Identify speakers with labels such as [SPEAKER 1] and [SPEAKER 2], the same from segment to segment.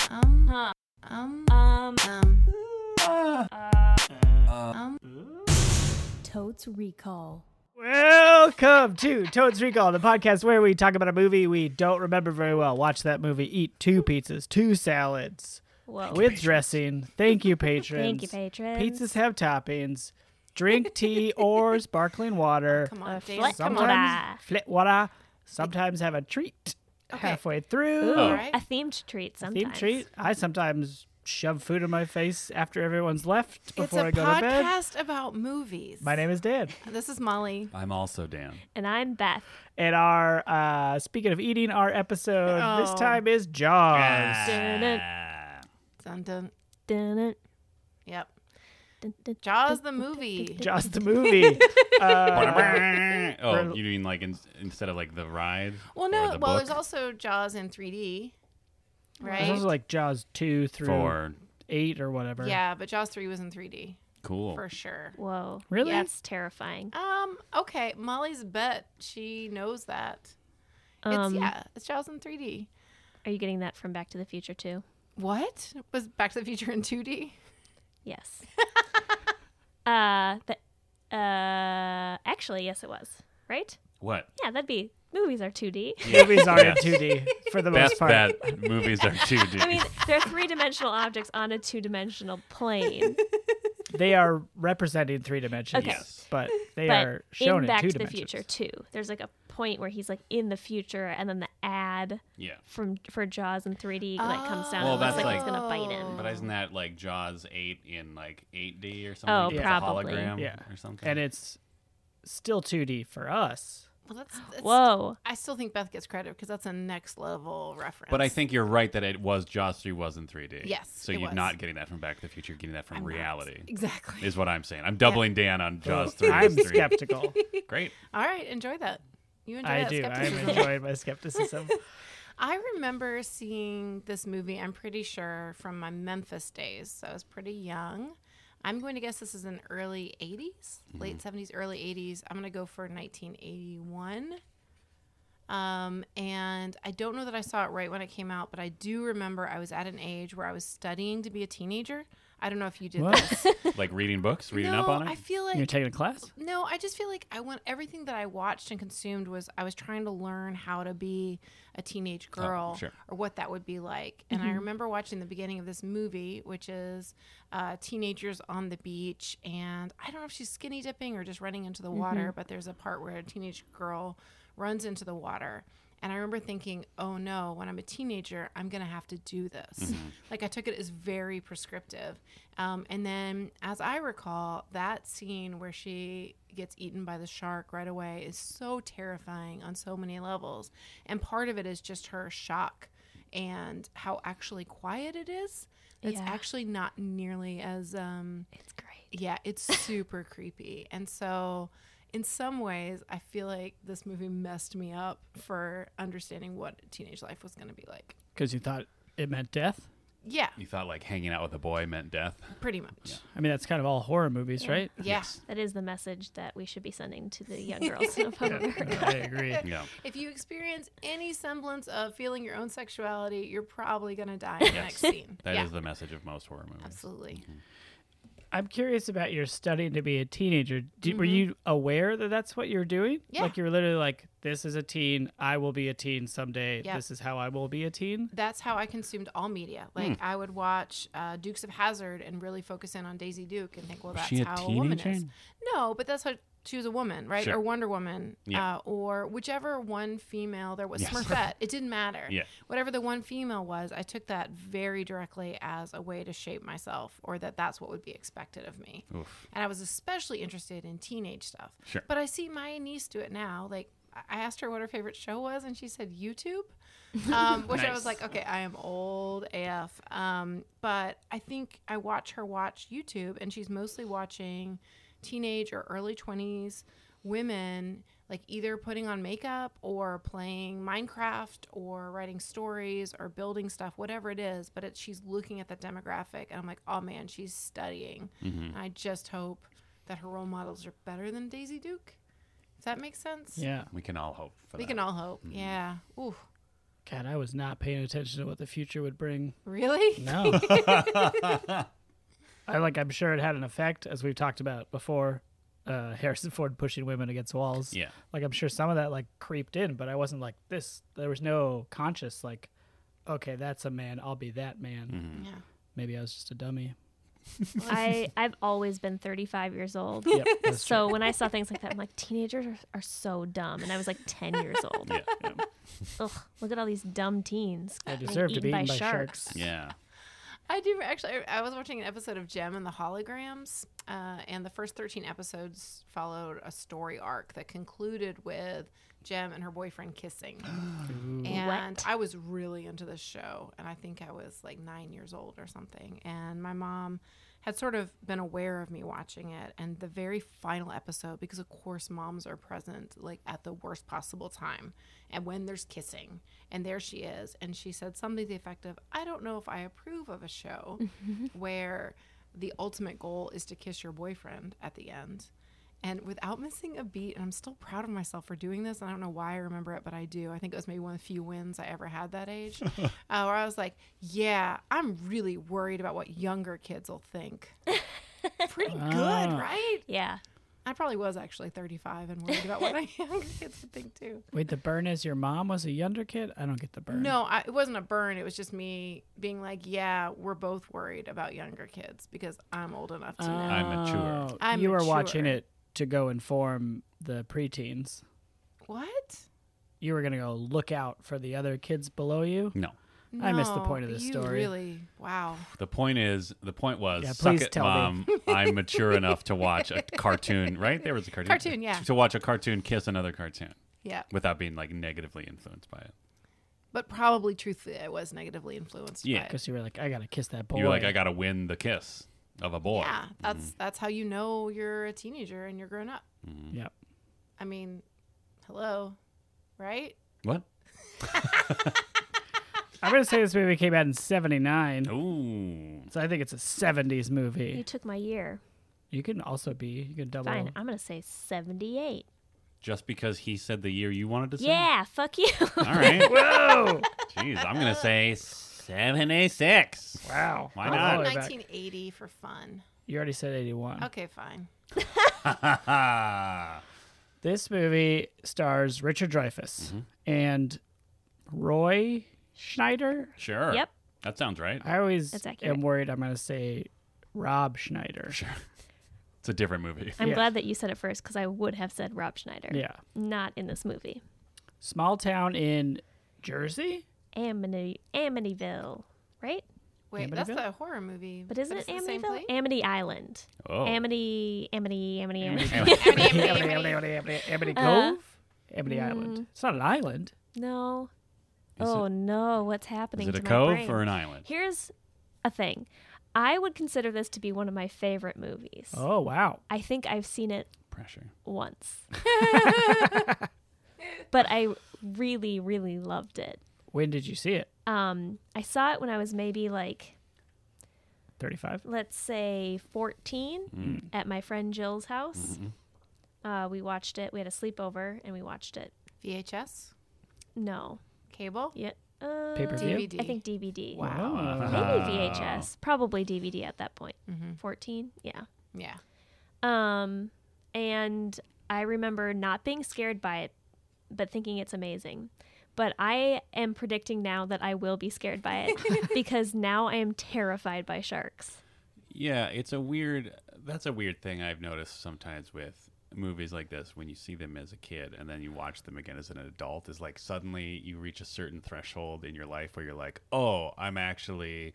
[SPEAKER 1] huh.
[SPEAKER 2] Um.
[SPEAKER 1] Um,
[SPEAKER 2] Um.
[SPEAKER 3] Totes Recall.
[SPEAKER 4] Welcome to Toad's Recall, the podcast where we talk about a movie we don't remember very well. Watch that movie, eat two pizzas, two salads
[SPEAKER 1] Whoa.
[SPEAKER 4] with dressing. Thank you, patrons.
[SPEAKER 3] Thank you, patrons.
[SPEAKER 4] Pizzas have toppings. Drink tea or sparkling water.
[SPEAKER 2] Oh, Come on, Dave.
[SPEAKER 1] flex.
[SPEAKER 2] Come
[SPEAKER 1] on.
[SPEAKER 4] Sometimes flit water. Sometimes have a treat
[SPEAKER 2] Okay.
[SPEAKER 4] halfway through.
[SPEAKER 3] Ooh,
[SPEAKER 2] All right.
[SPEAKER 3] a themed treat sometimes.
[SPEAKER 4] Theme treat. I sometimes shove food in my face after everyone's left
[SPEAKER 2] It's
[SPEAKER 4] before
[SPEAKER 2] a
[SPEAKER 4] I go to bed.
[SPEAKER 2] podcast about movies.
[SPEAKER 4] My name is Dan.
[SPEAKER 2] This is Molly.
[SPEAKER 5] I'm also Dan.
[SPEAKER 3] And I'm Beth.
[SPEAKER 4] And our uh speaking of eating, our episode this
[SPEAKER 2] Oh.
[SPEAKER 4] time is Jaws.
[SPEAKER 2] Dun, dun.
[SPEAKER 3] Dun-dun,
[SPEAKER 2] Yep.
[SPEAKER 3] dun-dun.
[SPEAKER 2] Jaws the movie.
[SPEAKER 4] Jaws the movie. uh,
[SPEAKER 5] oh, you mean like in, instead of like the ride?
[SPEAKER 2] Well,
[SPEAKER 5] or
[SPEAKER 2] no.
[SPEAKER 5] the
[SPEAKER 2] well,
[SPEAKER 5] book
[SPEAKER 2] there's also Jaws in 3D,
[SPEAKER 4] there's
[SPEAKER 2] right?
[SPEAKER 4] also like Jaws two through
[SPEAKER 5] for
[SPEAKER 4] eight or whatever.
[SPEAKER 2] yeah, but Jaws 3 was in 3D
[SPEAKER 5] cool.
[SPEAKER 2] for sure.
[SPEAKER 3] Whoa.
[SPEAKER 4] Really?
[SPEAKER 3] That's terrifying.
[SPEAKER 2] Um. Okay. Molly's bet. She knows that.
[SPEAKER 3] Um,
[SPEAKER 2] it's yeah. It's Jaws in 3D.
[SPEAKER 3] Are you getting that from Back to the Future too?
[SPEAKER 2] What was Back to the Future in 2D?
[SPEAKER 3] Yes. uh, the, uh, actually, yes, it was. Right?
[SPEAKER 5] What?
[SPEAKER 3] Yeah, that'd be movies are 2D.
[SPEAKER 4] Movies are in
[SPEAKER 5] Yes.
[SPEAKER 4] two D for the
[SPEAKER 5] Best
[SPEAKER 4] most part.
[SPEAKER 5] bet movies are 2D.
[SPEAKER 3] I mean, they're three dimensional objects on a two dimensional plane.
[SPEAKER 4] They are representing three dimensions.
[SPEAKER 3] Okay.
[SPEAKER 5] Yes.
[SPEAKER 4] But they
[SPEAKER 3] but
[SPEAKER 4] are shown
[SPEAKER 3] in
[SPEAKER 4] in,
[SPEAKER 3] Back
[SPEAKER 4] two
[SPEAKER 3] to the
[SPEAKER 4] dimensions.
[SPEAKER 3] Future too, there's like a point where he's like in the future, and then the ad
[SPEAKER 5] yeah.
[SPEAKER 3] from for Jaws in 3D that comes down.
[SPEAKER 5] Well,
[SPEAKER 3] and looks
[SPEAKER 5] that's
[SPEAKER 3] like,
[SPEAKER 5] like-
[SPEAKER 3] he's gonna bite him.
[SPEAKER 5] But isn't that like Jaws 8 in like 8D or
[SPEAKER 3] Oh,
[SPEAKER 5] something? It's a
[SPEAKER 3] probably.
[SPEAKER 5] hologram
[SPEAKER 4] Yeah.
[SPEAKER 5] or something.
[SPEAKER 4] And it's still two D for us.
[SPEAKER 2] Well, that's, that's
[SPEAKER 3] Whoa.
[SPEAKER 2] I still think Beth gets credit because that's a next level reference.
[SPEAKER 5] but I think you're right that it was Jaws 3 was in 3D.
[SPEAKER 2] Yes,
[SPEAKER 5] So
[SPEAKER 2] it
[SPEAKER 5] you're
[SPEAKER 2] was.
[SPEAKER 5] not getting that from Back to the Future, you're getting that from reality.
[SPEAKER 2] exactly.
[SPEAKER 5] Is what I'm saying. I'm doubling Dan on Jaws 3.
[SPEAKER 4] I'm
[SPEAKER 5] is 3D.
[SPEAKER 4] skeptical.
[SPEAKER 5] Great.
[SPEAKER 2] All right, enjoy that. You enjoy
[SPEAKER 4] I
[SPEAKER 2] that
[SPEAKER 4] do. I'm
[SPEAKER 2] skepticism.
[SPEAKER 4] enjoying my skepticism.
[SPEAKER 2] I remember seeing this movie. I'm pretty sure from my Memphis days. So I was pretty young. I'm going to guess this is an early 80s,
[SPEAKER 5] Mm-hmm.
[SPEAKER 2] late 70s, early 80s. I'm going to go for 1981. Um, and I don't know that I saw it right when it came out, but I do remember I was at an age where I was studying to be a teenager. I don't know if you did
[SPEAKER 4] What?
[SPEAKER 2] this.
[SPEAKER 5] Like reading books, reading
[SPEAKER 2] no,
[SPEAKER 5] up on it.
[SPEAKER 2] I feel like
[SPEAKER 4] You're taking a class?
[SPEAKER 2] no, I just feel like I want everything that I watched and consumed was I was trying to learn how to be a teenage girl
[SPEAKER 5] sure.
[SPEAKER 2] or what that would be like. And I remember watching the beginning of this movie, which is uh, teenagers on the beach, and I don't know if she's skinny dipping or just running into the water, but there's a part where a teenage girl runs into the water. And I remember thinking, oh no, when I'm a teenager, I'm going to have to do this. Like, I took it as very prescriptive. Um, and then, as I recall, that scene where she gets eaten by the shark right away is so terrifying on so many levels. And part of it is just her shock and how actually quiet it is. It's
[SPEAKER 3] Yeah.
[SPEAKER 2] actually not nearly as. Um,
[SPEAKER 3] It's great.
[SPEAKER 2] yeah, it's super creepy. And so, in some ways, I feel like this movie messed me up for understanding what teenage life was going to be like.
[SPEAKER 4] Because you thought it meant death?
[SPEAKER 2] Yeah,
[SPEAKER 5] you thought like hanging out with a boy meant death.
[SPEAKER 2] pretty much.
[SPEAKER 4] I mean, that's kind of all horror movies, right?
[SPEAKER 2] Yeah.
[SPEAKER 3] That is the message that we should be sending to the young girls of America.
[SPEAKER 4] I agree.
[SPEAKER 5] Yeah.
[SPEAKER 2] If you experience any semblance of feeling your own sexuality, you're probably going to die in the next scene.
[SPEAKER 5] that is
[SPEAKER 2] yeah,
[SPEAKER 5] the Mm-hmm. message of most horror movies.
[SPEAKER 2] absolutely.
[SPEAKER 4] I'm curious about your studying to be a teenager. Did, Were you aware that that's what you were doing?
[SPEAKER 2] Mm-hmm. Yeah.
[SPEAKER 4] Like you were literally like, "This is a teen. I will be a teen someday.
[SPEAKER 2] Yeah.
[SPEAKER 4] This is how I will be a teen."
[SPEAKER 2] That's how I consumed all media.
[SPEAKER 5] Hmm.
[SPEAKER 2] Like I would watch uh, Dukes of Hazard and really focus in on Daisy Duke and think, well, that's
[SPEAKER 5] she a
[SPEAKER 2] how a woman is.
[SPEAKER 5] teenager?
[SPEAKER 2] No, but that's how she was a woman, right?
[SPEAKER 5] Sure.
[SPEAKER 2] Or Wonder Woman,
[SPEAKER 5] Yeah.
[SPEAKER 2] uh, or whichever one female there was.
[SPEAKER 5] Yes.
[SPEAKER 2] Smurfette. It didn't matter.
[SPEAKER 5] Yeah.
[SPEAKER 2] Whatever the one female was, I took that very directly as a way to shape myself, or that that's what would be expected of me.
[SPEAKER 5] Oof.
[SPEAKER 2] And I was especially interested in teenage stuff.
[SPEAKER 5] Sure.
[SPEAKER 2] But I see my niece do it now. Like I- I asked her what her favorite show was, and she said YouTube um, which I was
[SPEAKER 5] Nice.
[SPEAKER 2] like, okay, I am old AF. Um, but I think I watch her watch YouTube, and she's mostly watching teenage or early 20s women, like either putting on makeup or playing Minecraft or writing stories or building stuff, whatever it is. But it, she's looking at that demographic, and I'm like, oh man, she's studying. And I just hope that her role models are better than Daisy Duke. Does that make sense?
[SPEAKER 4] Yeah.
[SPEAKER 5] We can all hope for
[SPEAKER 2] We
[SPEAKER 5] that.
[SPEAKER 2] can all hope. Yeah. Ooh.
[SPEAKER 4] God, I was not paying attention to what the future would bring.
[SPEAKER 2] Really?
[SPEAKER 4] No. I like I'm sure it had an effect, as we've talked about before, uh, Harrison Ford pushing women against walls.
[SPEAKER 5] Yeah.
[SPEAKER 4] Like I'm sure some of that like creeped in, but I wasn't like this there was no conscious like, okay, that's a man, I'll be that man.
[SPEAKER 2] Yeah.
[SPEAKER 4] Maybe I was just a dummy.
[SPEAKER 3] I I've always been 35 years old.
[SPEAKER 4] Yep. that's true.
[SPEAKER 3] So when I saw things like that, I'm like, teenagers are, are so dumb, and I was like 10 years old.
[SPEAKER 5] Yeah.
[SPEAKER 3] Ugh, look at all these dumb teens.
[SPEAKER 4] I
[SPEAKER 3] getting
[SPEAKER 4] deserve to be eaten by sharks.
[SPEAKER 5] Yeah.
[SPEAKER 2] I do actually. I I was watching an episode of Gem and the Holograms, uh, and the first 13 episodes followed a story arc that concluded with Gem and her boyfriend kissing. and I was really into this show, and I think I was like nine years old or something. And my mom had sort of been aware of me watching it, and the very final episode, because of course moms are present like at the worst possible time, and when there's kissing, and there she is, and she said something to the effect of, "I don't know if I approve of a show where the ultimate goal is to kiss your boyfriend at the end." And without missing a beat, and I'm still proud of myself for doing this. And I don't know why I remember it, but I do. I think it was maybe one of the few wins I ever had that age, uh, where I was like, "Yeah, I'm really worried about what younger kids will think." Pretty good,
[SPEAKER 4] Ah.
[SPEAKER 2] right?
[SPEAKER 3] Yeah.
[SPEAKER 2] I probably was actually 35 and worried about what my younger kids would think too.
[SPEAKER 4] Wait, the burn is your mom was a younger kid? I don't get the burn.
[SPEAKER 2] No, I, it wasn't a burn. It was just me being like, "Yeah, we're both worried about younger kids because I'm old enough to know."
[SPEAKER 4] Ah.
[SPEAKER 5] I'm mature.
[SPEAKER 4] Oh,
[SPEAKER 2] I'm
[SPEAKER 4] Uh, you were watching
[SPEAKER 2] mature.
[SPEAKER 4] it to go inform the preteens.
[SPEAKER 2] what?
[SPEAKER 4] You were gonna go look out for the other kids below you.
[SPEAKER 5] No.
[SPEAKER 4] I missed the
[SPEAKER 2] No,
[SPEAKER 4] point of this
[SPEAKER 2] you
[SPEAKER 4] story.
[SPEAKER 2] Really? Wow.
[SPEAKER 5] The point is, the point was,
[SPEAKER 4] Yeah,
[SPEAKER 5] suck
[SPEAKER 4] please
[SPEAKER 5] it,
[SPEAKER 4] tell me.
[SPEAKER 5] mom. I'm mature enough to watch a cartoon, right? There was a cartoon.
[SPEAKER 2] Cartoon, yeah.
[SPEAKER 5] To watch a cartoon kiss another cartoon
[SPEAKER 2] Yeah.
[SPEAKER 5] without being like negatively influenced by it.
[SPEAKER 2] But probably, truthfully, I was negatively influenced.
[SPEAKER 5] Yeah,
[SPEAKER 2] by it.
[SPEAKER 4] Because you were like, I gotta kiss that boy.
[SPEAKER 5] You're like, I gotta win the kiss of a boy.
[SPEAKER 2] yeah. That's that's how you know you're a teenager and you're grown up.
[SPEAKER 4] Yep.
[SPEAKER 2] I mean, hello, right?
[SPEAKER 5] What?
[SPEAKER 4] I'm gonna say this movie came out in '79,
[SPEAKER 5] Oh. Ooh.
[SPEAKER 4] so I think it's a '70s
[SPEAKER 3] You
[SPEAKER 4] movie.
[SPEAKER 3] took my year.
[SPEAKER 4] You can also be, you can double.
[SPEAKER 3] Fine. I'm going to say 78.
[SPEAKER 5] Just because he said the year you wanted to say?
[SPEAKER 3] Yeah. Fuck you.
[SPEAKER 5] All right.
[SPEAKER 4] Whoa!
[SPEAKER 5] Jeez, I'm gonna say seventy-six.
[SPEAKER 4] wow.
[SPEAKER 5] Why
[SPEAKER 4] I'm
[SPEAKER 5] not?
[SPEAKER 4] all the way back.
[SPEAKER 2] 1980
[SPEAKER 4] Mm.
[SPEAKER 2] for fun.
[SPEAKER 4] You already said '81.
[SPEAKER 2] Okay, fine.
[SPEAKER 4] This movie stars Richard Dreyfuss and Roy Schneider.
[SPEAKER 5] sure.
[SPEAKER 3] Yep.
[SPEAKER 5] That sounds right.
[SPEAKER 4] I always
[SPEAKER 3] That's accurate.
[SPEAKER 4] am worried I'm gonna say Rob Schneider. Sure.
[SPEAKER 5] It's a different movie.
[SPEAKER 3] I'm
[SPEAKER 4] Yeah.
[SPEAKER 3] glad that you said it first because I would have said Rob Schneider.
[SPEAKER 4] Yeah.
[SPEAKER 3] Not in this movie.
[SPEAKER 4] Small town in Jersey.
[SPEAKER 3] Amity, Amityville, right?
[SPEAKER 2] Wait, that's
[SPEAKER 4] Amityville?
[SPEAKER 2] the horror movie.
[SPEAKER 3] But isn't
[SPEAKER 2] it's
[SPEAKER 3] it
[SPEAKER 2] the same
[SPEAKER 3] Amityville?
[SPEAKER 2] place?
[SPEAKER 3] Amity Island.
[SPEAKER 5] Oh.
[SPEAKER 3] Amity, Amity, Amity, Amity.
[SPEAKER 2] Amity, Amity,
[SPEAKER 4] Ebony,
[SPEAKER 2] Amity.
[SPEAKER 4] Ebony, Ebony, Ebony, Ebony
[SPEAKER 3] Uh,
[SPEAKER 4] Cove? Ebony Island. It's not an island.
[SPEAKER 3] No.
[SPEAKER 5] Is
[SPEAKER 3] oh
[SPEAKER 5] it-
[SPEAKER 3] no, what's happening?
[SPEAKER 5] Is
[SPEAKER 3] to
[SPEAKER 5] it a
[SPEAKER 3] my
[SPEAKER 5] cove
[SPEAKER 3] brain?
[SPEAKER 5] or an island?
[SPEAKER 3] Here's a thing. I would consider this to be one of my favorite movies.
[SPEAKER 4] Oh, wow.
[SPEAKER 3] I think I've seen it
[SPEAKER 5] Pressure.
[SPEAKER 3] once. but I really, really loved it.
[SPEAKER 4] When did you see it?
[SPEAKER 3] Um, I saw it when I was maybe like,
[SPEAKER 4] 35?
[SPEAKER 3] let's say 14
[SPEAKER 5] Mm.
[SPEAKER 3] at my friend Jill's house.
[SPEAKER 5] Mm-hmm.
[SPEAKER 3] Uh, we watched it. We had a sleepover and we watched it.
[SPEAKER 2] VHS,
[SPEAKER 3] No.
[SPEAKER 2] cable,
[SPEAKER 3] Yeah. Uh,
[SPEAKER 4] Pay-per-view?
[SPEAKER 2] DVD.
[SPEAKER 3] I think DVD.
[SPEAKER 4] Wow.
[SPEAKER 3] Maybe VHS, probably DVD at that point. 14, yeah.
[SPEAKER 2] Mm-hmm. yeah.
[SPEAKER 3] Um, and I remember not being scared by it, but thinking it's amazing. But I am predicting now that I will be scared by it because now I am terrified by sharks.
[SPEAKER 5] Yeah, it's a weird. That's a weird thing I've noticed sometimes with movies like this when you see them as a kid and then you watch them again as an adult is like suddenly you reach a certain threshold in your life where you're like, "Oh, I'm actually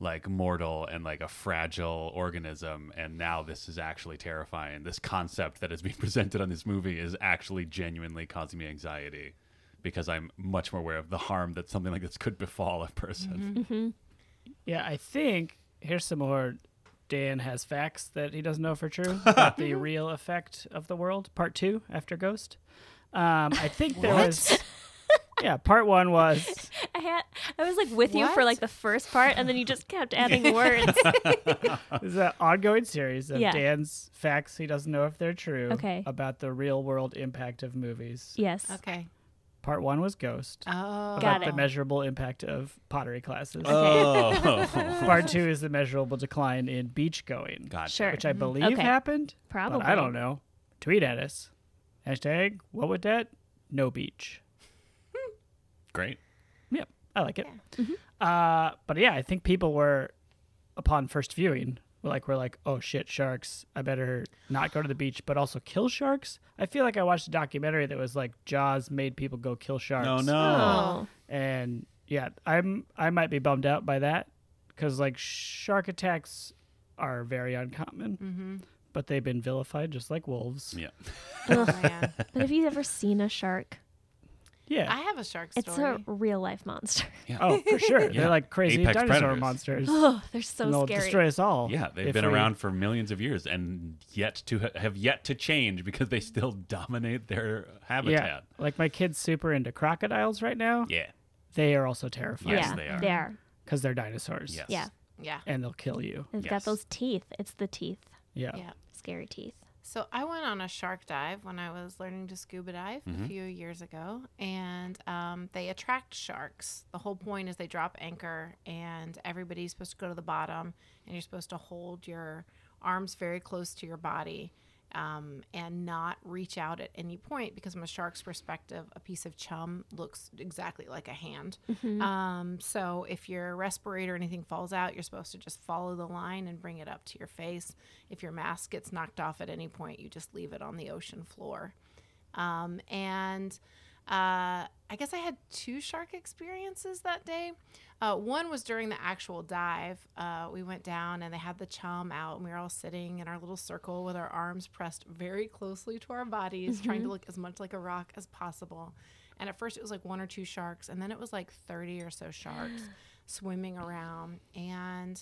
[SPEAKER 5] like mortal and like a fragile organism and now this is actually terrifying. This concept that is being presented on this movie is actually genuinely causing me anxiety." Because I'm much more aware of the harm that something like this could befall a person.
[SPEAKER 4] Yeah, I think here's some more. Dan has facts that he doesn't know for true about the real effect of the world. Part two after Ghost. Um, I think there was. Yeah, part one was.
[SPEAKER 3] I had I was like with you for
[SPEAKER 2] What?
[SPEAKER 3] like the first part and then you just kept adding words.
[SPEAKER 4] This is an ongoing series of
[SPEAKER 3] Yeah.
[SPEAKER 4] Dan's facts he doesn't know if they're true
[SPEAKER 3] Okay.
[SPEAKER 4] about the real world impact of movies.
[SPEAKER 3] Yes.
[SPEAKER 2] Okay.
[SPEAKER 4] Part one was Ghost.
[SPEAKER 2] Oh,
[SPEAKER 3] Uh, Got
[SPEAKER 4] about the
[SPEAKER 3] it.
[SPEAKER 4] measurable impact of pottery classes.
[SPEAKER 5] Oh,
[SPEAKER 4] Part two is the measurable decline in beach going,
[SPEAKER 5] gotcha.
[SPEAKER 3] Sure.
[SPEAKER 4] which I believe
[SPEAKER 3] Mm-hmm. Okay.
[SPEAKER 4] happened.
[SPEAKER 3] Probably.
[SPEAKER 4] But I don't know. Tweet at us. Hashtag what would that? No beach.
[SPEAKER 5] Great.
[SPEAKER 4] Yep. I like it. Uh, but yeah, I think people were upon first viewing were like we're like, oh shit, sharks. I better not go to the beach, but also kill sharks. I feel like I watched a documentary that was like Jaws made people go kill sharks.
[SPEAKER 5] No, no.
[SPEAKER 3] Oh.
[SPEAKER 4] and yeah i'm i might be bummed out by that because like shark attacks are very uncommon but they've been vilified just like wolves
[SPEAKER 5] Yeah.
[SPEAKER 2] oh, man.
[SPEAKER 3] But have you ever seen a shark?
[SPEAKER 4] yeah
[SPEAKER 2] I have a shark story.
[SPEAKER 3] It's a real life monster.
[SPEAKER 4] oh for sure
[SPEAKER 5] Yeah.
[SPEAKER 4] they're like crazy
[SPEAKER 5] Apex
[SPEAKER 4] dinosaur
[SPEAKER 5] predators.
[SPEAKER 4] monsters
[SPEAKER 3] Oh, they're so
[SPEAKER 4] and they'll
[SPEAKER 3] scary.
[SPEAKER 4] destroy us all
[SPEAKER 5] Yeah, they've
[SPEAKER 4] if
[SPEAKER 5] been
[SPEAKER 4] we-
[SPEAKER 5] around for millions of years and yet to ha- have yet to change because they still dominate their
[SPEAKER 4] yeah
[SPEAKER 5] habitat.
[SPEAKER 4] like my kids super into crocodiles right now
[SPEAKER 5] Yeah.
[SPEAKER 4] they are also terrifying
[SPEAKER 5] Yes,
[SPEAKER 3] yeah,
[SPEAKER 5] they are.
[SPEAKER 4] because they're dinosaurs
[SPEAKER 5] Yes.
[SPEAKER 3] Yeah.
[SPEAKER 2] yeah.
[SPEAKER 4] and they'll kill you
[SPEAKER 3] They've
[SPEAKER 5] Yes.
[SPEAKER 3] got those teeth. It's the teeth.
[SPEAKER 4] yeah,
[SPEAKER 2] Yeah.
[SPEAKER 3] Scary teeth.
[SPEAKER 2] So I went on a shark dive when I was learning to scuba dive a few years ago, and um, they attract sharks. The whole point is they drop anchor, and everybody's supposed to go to the bottom, and you're supposed to hold your arms very close to your body um, and not reach out at any point because, from a shark's perspective, a piece of chum looks exactly like a hand. Um, so if your respirator or anything falls out, you're supposed to just follow the line and bring it up to your face. If your mask gets knocked off at any point, you just leave it on the ocean floor. Um, and uh, I guess I had two shark experiences that day. Uh, one was during the actual dive. Uh, we went down and they had the chum out, and we were all sitting in our little circle with our arms pressed very closely to our bodies, trying to look as much like a rock as possible. And at first, it was like one or two sharks, and then it was like 30 or so sharks swimming around. And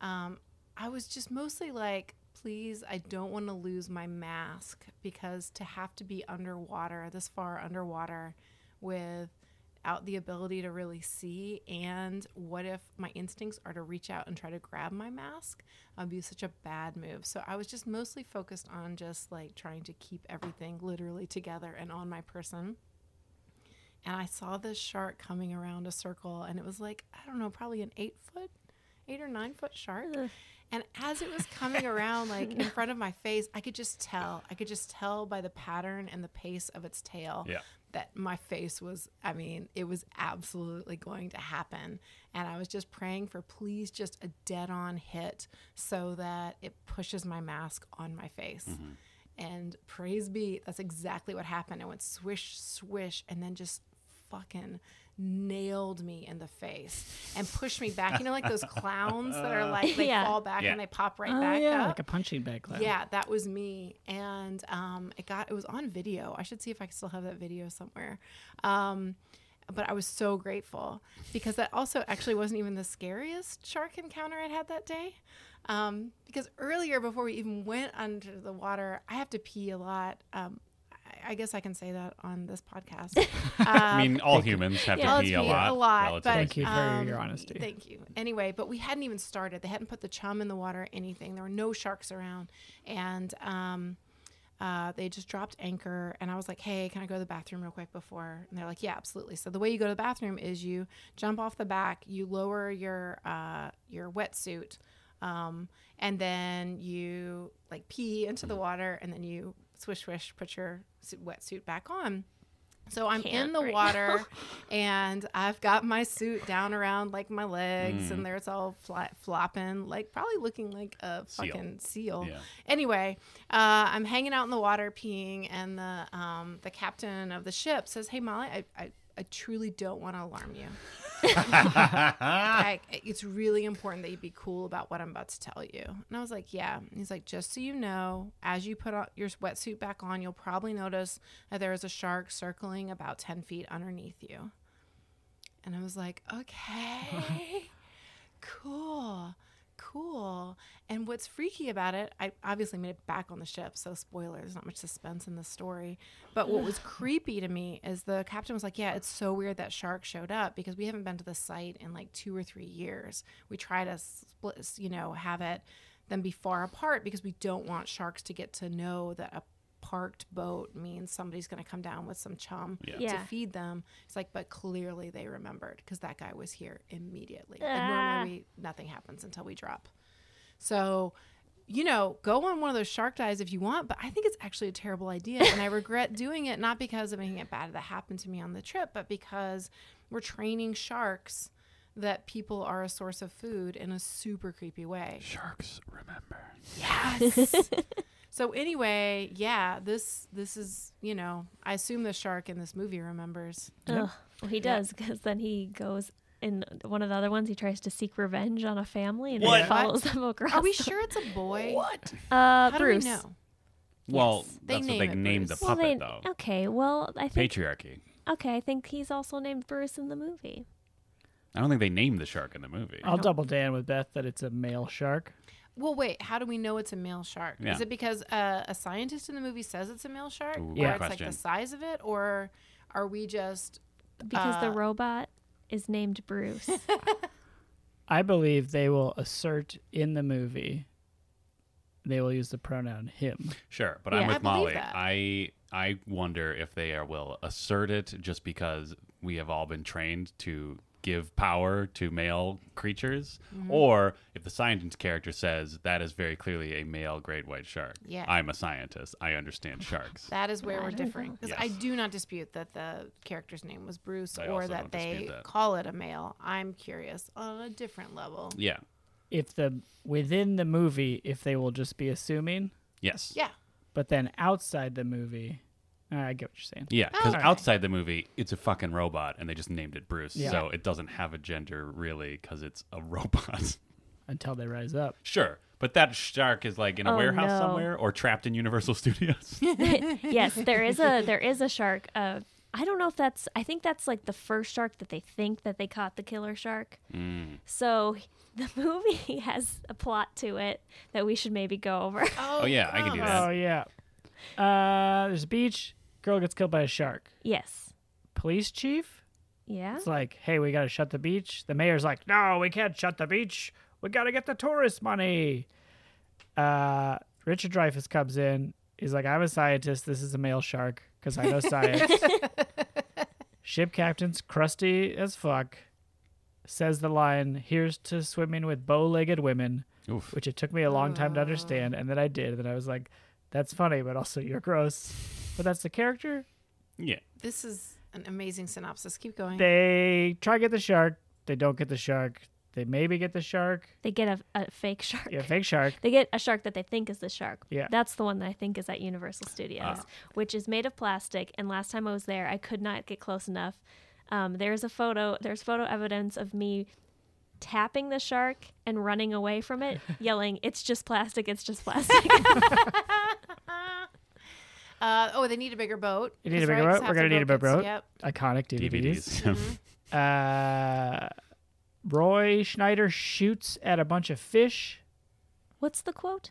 [SPEAKER 2] um, I was just mostly like, please, I don't want to lose my mask because to have to be underwater, this far underwater, without the ability to really see, and what if my instincts are to reach out and try to grab my mask? That would be such a bad move. So I was just mostly focused on just like trying to keep everything literally together and on my person and I saw this shark coming around a circle, and it was like I don't know, probably an eight foot, eight or nine foot shark. And as it was coming around, like in front of my face, I could just tell. I could just tell by the pattern and the pace of its tail
[SPEAKER 5] Yeah.
[SPEAKER 2] that my face was. I mean, it was absolutely going to happen, and I was just praying for please just a dead on hit so that it pushes my mask on my face. And praise be, that's exactly what happened. It went swish, swish, and then just fucking nailed me in the face and pushed me back. You know, like those clowns that are like they
[SPEAKER 3] Yeah.
[SPEAKER 2] fall back
[SPEAKER 5] Yeah.
[SPEAKER 2] and they pop right
[SPEAKER 4] Oh,
[SPEAKER 2] back
[SPEAKER 4] yeah
[SPEAKER 2] up.
[SPEAKER 4] like a punching bag clown.
[SPEAKER 2] Yeah, that was me, and um, it got it was on video. I should see if I can still have that video somewhere. Um, but I was so grateful because that also actually wasn't even the scariest shark encounter I'd had that day. Um, because earlier, before we even went under the water, I have to pee a lot. Um, I, I guess I can say that on this podcast. Um,
[SPEAKER 5] I mean, all humans have
[SPEAKER 3] Yeah.
[SPEAKER 5] to pee a lot.
[SPEAKER 2] but, um,
[SPEAKER 5] relatively
[SPEAKER 4] Thank you for
[SPEAKER 5] speaking.
[SPEAKER 4] your honesty.
[SPEAKER 2] Thank you. Anyway, but we hadn't even started. They hadn't put the chum in the water or anything. There were no sharks around. And um, uh, they just dropped anchor. And I was like, hey, can I go to the bathroom real quick before? And they're like, yeah, absolutely. So the way you go to the bathroom is you jump off the back, you lower your, uh, your wetsuit. Um, and then you like pee into
[SPEAKER 5] Mm-hmm.
[SPEAKER 2] the water and then you swish, swish, put your s- wetsuit back on. So I'm in
[SPEAKER 3] Can't
[SPEAKER 2] the
[SPEAKER 3] right
[SPEAKER 2] water and I've got my suit down around like my legs and there it's all fly- flopping, like probably looking like a
[SPEAKER 5] Seal.
[SPEAKER 2] fucking seal.
[SPEAKER 5] Yeah.
[SPEAKER 2] Anyway, uh, I'm hanging out in the water peeing and the, um, the captain of the ship says, Hey, Molly, I, I, I truly don't want to alarm you. I, it's really important that you be cool about what I'm about to tell you. And I was like, yeah. And he's like, just so you know, as you put on your wetsuit back on, you'll probably notice that there is a shark circling about 10 feet underneath you. And I was like, okay, cool, cool. And what's freaky about it, I obviously made it back on the ship, so spoiler, there's not much suspense in the story. But what was creepy to me is the captain was like, yeah, it's so weird that shark showed up because we haven't been to the site in like two or three years. We try to split, you know, have it them be far apart because we don't want sharks to get to know that a parked boat means somebody's going to come down with some chum
[SPEAKER 5] Yeah.
[SPEAKER 2] to
[SPEAKER 3] Yeah.
[SPEAKER 2] feed them. It's like, but clearly they remembered because that guy was here immediately.
[SPEAKER 3] Ah.
[SPEAKER 2] And normally we, nothing happens until we drop. So, you know, go on one of those shark dives if you want, but I think it's actually a terrible idea. And I regret doing it, not because of anything bad that happened to me on the trip, but because we're training sharks that people are a source of food in a super creepy way.
[SPEAKER 5] Sharks remember.
[SPEAKER 2] Yes. so anyway, yeah, this this is, you know, I assume the shark in this movie remembers.
[SPEAKER 3] Ugh. Well, he does because then he goes in one of the other ones. He tries to seek revenge on a family and
[SPEAKER 5] What?
[SPEAKER 3] he follows them across.
[SPEAKER 2] Are we
[SPEAKER 3] the-
[SPEAKER 2] sure it's a boy? What?
[SPEAKER 3] Uh,
[SPEAKER 2] How
[SPEAKER 3] Bruce.
[SPEAKER 2] do we know?
[SPEAKER 5] Well,
[SPEAKER 2] Yes. They
[SPEAKER 5] that's what
[SPEAKER 2] name
[SPEAKER 5] they
[SPEAKER 2] it
[SPEAKER 5] named
[SPEAKER 2] Bruce.
[SPEAKER 5] the
[SPEAKER 3] Well,
[SPEAKER 5] puppet,
[SPEAKER 3] they-
[SPEAKER 5] though.
[SPEAKER 3] okay. Well, I think
[SPEAKER 5] Patriarchy.
[SPEAKER 3] okay. I think he's also named Bruce in the movie.
[SPEAKER 5] I don't think they named the shark in the movie.
[SPEAKER 4] I'll double Dan with Beth that it's a male shark.
[SPEAKER 2] Well, wait. How do we know it's a male shark?
[SPEAKER 5] Yeah.
[SPEAKER 2] Is it because uh, a scientist in the movie says it's a male shark,
[SPEAKER 5] Ooh,
[SPEAKER 2] or
[SPEAKER 5] good
[SPEAKER 2] it's like
[SPEAKER 5] question.
[SPEAKER 2] the size of it, or are we just
[SPEAKER 3] because the
[SPEAKER 2] Uh,
[SPEAKER 3] robot is named Bruce.
[SPEAKER 4] I believe they will assert in the movie. They will use the pronoun him.
[SPEAKER 5] Sure, but
[SPEAKER 3] Yeah.
[SPEAKER 5] I'm
[SPEAKER 2] I
[SPEAKER 5] with
[SPEAKER 2] believe
[SPEAKER 5] Molly.
[SPEAKER 2] that.
[SPEAKER 5] I I wonder if they are will assert it just because we have all been trained to give power to male creatures,
[SPEAKER 2] Mm-hmm.
[SPEAKER 5] or if the scientist character says that is very clearly a male great white shark.
[SPEAKER 2] Yeah.
[SPEAKER 5] I'm a scientist. I understand sharks.
[SPEAKER 2] That is where
[SPEAKER 3] I
[SPEAKER 2] we're
[SPEAKER 3] don't
[SPEAKER 2] differing.
[SPEAKER 3] know.
[SPEAKER 2] Because
[SPEAKER 5] Yes.
[SPEAKER 2] I do not dispute that the character's name was Bruce
[SPEAKER 5] I
[SPEAKER 2] or
[SPEAKER 5] also
[SPEAKER 2] that
[SPEAKER 5] don't dispute
[SPEAKER 2] they
[SPEAKER 5] that.
[SPEAKER 2] call it a male. I'm curious on a different level.
[SPEAKER 5] yeah.
[SPEAKER 4] If the within the movie, if they will just be assuming,
[SPEAKER 5] Yes.
[SPEAKER 2] Yeah.
[SPEAKER 4] but then outside the movie, uh, I get what you're saying.
[SPEAKER 5] Yeah, because
[SPEAKER 2] Okay.
[SPEAKER 5] outside the movie, it's a fucking robot, and they just named it Bruce,
[SPEAKER 4] Yeah.
[SPEAKER 5] so it doesn't have a gender really, because it's a robot.
[SPEAKER 4] Until they rise up.
[SPEAKER 5] sure, but that shark is like in a
[SPEAKER 3] Oh,
[SPEAKER 5] warehouse
[SPEAKER 3] no.
[SPEAKER 5] somewhere or trapped in Universal Studios.
[SPEAKER 3] yes, there is a there is a shark. Uh, I don't know if that's. I think that's like the first shark that they think that they caught the killer shark. So the movie has a plot to it that we should maybe go over.
[SPEAKER 2] Oh,
[SPEAKER 5] yeah, I can do
[SPEAKER 2] come
[SPEAKER 5] that.
[SPEAKER 2] on.
[SPEAKER 4] Oh yeah. Uh, there's a beach. Girl gets killed by a shark.
[SPEAKER 3] yes.
[SPEAKER 4] Police chief.
[SPEAKER 3] Yeah.
[SPEAKER 4] It's like, hey, we gotta shut the beach. The mayor's like, no, we can't shut the beach. We gotta get the tourist money. Uh, Richard Dreyfuss comes in. He's like, I'm a scientist. This is a male shark because I know science. Ship captain's crusty as fuck. Says the line, "Here's to swimming with bow-legged women,"
[SPEAKER 5] Oof.
[SPEAKER 4] which it took me a long time to understand, and then I did. Then I was like, "That's funny, but also you're gross." But that's the character.
[SPEAKER 5] Yeah.
[SPEAKER 2] This is an amazing synopsis. Keep going.
[SPEAKER 4] They try to get the shark. They don't get the shark. They maybe get the shark.
[SPEAKER 3] They get a, a fake shark.
[SPEAKER 4] Yeah, fake shark.
[SPEAKER 3] They get a shark that they think is the shark.
[SPEAKER 4] Yeah. Ah.
[SPEAKER 3] That's the one that I think is at Universal Studios, which is made of plastic. And last time I was there, I could not get close enough. Um, there's a photo, there's photo evidence of me tapping the shark and running away from it, yelling, It's just plastic, it's just plastic.
[SPEAKER 2] Uh, oh, they need a bigger boat.
[SPEAKER 4] You need a
[SPEAKER 2] That's
[SPEAKER 4] bigger
[SPEAKER 2] right, 'cause
[SPEAKER 4] boat.
[SPEAKER 2] half
[SPEAKER 4] We're
[SPEAKER 2] the
[SPEAKER 4] gonna need a bigger
[SPEAKER 2] gets-
[SPEAKER 4] boat.
[SPEAKER 2] Yep.
[SPEAKER 4] Iconic DVDs.
[SPEAKER 5] DVDs.
[SPEAKER 2] Mm-hmm.
[SPEAKER 4] Uh, Roy Schneider shoots at a bunch of fish.
[SPEAKER 3] What's the quote?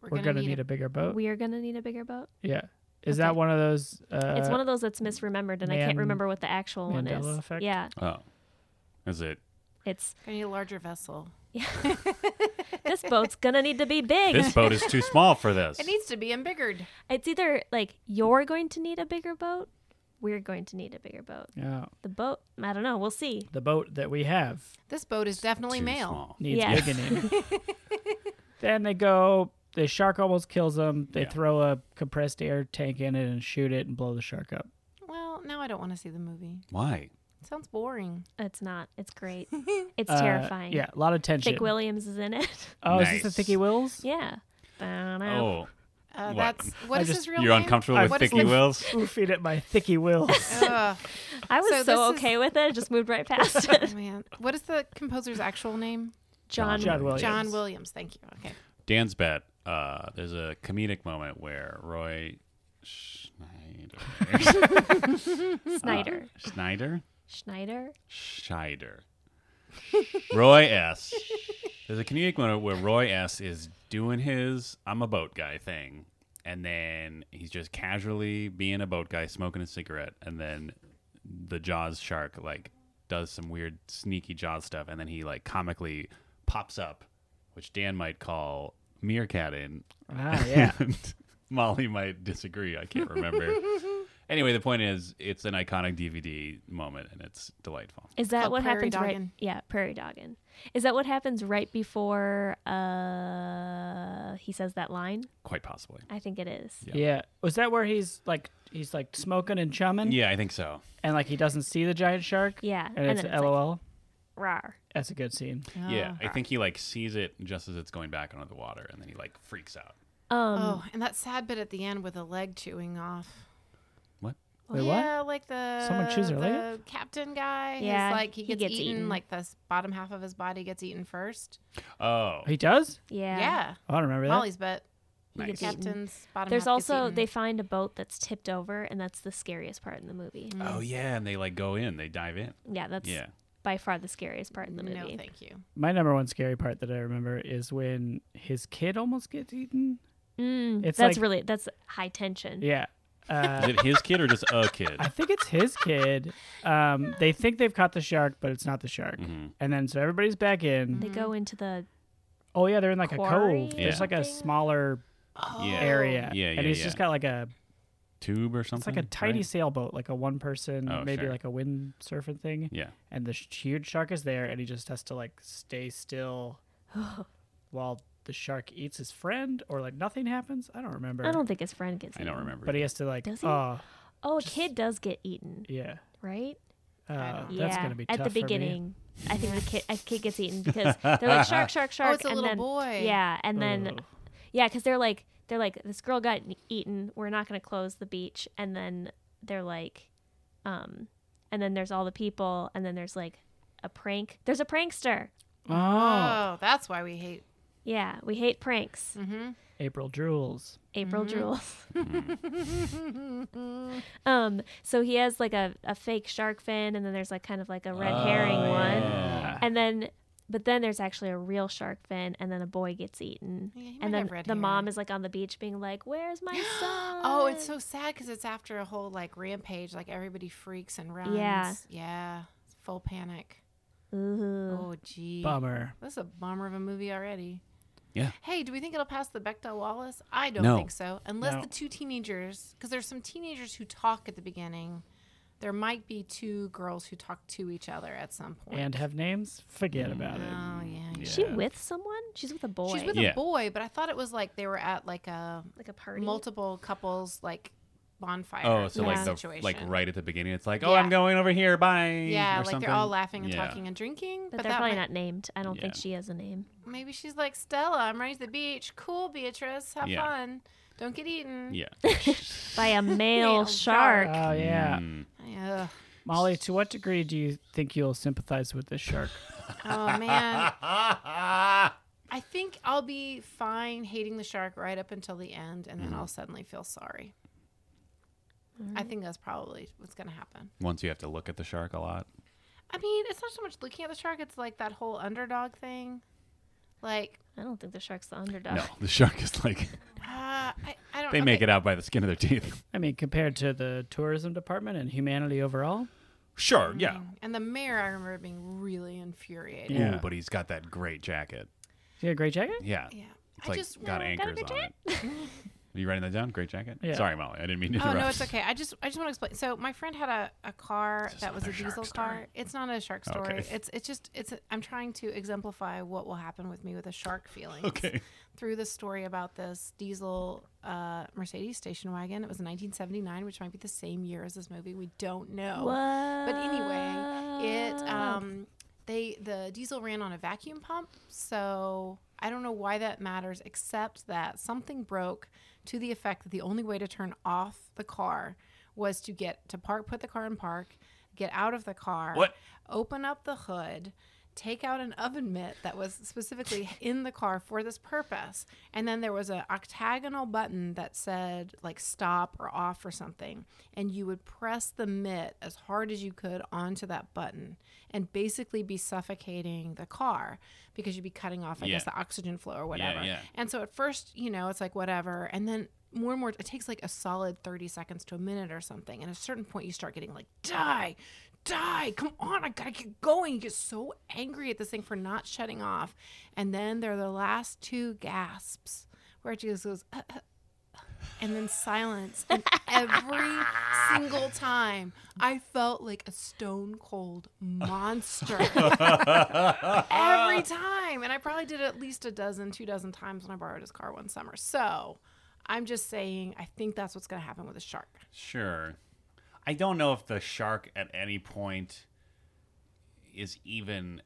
[SPEAKER 2] We're,
[SPEAKER 4] We're gonna, need, a, bigger boat.
[SPEAKER 3] We are going to need a bigger boat.
[SPEAKER 4] yeah. Is
[SPEAKER 3] Okay.
[SPEAKER 4] that one of those? Uh,
[SPEAKER 3] it's one of those that's misremembered, and I can't
[SPEAKER 4] Man-
[SPEAKER 3] remember what the actual one is.
[SPEAKER 4] Mandela effect?
[SPEAKER 3] Yeah.
[SPEAKER 5] Oh. Is it?
[SPEAKER 3] It's
[SPEAKER 2] Gonna need a larger vessel.
[SPEAKER 3] this boat's going to need to be big.
[SPEAKER 5] This boat is too small for this.
[SPEAKER 2] It needs to be embiggered.
[SPEAKER 3] it's either like you're going to need a bigger boat, we're going to need a bigger boat.
[SPEAKER 4] Yeah.
[SPEAKER 3] The boat, I don't know. We'll see.
[SPEAKER 4] the boat that we have
[SPEAKER 2] This boat is definitely
[SPEAKER 5] Too
[SPEAKER 2] male.
[SPEAKER 5] small.
[SPEAKER 4] needs
[SPEAKER 3] Yes.
[SPEAKER 4] biggening. then they go. The shark almost kills them. They
[SPEAKER 5] Yeah.
[SPEAKER 4] throw a compressed air tank in it and shoot it and blow the shark up.
[SPEAKER 2] Well, now I don't want to see the movie.
[SPEAKER 5] Why?
[SPEAKER 2] sounds boring.
[SPEAKER 3] It's not. It's great. It's
[SPEAKER 4] Uh,
[SPEAKER 3] terrifying.
[SPEAKER 4] Yeah, a lot of tension.
[SPEAKER 3] Dick Williams is in it.
[SPEAKER 4] Oh, is this
[SPEAKER 5] Nice.
[SPEAKER 4] the Thicky Wills?
[SPEAKER 3] yeah. Oh.
[SPEAKER 5] Oh,
[SPEAKER 2] Uh,
[SPEAKER 5] What?
[SPEAKER 2] That's what
[SPEAKER 4] I
[SPEAKER 2] is
[SPEAKER 4] just-
[SPEAKER 2] his real
[SPEAKER 5] you're
[SPEAKER 2] name?
[SPEAKER 5] uncomfortable with
[SPEAKER 2] What is
[SPEAKER 5] Thicky
[SPEAKER 2] the-
[SPEAKER 5] Wills?
[SPEAKER 4] Oofing at my Thicky Wills.
[SPEAKER 2] Ugh.
[SPEAKER 3] I was
[SPEAKER 2] So
[SPEAKER 3] so,
[SPEAKER 2] this is-
[SPEAKER 3] okay with it. I just moved right past it.
[SPEAKER 2] Man, what is the composer's actual name?
[SPEAKER 3] John.
[SPEAKER 4] John Williams.
[SPEAKER 2] John Williams. Thank you. Okay.
[SPEAKER 5] Dan's bet. Uh, there's a comedic moment where Roy Schneider.
[SPEAKER 4] Uh-huh.
[SPEAKER 3] Snyder.
[SPEAKER 5] Schneider?
[SPEAKER 3] Schneider.
[SPEAKER 5] Scheider. Roy S. There's a comedic moment where Roy S. is doing his I'm a boat guy thing. And then he's just casually being a boat guy, smoking a cigarette. And then the Jaws shark, like, does some weird, sneaky Jaws stuff. And then he, like, comically pops up, which Dan might call meerkatting.
[SPEAKER 4] Ah, yeah.
[SPEAKER 5] And Molly might disagree. I can't remember. anyway, the point is, it's an iconic DVD moment, and it's delightful.
[SPEAKER 3] Is that
[SPEAKER 2] Called
[SPEAKER 3] what
[SPEAKER 2] Prairie
[SPEAKER 3] happens right?
[SPEAKER 2] Doggin'.
[SPEAKER 3] Yeah, prairie doggin. Is that what happens right before uh he says that line?
[SPEAKER 5] Quite possibly.
[SPEAKER 3] I think it is.
[SPEAKER 5] Yeah.
[SPEAKER 4] Yeah. Was that where he's like he's like smoking and chumming?
[SPEAKER 5] Yeah, I think so.
[SPEAKER 4] And like he doesn't see the giant shark.
[SPEAKER 3] Yeah,
[SPEAKER 4] And,
[SPEAKER 3] and
[SPEAKER 4] it's,
[SPEAKER 3] then it's like-
[SPEAKER 4] LOL.
[SPEAKER 3] Rawr.
[SPEAKER 4] That's a good scene.
[SPEAKER 5] Yeah,
[SPEAKER 4] Ah.
[SPEAKER 2] Oh.
[SPEAKER 5] I think he like sees it just as it's going back under the water, and then he like freaks out.
[SPEAKER 3] Um
[SPEAKER 2] Oh, and that sad bit at the end with the leg chewing off.
[SPEAKER 5] What?
[SPEAKER 4] Wait, what?
[SPEAKER 2] yeah, like the
[SPEAKER 4] Someone chews their leg
[SPEAKER 2] the captain guy. he's
[SPEAKER 3] Yeah,
[SPEAKER 2] like he
[SPEAKER 3] he
[SPEAKER 2] gets,
[SPEAKER 3] gets
[SPEAKER 2] eaten,
[SPEAKER 3] eaten.
[SPEAKER 2] Like the s- bottom half of his body gets eaten first.
[SPEAKER 5] Oh,
[SPEAKER 4] He does?
[SPEAKER 3] yeah.
[SPEAKER 2] Yeah,
[SPEAKER 4] Oh, I don't remember that.
[SPEAKER 2] Molly's bet.
[SPEAKER 3] he gets
[SPEAKER 5] Nice.
[SPEAKER 3] eaten.
[SPEAKER 2] Captain's bottom.
[SPEAKER 3] There's
[SPEAKER 2] half gets
[SPEAKER 3] also
[SPEAKER 2] eaten.
[SPEAKER 3] they find a boat that's tipped over and that's the scariest part in the movie.
[SPEAKER 4] Mm.
[SPEAKER 5] oh yeah, and they like go in, they dive in.
[SPEAKER 3] Yeah, that's
[SPEAKER 5] Yeah,
[SPEAKER 3] by far the scariest part in the movie.
[SPEAKER 2] No, thank you.
[SPEAKER 4] My number one scary part that I remember is when his kid almost gets eaten.
[SPEAKER 3] Mm,
[SPEAKER 4] It's
[SPEAKER 3] that's
[SPEAKER 4] like-
[SPEAKER 3] really that's high tension.
[SPEAKER 4] Yeah. Uh,
[SPEAKER 5] is it his kid or just a kid?
[SPEAKER 4] I think it's his kid. Um, they think they've caught the shark, but it's not the shark.
[SPEAKER 5] Mm. Mm-hmm.
[SPEAKER 4] And then so everybody's back in.
[SPEAKER 3] They go into the
[SPEAKER 4] Oh yeah, they're in like
[SPEAKER 3] Quarry
[SPEAKER 4] a cove.
[SPEAKER 5] or
[SPEAKER 4] There's like a
[SPEAKER 3] something?
[SPEAKER 4] smaller
[SPEAKER 5] yeah,
[SPEAKER 4] area.
[SPEAKER 5] Oh, Yeah, yeah,
[SPEAKER 4] And he's
[SPEAKER 5] yeah.
[SPEAKER 4] just got like a
[SPEAKER 5] tube or
[SPEAKER 4] it's
[SPEAKER 5] something.
[SPEAKER 4] like a tiny
[SPEAKER 5] right?
[SPEAKER 4] sailboat, like a one person,
[SPEAKER 5] Oh,
[SPEAKER 4] maybe
[SPEAKER 5] sure.
[SPEAKER 4] like a windsurfing thing.
[SPEAKER 5] Yeah,
[SPEAKER 4] And the sh- huge shark is there, and he just has to like stay still while the shark eats his friend, or like nothing happens. I don't remember.
[SPEAKER 3] I don't think his friend gets
[SPEAKER 5] I
[SPEAKER 3] eaten.
[SPEAKER 5] don't remember.
[SPEAKER 4] But he has to like.
[SPEAKER 3] Does he?
[SPEAKER 4] Oh
[SPEAKER 3] Oh, a kid does get eaten,
[SPEAKER 4] yeah.
[SPEAKER 3] right?
[SPEAKER 4] Uh,
[SPEAKER 2] don't-
[SPEAKER 4] That's
[SPEAKER 3] yeah.
[SPEAKER 4] gonna be
[SPEAKER 3] at
[SPEAKER 4] tough
[SPEAKER 3] the
[SPEAKER 4] for me.
[SPEAKER 3] beginning. I think the kid a kid gets eaten because they're like shark, shark, shark.
[SPEAKER 2] Oh, it's a
[SPEAKER 3] and
[SPEAKER 2] little
[SPEAKER 3] then,
[SPEAKER 2] boy.
[SPEAKER 3] Yeah, and then
[SPEAKER 4] Ugh.
[SPEAKER 3] yeah, because they're like they're like this girl got eaten. We're not going to close the beach, and then they're like, um, and then there's all the people, and then there's like a prank. There's a prankster.
[SPEAKER 4] Oh,
[SPEAKER 2] Oh, that's why we hate.
[SPEAKER 3] Yeah, we hate pranks.
[SPEAKER 2] Mm-hmm.
[SPEAKER 4] April drools.
[SPEAKER 3] April drools.
[SPEAKER 5] Mm-hmm.
[SPEAKER 3] um, so he has like a, a fake shark fin, and then there's like kind of like a red
[SPEAKER 5] Oh,
[SPEAKER 3] herring one, and then but then there's actually a real shark fin, and then a boy gets eaten,
[SPEAKER 2] Yeah, he might
[SPEAKER 3] and then
[SPEAKER 2] have red
[SPEAKER 3] the mom
[SPEAKER 2] herring.
[SPEAKER 3] is like on the beach being like, "Where's my son?"
[SPEAKER 2] Oh, it's so sad because it's after a whole like rampage. Like everybody freaks and runs.
[SPEAKER 3] Yeah.
[SPEAKER 2] yeah, it's full panic.
[SPEAKER 3] Ooh.
[SPEAKER 2] Oh, gee.
[SPEAKER 4] Bummer.
[SPEAKER 2] This is a bummer of a movie already.
[SPEAKER 5] Yeah.
[SPEAKER 2] Hey, do we think it'll pass the Bechdel Wallace? I don't
[SPEAKER 5] No.
[SPEAKER 2] think so. Unless
[SPEAKER 4] No.
[SPEAKER 2] the two teenagers, because there's some teenagers who talk at the beginning. There might be two girls who talk to each other at some point.
[SPEAKER 4] And have names? Forget
[SPEAKER 5] Mm.
[SPEAKER 4] about it.
[SPEAKER 2] oh yeah,
[SPEAKER 5] Yeah.
[SPEAKER 2] yeah.
[SPEAKER 3] Is she with someone? She's with a boy.
[SPEAKER 2] she's with
[SPEAKER 5] Yeah.
[SPEAKER 2] a boy, but I thought it was like they were at like a
[SPEAKER 3] like a party.
[SPEAKER 2] multiple couples like bonfire.
[SPEAKER 5] Oh, so
[SPEAKER 3] Yeah.
[SPEAKER 5] like the
[SPEAKER 2] situation.
[SPEAKER 5] like right at the beginning, it's like, oh,
[SPEAKER 2] Yeah.
[SPEAKER 5] I'm going over here, bye.
[SPEAKER 2] Yeah,
[SPEAKER 5] or
[SPEAKER 2] like
[SPEAKER 5] something.
[SPEAKER 2] they're all laughing and
[SPEAKER 5] Yeah.
[SPEAKER 2] talking and drinking, but,
[SPEAKER 3] but, they're
[SPEAKER 2] that
[SPEAKER 3] probably
[SPEAKER 2] might-
[SPEAKER 3] not named. I don't think
[SPEAKER 5] Yeah.
[SPEAKER 3] she has a name.
[SPEAKER 2] maybe she's like Stella. I'm ready to the beach. Cool, Beatrice. Have
[SPEAKER 5] Yeah.
[SPEAKER 2] fun. Don't get eaten.
[SPEAKER 5] Yeah.
[SPEAKER 3] By a male
[SPEAKER 2] Male
[SPEAKER 3] shark.
[SPEAKER 2] shark.
[SPEAKER 4] Oh yeah,
[SPEAKER 5] Mm.
[SPEAKER 2] Ugh.
[SPEAKER 4] Molly. To what degree do you think you'll sympathize with this shark?
[SPEAKER 2] Oh man, I think I'll be fine hating the shark right up until the end, and then
[SPEAKER 5] Mm-hmm.
[SPEAKER 2] I'll suddenly feel sorry. I think that's probably what's going to happen.
[SPEAKER 5] Once you have to look at the shark a lot.
[SPEAKER 2] I mean, it's not so much looking at the shark; it's like that whole underdog thing. Like,
[SPEAKER 3] I don't think the shark's the underdog.
[SPEAKER 5] No, the shark is like
[SPEAKER 2] uh, I, I don't.
[SPEAKER 5] they make it out by the skin of their teeth.
[SPEAKER 4] I mean, compared to the tourism department and humanity overall.
[SPEAKER 5] Sure, yeah.
[SPEAKER 2] And the mayor, I remember being really infuriated.
[SPEAKER 4] Yeah.
[SPEAKER 5] Ooh, but he's got that great jacket.
[SPEAKER 4] She had a great jacket.
[SPEAKER 5] Yeah.
[SPEAKER 2] Yeah,
[SPEAKER 5] It's
[SPEAKER 2] I
[SPEAKER 5] like
[SPEAKER 2] just
[SPEAKER 5] got
[SPEAKER 2] want-
[SPEAKER 5] anchors on it. Are you writing that down? Great jacket?
[SPEAKER 4] Yeah.
[SPEAKER 5] Sorry, Molly. I didn't mean to
[SPEAKER 2] Oh
[SPEAKER 5] interrupt.
[SPEAKER 2] no, it's okay. I just I just want to explain. So my friend had a, a car
[SPEAKER 5] Is this
[SPEAKER 2] that was a
[SPEAKER 5] another shark
[SPEAKER 2] diesel
[SPEAKER 5] story?
[SPEAKER 2] car. It's not a shark story.
[SPEAKER 5] Okay.
[SPEAKER 2] It's it's just it's a, I'm trying to exemplify what will happen with me with a shark feeling.
[SPEAKER 5] Okay.
[SPEAKER 2] Through the story about this diesel uh, Mercedes station wagon. It was 1979, which might be the same year as this movie. We don't know. But anyway, it um they the diesel ran on a vacuum pump, so I don't know why that matters except that something broke to the effect that the only way to turn off the car was to get to park put the car in park, get out of the car,
[SPEAKER 5] What?
[SPEAKER 2] open up the hood, take out an oven mitt that was specifically in the car for this purpose. And then there was an octagonal button that said like stop or off or something. And you would press the mitt as hard as you could onto that button and basically be suffocating the car because you'd be cutting off, I
[SPEAKER 5] Yeah.
[SPEAKER 2] guess, the oxygen flow or whatever.
[SPEAKER 5] yeah.
[SPEAKER 2] And so at first, you know, it's like whatever. And then more and more, it takes like a solid 30 seconds to a minute or something. And at a certain point, you start getting like, die, die, come on, I gotta keep going. You get so angry at this thing for not shutting off. And then there are the last two gasps where it just goes, uh, and then silence. And every single time, I felt like a stone cold monster. every time. And I probably did it at least a dozen, two dozen times when I borrowed his car one summer. So I'm just saying, I think that's what's going to happen with a shark.
[SPEAKER 5] Sure. I don't know if the shark at any point is even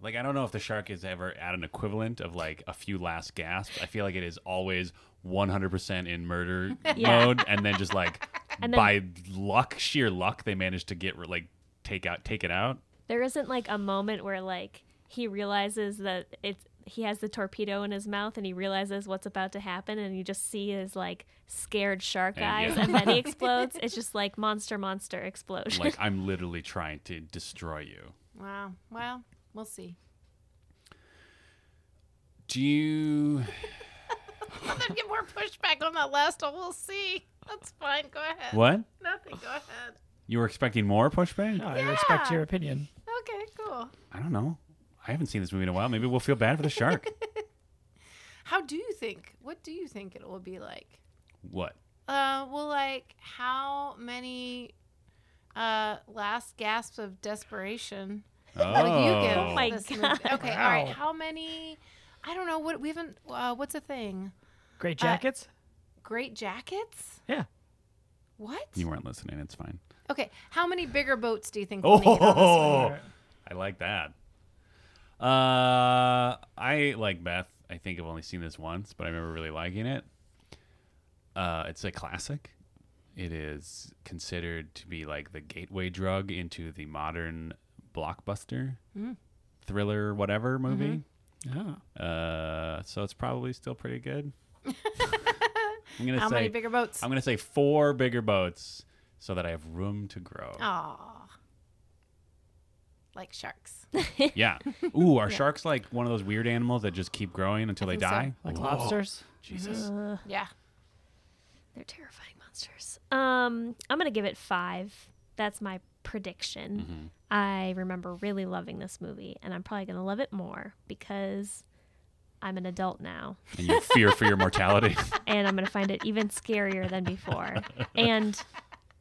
[SPEAKER 5] like I don't know if the shark is ever at an equivalent of like a few last gasps. I feel like it is always 100% in murder
[SPEAKER 3] Yeah.
[SPEAKER 5] mode and then just like
[SPEAKER 3] And then-
[SPEAKER 5] by luck, sheer luck they manage to get like take out take it out.
[SPEAKER 3] There isn't like a moment where like he realizes that it's he has the torpedo in his mouth and he realizes what's about to happen and you just see his like scared shark
[SPEAKER 5] And,
[SPEAKER 3] eyes
[SPEAKER 5] yeah.
[SPEAKER 3] and then he explodes. It's just like monster monster explosion.
[SPEAKER 5] Like I'm literally trying to destroy you.
[SPEAKER 2] Wow. Well, we'll see.
[SPEAKER 5] Do you
[SPEAKER 2] Let's get more pushback on that last one. We'll see. That's fine. Go ahead.
[SPEAKER 5] what?
[SPEAKER 2] Nothing. Go ahead.
[SPEAKER 5] You were expecting more pushback?
[SPEAKER 4] No, Oh, I respect
[SPEAKER 2] Yeah.
[SPEAKER 4] your opinion.
[SPEAKER 2] Okay, cool.
[SPEAKER 5] I don't know. I haven't seen this movie in a while. Maybe we'll feel bad for the shark.
[SPEAKER 2] How do you think? What do you think it will be like?
[SPEAKER 5] what?
[SPEAKER 2] Uh, well, like how many uh last gasps of desperation
[SPEAKER 5] Oh,
[SPEAKER 2] will you give?
[SPEAKER 3] Oh my
[SPEAKER 2] this movie?
[SPEAKER 3] God.
[SPEAKER 2] Okay, all right.
[SPEAKER 4] Wow.
[SPEAKER 2] How many? I don't know. What we haven't. Uh, what's a thing?
[SPEAKER 4] Great
[SPEAKER 2] Uh,
[SPEAKER 4] jackets.
[SPEAKER 2] Great jackets.
[SPEAKER 4] yeah.
[SPEAKER 2] What?
[SPEAKER 5] You weren't listening. It's fine.
[SPEAKER 2] Okay. How many bigger boats do you think? We'll need on this one?
[SPEAKER 5] Oh, I like that. Uh, I like Beth. I think I've only seen this once, but I remember really liking it. Uh, it's a classic. It is considered to be like the gateway drug into the modern blockbuster
[SPEAKER 2] Hmm.
[SPEAKER 5] thriller, whatever movie.
[SPEAKER 2] Mm-hmm.
[SPEAKER 4] Oh.
[SPEAKER 5] Uh, so it's probably still pretty good. I'm gonna
[SPEAKER 2] How
[SPEAKER 5] say
[SPEAKER 2] many bigger boats?
[SPEAKER 5] I'm gonna say four bigger boats so that I have room to grow.
[SPEAKER 2] Oh, Aw. Like sharks.
[SPEAKER 5] Yeah. Ooh, are sharks like one of those weird animals that just keep growing until
[SPEAKER 2] I
[SPEAKER 5] they
[SPEAKER 2] think so.
[SPEAKER 5] die?
[SPEAKER 4] Like
[SPEAKER 5] Whoa.
[SPEAKER 4] lobsters.
[SPEAKER 5] Jesus.
[SPEAKER 3] Uh,
[SPEAKER 2] yeah.
[SPEAKER 3] they're terrifying monsters. Um I'm going to give it 5. That's my prediction. I remember really loving this movie and I'm probably going to love it more because I'm an adult now.
[SPEAKER 5] And you fear for your mortality.
[SPEAKER 3] and I'm gonna find it even scarier than before. And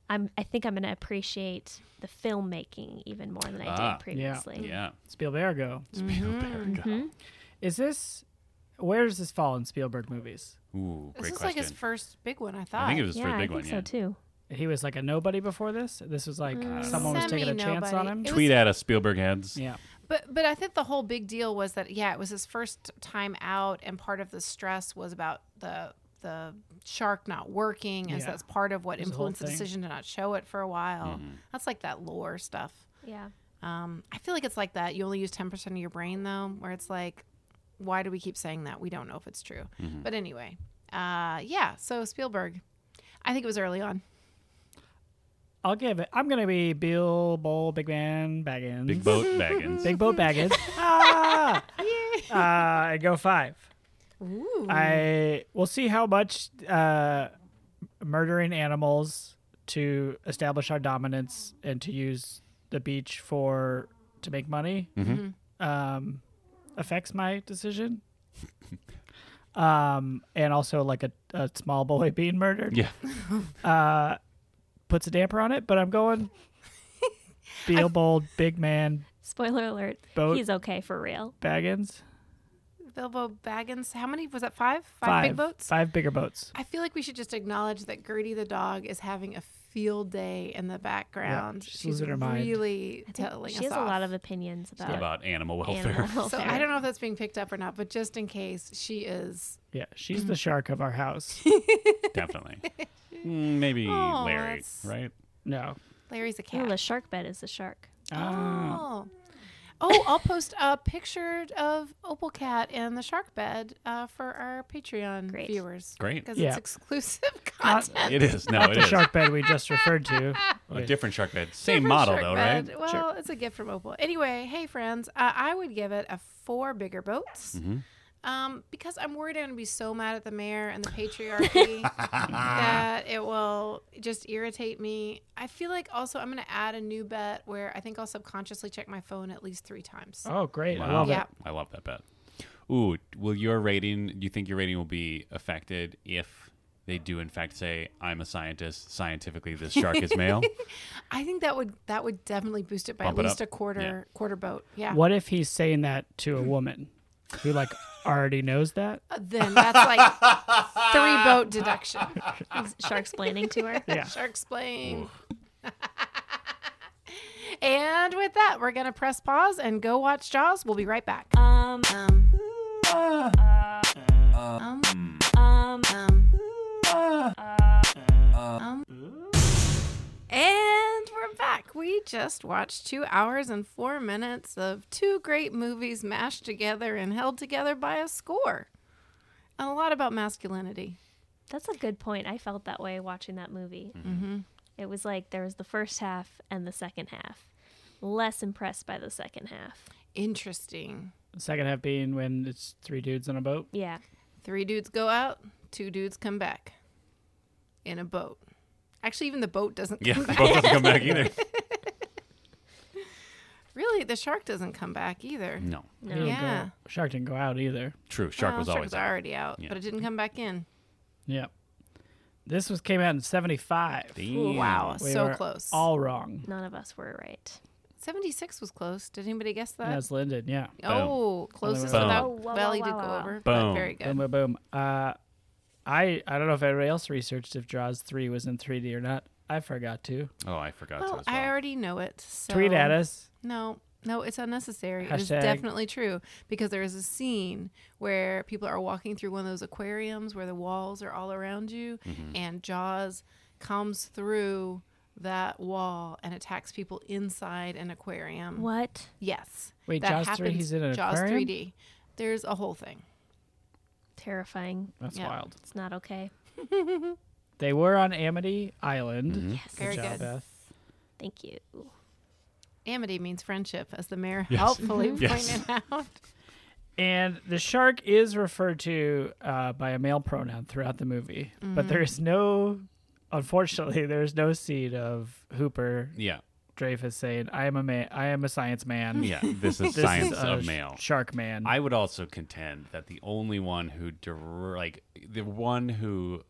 [SPEAKER 3] I'm I think I'm gonna appreciate the filmmaking even more than I
[SPEAKER 5] Ah,
[SPEAKER 3] did previously.
[SPEAKER 5] yeah.
[SPEAKER 4] Spielbergo.
[SPEAKER 2] Mm-hmm. Mm.
[SPEAKER 5] Spielberg.
[SPEAKER 4] Is this where does this fall in Spielberg movies?
[SPEAKER 5] Ooh,
[SPEAKER 2] This
[SPEAKER 5] great
[SPEAKER 2] is
[SPEAKER 5] question.
[SPEAKER 2] like his first big one, I thought.
[SPEAKER 5] I think it was his
[SPEAKER 3] Yeah,
[SPEAKER 5] first
[SPEAKER 3] I
[SPEAKER 5] big
[SPEAKER 3] think
[SPEAKER 5] one.
[SPEAKER 3] so
[SPEAKER 5] yeah.
[SPEAKER 3] too.
[SPEAKER 4] He was like a nobody before this. This was like someone was taking a chance on him.
[SPEAKER 2] Mm, Semi-nobody. It
[SPEAKER 5] Tweet
[SPEAKER 2] was-
[SPEAKER 5] at us, Spielberg heads.
[SPEAKER 4] Yeah.
[SPEAKER 2] But but I think the whole big deal was that yeah, it was his first time out and part of the stress was about the the shark not working and so
[SPEAKER 4] Yeah.
[SPEAKER 2] that's part of what
[SPEAKER 4] It was the whole
[SPEAKER 2] influenced the
[SPEAKER 4] thing. Mm-hmm.
[SPEAKER 2] decision to not show it for a while. That's like that lore stuff.
[SPEAKER 3] Yeah.
[SPEAKER 2] Um, I feel like it's like that. You only use 10% of your brain, though, where it's like, why do we keep saying that? We don't know if it's true.
[SPEAKER 4] Mm-hmm.
[SPEAKER 2] But anyway, uh, yeah. So Spielberg, I think it was early on.
[SPEAKER 4] I'll give it. I'm gonna be Bill Bowl Big Man Baggins.
[SPEAKER 5] Big boat Baggins.
[SPEAKER 4] Big boat Baggins. ah! Uh, I go five.
[SPEAKER 2] Ooh.
[SPEAKER 4] I will see how much uh, murdering animals to establish our dominance and to use the beach for to make money
[SPEAKER 2] Mm-hmm.
[SPEAKER 4] um, affects my decision. um, and also like a, a small boy being murdered
[SPEAKER 5] yeah.
[SPEAKER 4] puts a damper on it. But I'm going. Beal bold, big man,
[SPEAKER 3] Spoiler alert.
[SPEAKER 4] Boat-
[SPEAKER 3] He's okay for real.
[SPEAKER 4] Baggins.
[SPEAKER 2] Bilbo Baggins. How many was that? Five? Five,
[SPEAKER 4] Five
[SPEAKER 2] big boats?
[SPEAKER 4] Five bigger boats.
[SPEAKER 2] I feel like we should just acknowledge that Gertie the dog is having a field day in the background.
[SPEAKER 4] she's losing her mind.
[SPEAKER 2] really
[SPEAKER 3] I think
[SPEAKER 2] telling
[SPEAKER 3] she
[SPEAKER 2] us
[SPEAKER 3] has a
[SPEAKER 2] off.
[SPEAKER 3] lot of opinions about,
[SPEAKER 5] About animal welfare.
[SPEAKER 3] animal welfare.
[SPEAKER 2] So I don't know if that's being picked up or not, but just in case, she is.
[SPEAKER 4] Yeah, she's
[SPEAKER 2] Mm.
[SPEAKER 4] the shark of our house.
[SPEAKER 5] Definitely. Mm, Maybe
[SPEAKER 2] Oh,
[SPEAKER 5] Larry,
[SPEAKER 2] that's-
[SPEAKER 5] right?
[SPEAKER 4] No.
[SPEAKER 2] Larry's a cat.
[SPEAKER 3] No, the shark bed is the shark.
[SPEAKER 4] Uh,
[SPEAKER 2] Oh. Oh, I'll post a picture of Opal Cat and the shark bed uh, for our Patreon
[SPEAKER 3] Great.
[SPEAKER 2] viewers.
[SPEAKER 5] Great.
[SPEAKER 2] Because
[SPEAKER 4] Yeah.
[SPEAKER 2] it's exclusive content.
[SPEAKER 5] It is. No, it
[SPEAKER 4] the
[SPEAKER 5] is.
[SPEAKER 4] shark bed we just referred to.
[SPEAKER 5] A different shark bed. Same
[SPEAKER 2] Different
[SPEAKER 5] model,
[SPEAKER 2] shark
[SPEAKER 5] though,
[SPEAKER 2] bed.
[SPEAKER 5] right?
[SPEAKER 2] Well, it's a gift from Opal. Anyway, hey, friends. Uh, I would give it a four bigger boats.
[SPEAKER 5] Mm-hmm.
[SPEAKER 2] Um, because I'm worried I'm going to be so mad at the mayor and the patriarchy that it will just irritate me. I feel like also I'm going to add a new bet where I think I'll subconsciously check my phone at least three times.
[SPEAKER 4] Oh, great. I
[SPEAKER 5] Wow.
[SPEAKER 4] love
[SPEAKER 2] Yeah.
[SPEAKER 4] it.
[SPEAKER 5] I love that bet. Ooh, will your rating? Do you think your rating will be affected if they do in fact say, "I'm a scientist. Scientifically, this shark is male."
[SPEAKER 2] I think that would that would definitely boost it by
[SPEAKER 5] Bump it
[SPEAKER 2] at least
[SPEAKER 5] up.
[SPEAKER 2] a quarter quarter boat. Yeah.
[SPEAKER 4] What if he's saying that to a
[SPEAKER 2] Mm.
[SPEAKER 4] woman who like already knows that?
[SPEAKER 2] Uh, Then that's like three boat deduction.
[SPEAKER 5] Ah.
[SPEAKER 3] Shark explaining to her.
[SPEAKER 4] Yeah.
[SPEAKER 2] Shark explain. and with that, we're gonna press pause and go watch Jaws. We'll be right back.
[SPEAKER 3] Um,
[SPEAKER 2] Um,
[SPEAKER 3] um,
[SPEAKER 2] um, um. And we're back. We just watched two hours and four minutes of two great movies mashed together and held together by a score. And a lot about masculinity.
[SPEAKER 3] that's a good point. I felt that way watching that movie.
[SPEAKER 2] Mm-hmm.
[SPEAKER 3] It was like there was the first half and the second half. Less impressed by the second half.
[SPEAKER 2] Interesting.
[SPEAKER 4] Second half being when it's three dudes on a boat.
[SPEAKER 3] Yeah.
[SPEAKER 2] Three dudes go out, two dudes come back in a boat. Actually, even the boat doesn't
[SPEAKER 5] yeah,
[SPEAKER 2] come
[SPEAKER 5] both
[SPEAKER 2] back.
[SPEAKER 5] doesn't come back either.
[SPEAKER 2] Really, the shark doesn't come back either.
[SPEAKER 5] No,
[SPEAKER 4] He
[SPEAKER 3] No.
[SPEAKER 4] didn't
[SPEAKER 2] Yeah.
[SPEAKER 4] go, shark didn't go out either.
[SPEAKER 5] true. Shark
[SPEAKER 2] Oh,
[SPEAKER 5] was
[SPEAKER 2] shark
[SPEAKER 5] always
[SPEAKER 2] was already out,
[SPEAKER 5] Yeah.
[SPEAKER 2] but it didn't come back in.
[SPEAKER 4] Yeah. This was came out in seventy five.
[SPEAKER 5] Damn.
[SPEAKER 2] Wow,
[SPEAKER 4] We
[SPEAKER 2] so
[SPEAKER 4] were
[SPEAKER 2] close.
[SPEAKER 4] All wrong.
[SPEAKER 3] None of us were right.
[SPEAKER 2] 76 was close. Did anybody guess that?
[SPEAKER 4] And That's Lyndon. Yeah.
[SPEAKER 2] Oh, closest
[SPEAKER 5] Boom.
[SPEAKER 2] without
[SPEAKER 3] Whoa, whoa,
[SPEAKER 2] belly
[SPEAKER 3] whoa,
[SPEAKER 2] to
[SPEAKER 3] whoa,
[SPEAKER 2] go
[SPEAKER 3] whoa.
[SPEAKER 2] over. But
[SPEAKER 5] Boom.
[SPEAKER 2] very
[SPEAKER 4] Boom,
[SPEAKER 2] good.
[SPEAKER 4] boom, boom. Uh, I I don't know if anybody else researched if Jaws three was in three D or not. I forgot to.
[SPEAKER 5] Oh, I forgot to
[SPEAKER 2] Well,
[SPEAKER 5] as well.
[SPEAKER 2] I already know it. So.
[SPEAKER 4] Tweet at us.
[SPEAKER 2] No, no, it's unnecessary. It is
[SPEAKER 4] Hashtag-
[SPEAKER 2] definitely true because there is a scene where people are walking through one of those aquariums where the walls are all around you,
[SPEAKER 4] Mm-hmm.
[SPEAKER 2] and Jaws comes through that wall and attacks people inside an aquarium.
[SPEAKER 3] What?
[SPEAKER 2] Yes.
[SPEAKER 4] Wait,
[SPEAKER 2] that
[SPEAKER 4] Jaws 3, he's in an
[SPEAKER 2] Jaws
[SPEAKER 4] aquarium?
[SPEAKER 2] 3D. There's a whole thing.
[SPEAKER 3] Terrifying.
[SPEAKER 4] That's
[SPEAKER 2] Yeah.
[SPEAKER 4] wild.
[SPEAKER 3] It's not okay.
[SPEAKER 4] They were on Amity Island.
[SPEAKER 5] Mm-hmm.
[SPEAKER 3] Yes.
[SPEAKER 2] Very
[SPEAKER 4] Good job,
[SPEAKER 2] good.
[SPEAKER 4] Beth.
[SPEAKER 3] Thank you.
[SPEAKER 2] Amity means friendship, as the mayor
[SPEAKER 5] Yes.
[SPEAKER 2] helpfully
[SPEAKER 5] Yes.
[SPEAKER 2] pointed out.
[SPEAKER 4] And the shark is referred to uh, by a male pronoun throughout the movie, but
[SPEAKER 2] Mm-hmm.
[SPEAKER 4] there is no, unfortunately, there is no seed of Hooper
[SPEAKER 5] yeah,
[SPEAKER 4] Dreyfus saying, "I am a man. I am a science man.
[SPEAKER 5] yeah. This is
[SPEAKER 4] This
[SPEAKER 5] science
[SPEAKER 4] is a
[SPEAKER 5] of
[SPEAKER 4] sh-
[SPEAKER 5] male.
[SPEAKER 4] shark man."
[SPEAKER 5] I would also contend that the only one who dir- like the one who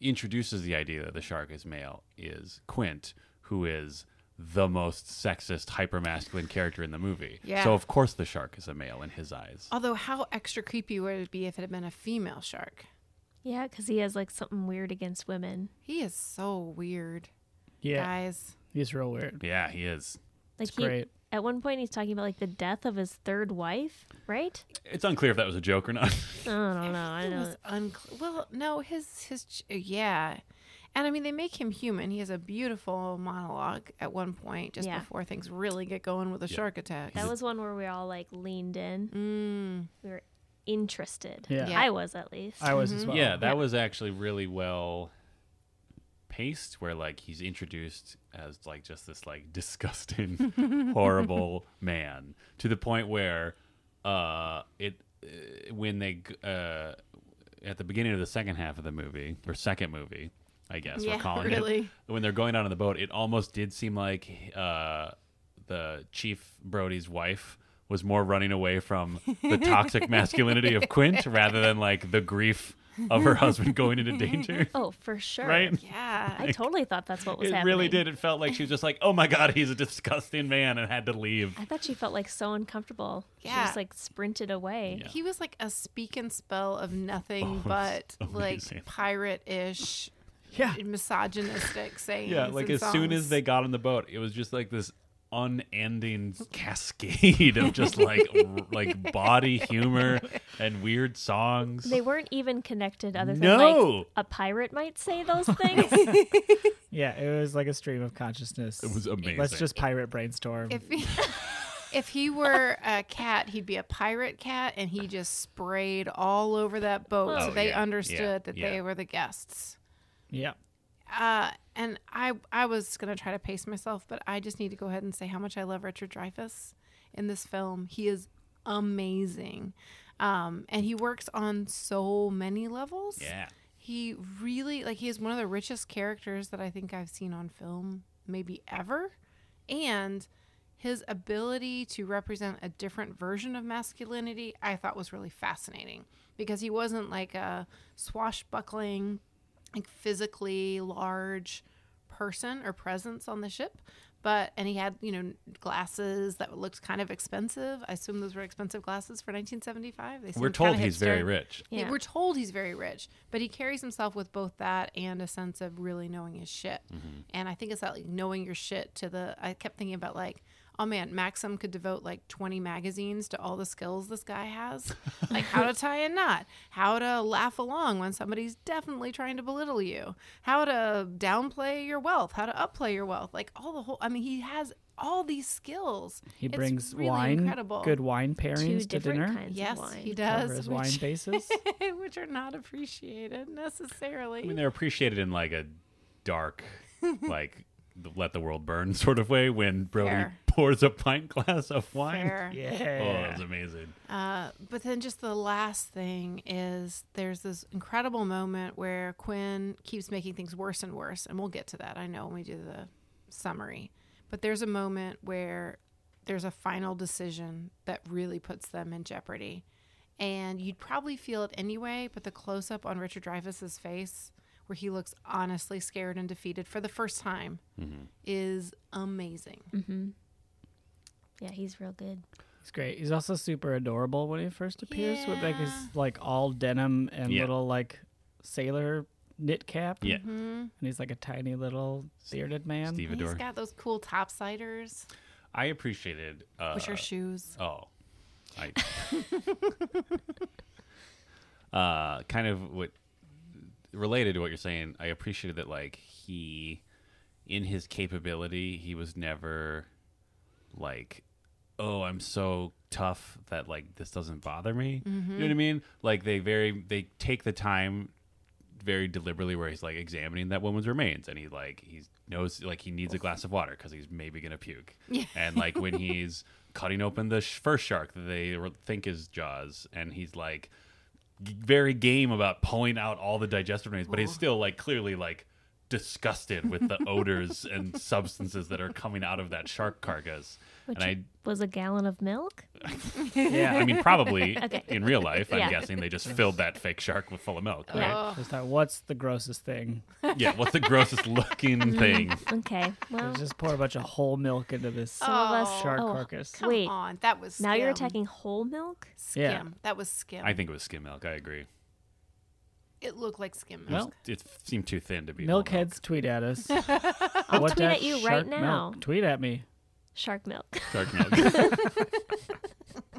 [SPEAKER 5] introduces the idea that the shark is male is Quint, who is the most sexist, hypermasculine character in the movie.
[SPEAKER 2] Yeah. Oh.
[SPEAKER 5] So of course the shark is a male in his eyes.
[SPEAKER 2] Although, how extra creepy would it be if it had been a female shark?
[SPEAKER 3] Yeah, because he has like something weird against women.
[SPEAKER 2] He is so weird,
[SPEAKER 4] yeah,
[SPEAKER 2] guys.
[SPEAKER 4] he's real weird.
[SPEAKER 5] Yeah, he is.
[SPEAKER 3] Like
[SPEAKER 4] It's
[SPEAKER 3] he,
[SPEAKER 4] great.
[SPEAKER 3] at one point he's talking about like the death of his third wife, right?
[SPEAKER 5] It's unclear if that was a joke or not.
[SPEAKER 3] I don't know. Oh, I
[SPEAKER 2] It
[SPEAKER 3] know.
[SPEAKER 2] was unclear. Well, no, his his ch- yeah, and I mean they make him human. He has a beautiful monologue at one point just
[SPEAKER 3] Yeah.
[SPEAKER 2] before things really get going with a shark attack.
[SPEAKER 3] That was one where we all like leaned in.
[SPEAKER 2] Mm.
[SPEAKER 3] We were interested.
[SPEAKER 4] Yeah.
[SPEAKER 2] Yeah.
[SPEAKER 3] I was at least.
[SPEAKER 4] I was
[SPEAKER 2] Mm-hmm.
[SPEAKER 4] as well.
[SPEAKER 5] yeah, that was actually really well paced where like he's introduced as like just this like disgusting horrible man to the point where uh it uh, when they g- uh at the beginning of the second half of the movie or second movie I guess
[SPEAKER 2] Yeah,
[SPEAKER 5] we're calling
[SPEAKER 2] really.
[SPEAKER 5] it when they're going out on the boat it almost did seem like uh the chief Brody's wife was more running away from the toxic masculinity of Quint rather than like the grief of her husband going into danger
[SPEAKER 3] oh, for sure.
[SPEAKER 5] right
[SPEAKER 2] Yeah,
[SPEAKER 3] I totally thought that's what was
[SPEAKER 5] it
[SPEAKER 3] happening.
[SPEAKER 5] really did. It felt like she was just like, "Oh my god, he's a disgusting man," and had to leave.
[SPEAKER 3] I thought she felt like so uncomfortable. She
[SPEAKER 2] Yeah.
[SPEAKER 3] just like sprinted away.
[SPEAKER 5] Yeah.
[SPEAKER 2] he was like a speak and spell of nothing
[SPEAKER 5] Oh,
[SPEAKER 2] but
[SPEAKER 5] it's amazing.
[SPEAKER 2] like pirate ish,
[SPEAKER 4] Yeah,
[SPEAKER 2] misogynistic sayings.
[SPEAKER 5] Yeah, like
[SPEAKER 2] and
[SPEAKER 5] as soon as
[SPEAKER 2] songs.
[SPEAKER 5] they got on the boat, it was just like this unending cascade of just like r- like body humor and weird songs.
[SPEAKER 3] They weren't even connected other than like
[SPEAKER 5] No.
[SPEAKER 3] a pirate might say those things.
[SPEAKER 4] yeah. It was like a stream of consciousness.
[SPEAKER 5] it was amazing.
[SPEAKER 4] Let's just pirate brainstorm.
[SPEAKER 2] If he, if he were a cat, he'd be a pirate cat, and he just sprayed all over that boat, so
[SPEAKER 5] Oh,
[SPEAKER 2] they
[SPEAKER 5] yeah,
[SPEAKER 2] understood
[SPEAKER 5] yeah,
[SPEAKER 2] that
[SPEAKER 5] yeah.
[SPEAKER 2] they were the guests.
[SPEAKER 4] yeah,
[SPEAKER 2] Uh, and I, I was gonna try to pace myself, but I just need to go ahead and say how much I love Richard Dreyfuss in this film. He is amazing, um, and he works on so many levels.
[SPEAKER 5] yeah.
[SPEAKER 2] He really like he is one of the richest characters that I think I've seen on film maybe ever. And his ability to represent a different version of masculinity I thought was really fascinating because he wasn't like a swashbuckling like physically large person or presence on the ship but and he had you know glasses that looked kind of expensive i assume those were expensive glasses for 1975 they
[SPEAKER 5] We're
[SPEAKER 2] seemed
[SPEAKER 5] told
[SPEAKER 2] kinda
[SPEAKER 5] he's very
[SPEAKER 2] hipster.
[SPEAKER 5] rich.
[SPEAKER 2] Yeah,
[SPEAKER 3] Yeah.
[SPEAKER 2] We're told he's very rich, but he carries himself with both that and a sense of really knowing his shit.
[SPEAKER 4] Mm-hmm.
[SPEAKER 2] And I think it's that like knowing your shit to the. I kept thinking about like, oh man, Maxim could devote like 20 magazines to all the skills this guy has, like how to tie a knot, how to laugh along when somebody's definitely trying to belittle you, how to downplay your wealth, how to upplay your wealth, like all the whole. I mean, he has all these skills.
[SPEAKER 4] He
[SPEAKER 2] It's
[SPEAKER 4] brings
[SPEAKER 2] really
[SPEAKER 4] wine,
[SPEAKER 2] incredible.
[SPEAKER 4] good wine
[SPEAKER 3] Two
[SPEAKER 4] pairings to
[SPEAKER 3] different
[SPEAKER 4] dinner.
[SPEAKER 3] kinds
[SPEAKER 2] Yes,
[SPEAKER 3] of wine.
[SPEAKER 2] he
[SPEAKER 4] Cover
[SPEAKER 2] does.
[SPEAKER 4] his
[SPEAKER 2] which-
[SPEAKER 4] wine bases.
[SPEAKER 2] which are not appreciated necessarily.
[SPEAKER 5] I mean, they're appreciated in like a dark, like the let the world burn sort of way when Brody
[SPEAKER 2] Fair.
[SPEAKER 5] pours a pint glass of wine.
[SPEAKER 2] Fair.
[SPEAKER 5] Oh, that
[SPEAKER 4] yeah.
[SPEAKER 5] was amazing.
[SPEAKER 2] Uh, but then just the last thing is there's this incredible moment where Quinn keeps making things worse and worse, and we'll get to that. I know when we do the summary, but there's a moment where there's a final decision that really puts them in jeopardy, and you'd probably feel it anyway. But the close up on Richard Dreyfuss's face, where he looks honestly scared and defeated for the first time,
[SPEAKER 5] Mm-hmm.
[SPEAKER 2] is amazing.
[SPEAKER 3] Yeah, he's real good.
[SPEAKER 4] He's great. He's also super adorable when he first appears with like his
[SPEAKER 2] Yeah.
[SPEAKER 4] like all denim and
[SPEAKER 5] Yeah.
[SPEAKER 4] little like sailor knit cap.
[SPEAKER 5] Yeah.
[SPEAKER 2] Mhm.
[SPEAKER 4] And he's like a tiny little bearded man.
[SPEAKER 5] Steve
[SPEAKER 2] He's
[SPEAKER 5] Adore.
[SPEAKER 2] got those cool topsiders,
[SPEAKER 5] I appreciated. Uh,
[SPEAKER 2] which are shoes.
[SPEAKER 5] Oh, I. uh, kind of what related to what you're saying. I appreciated that, like he, in his capability, he was never, like, oh, I'm so tough that like this doesn't bother me. You know what I mean? Like they very they take the time very deliberately where he's like examining that woman's remains and he like he knows like he needs a glass of water because he's maybe gonna puke and like when he's cutting open the sh- first shark that they re- think is jaws and he's like g- very game about pulling out all the digestive remains but he's still like clearly like disgusted with the odors and substances that are coming out of that shark carcass
[SPEAKER 3] Which
[SPEAKER 5] and i
[SPEAKER 3] was a gallon of milk.
[SPEAKER 4] Yeah.
[SPEAKER 5] I mean, probably
[SPEAKER 3] Okay.
[SPEAKER 5] in real life. I'm
[SPEAKER 3] Yeah.
[SPEAKER 5] guessing they just filled that fake shark with full of milk. Right?
[SPEAKER 2] Oh.
[SPEAKER 4] Just that what's the grossest thing?
[SPEAKER 5] Yeah. What's the grossest
[SPEAKER 3] Mm-hmm.
[SPEAKER 5] looking thing?
[SPEAKER 3] Okay, well,
[SPEAKER 2] Oh.
[SPEAKER 4] Let's just pour a bunch of whole milk into this
[SPEAKER 3] some of us.
[SPEAKER 4] shark
[SPEAKER 3] oh,
[SPEAKER 4] carcass.
[SPEAKER 2] Come
[SPEAKER 3] Wait.
[SPEAKER 2] on, that was skim.
[SPEAKER 3] now you're attacking whole milk.
[SPEAKER 2] skim.
[SPEAKER 4] Yeah.
[SPEAKER 2] That was skim.
[SPEAKER 5] I think it was skim milk. I agree.
[SPEAKER 2] it looked like skim
[SPEAKER 5] It, was,
[SPEAKER 2] milk.
[SPEAKER 5] it seemed too thin to be whole
[SPEAKER 4] Milkheads tweet at us.
[SPEAKER 3] I'll
[SPEAKER 4] What
[SPEAKER 3] tweet
[SPEAKER 4] that
[SPEAKER 3] at you
[SPEAKER 4] shark
[SPEAKER 3] right now.
[SPEAKER 4] milk? Tweet at me.
[SPEAKER 3] Shark milk.
[SPEAKER 5] milk. Shark milk.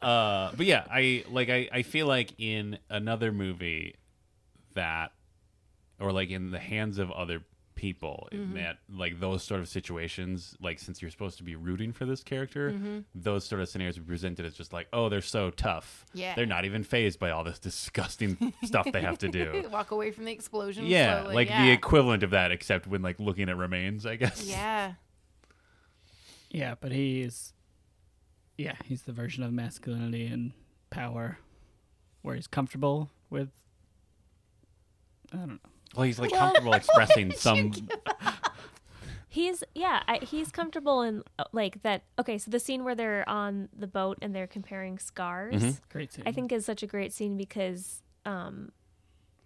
[SPEAKER 5] uh, but yeah, I like. I, I feel like in another movie that, or like in the hands of other people
[SPEAKER 2] Mm-hmm.
[SPEAKER 5] in that like those sort of situations like since you're supposed to be rooting for this character
[SPEAKER 2] Mm-hmm.
[SPEAKER 5] those sort of scenarios were presented as just like oh they're so tough
[SPEAKER 2] Yeah.
[SPEAKER 5] they're not even phased by all this disgusting stuff they have to do
[SPEAKER 2] Walk away from the explosion.
[SPEAKER 5] yeah
[SPEAKER 2] slowly.
[SPEAKER 5] like
[SPEAKER 2] yeah.
[SPEAKER 5] the equivalent of that except when like looking at remains i guess
[SPEAKER 2] yeah.
[SPEAKER 4] Yeah, but he is. Yeah, he's the version of masculinity and power, where he's comfortable with. I don't know.
[SPEAKER 5] well he's like comfortable expressing some
[SPEAKER 3] He's yeah, I, he's comfortable in uh, like that. Okay, so the scene where they're on the boat and they're comparing scars,
[SPEAKER 4] Great scene.
[SPEAKER 3] I think is such a great scene because um,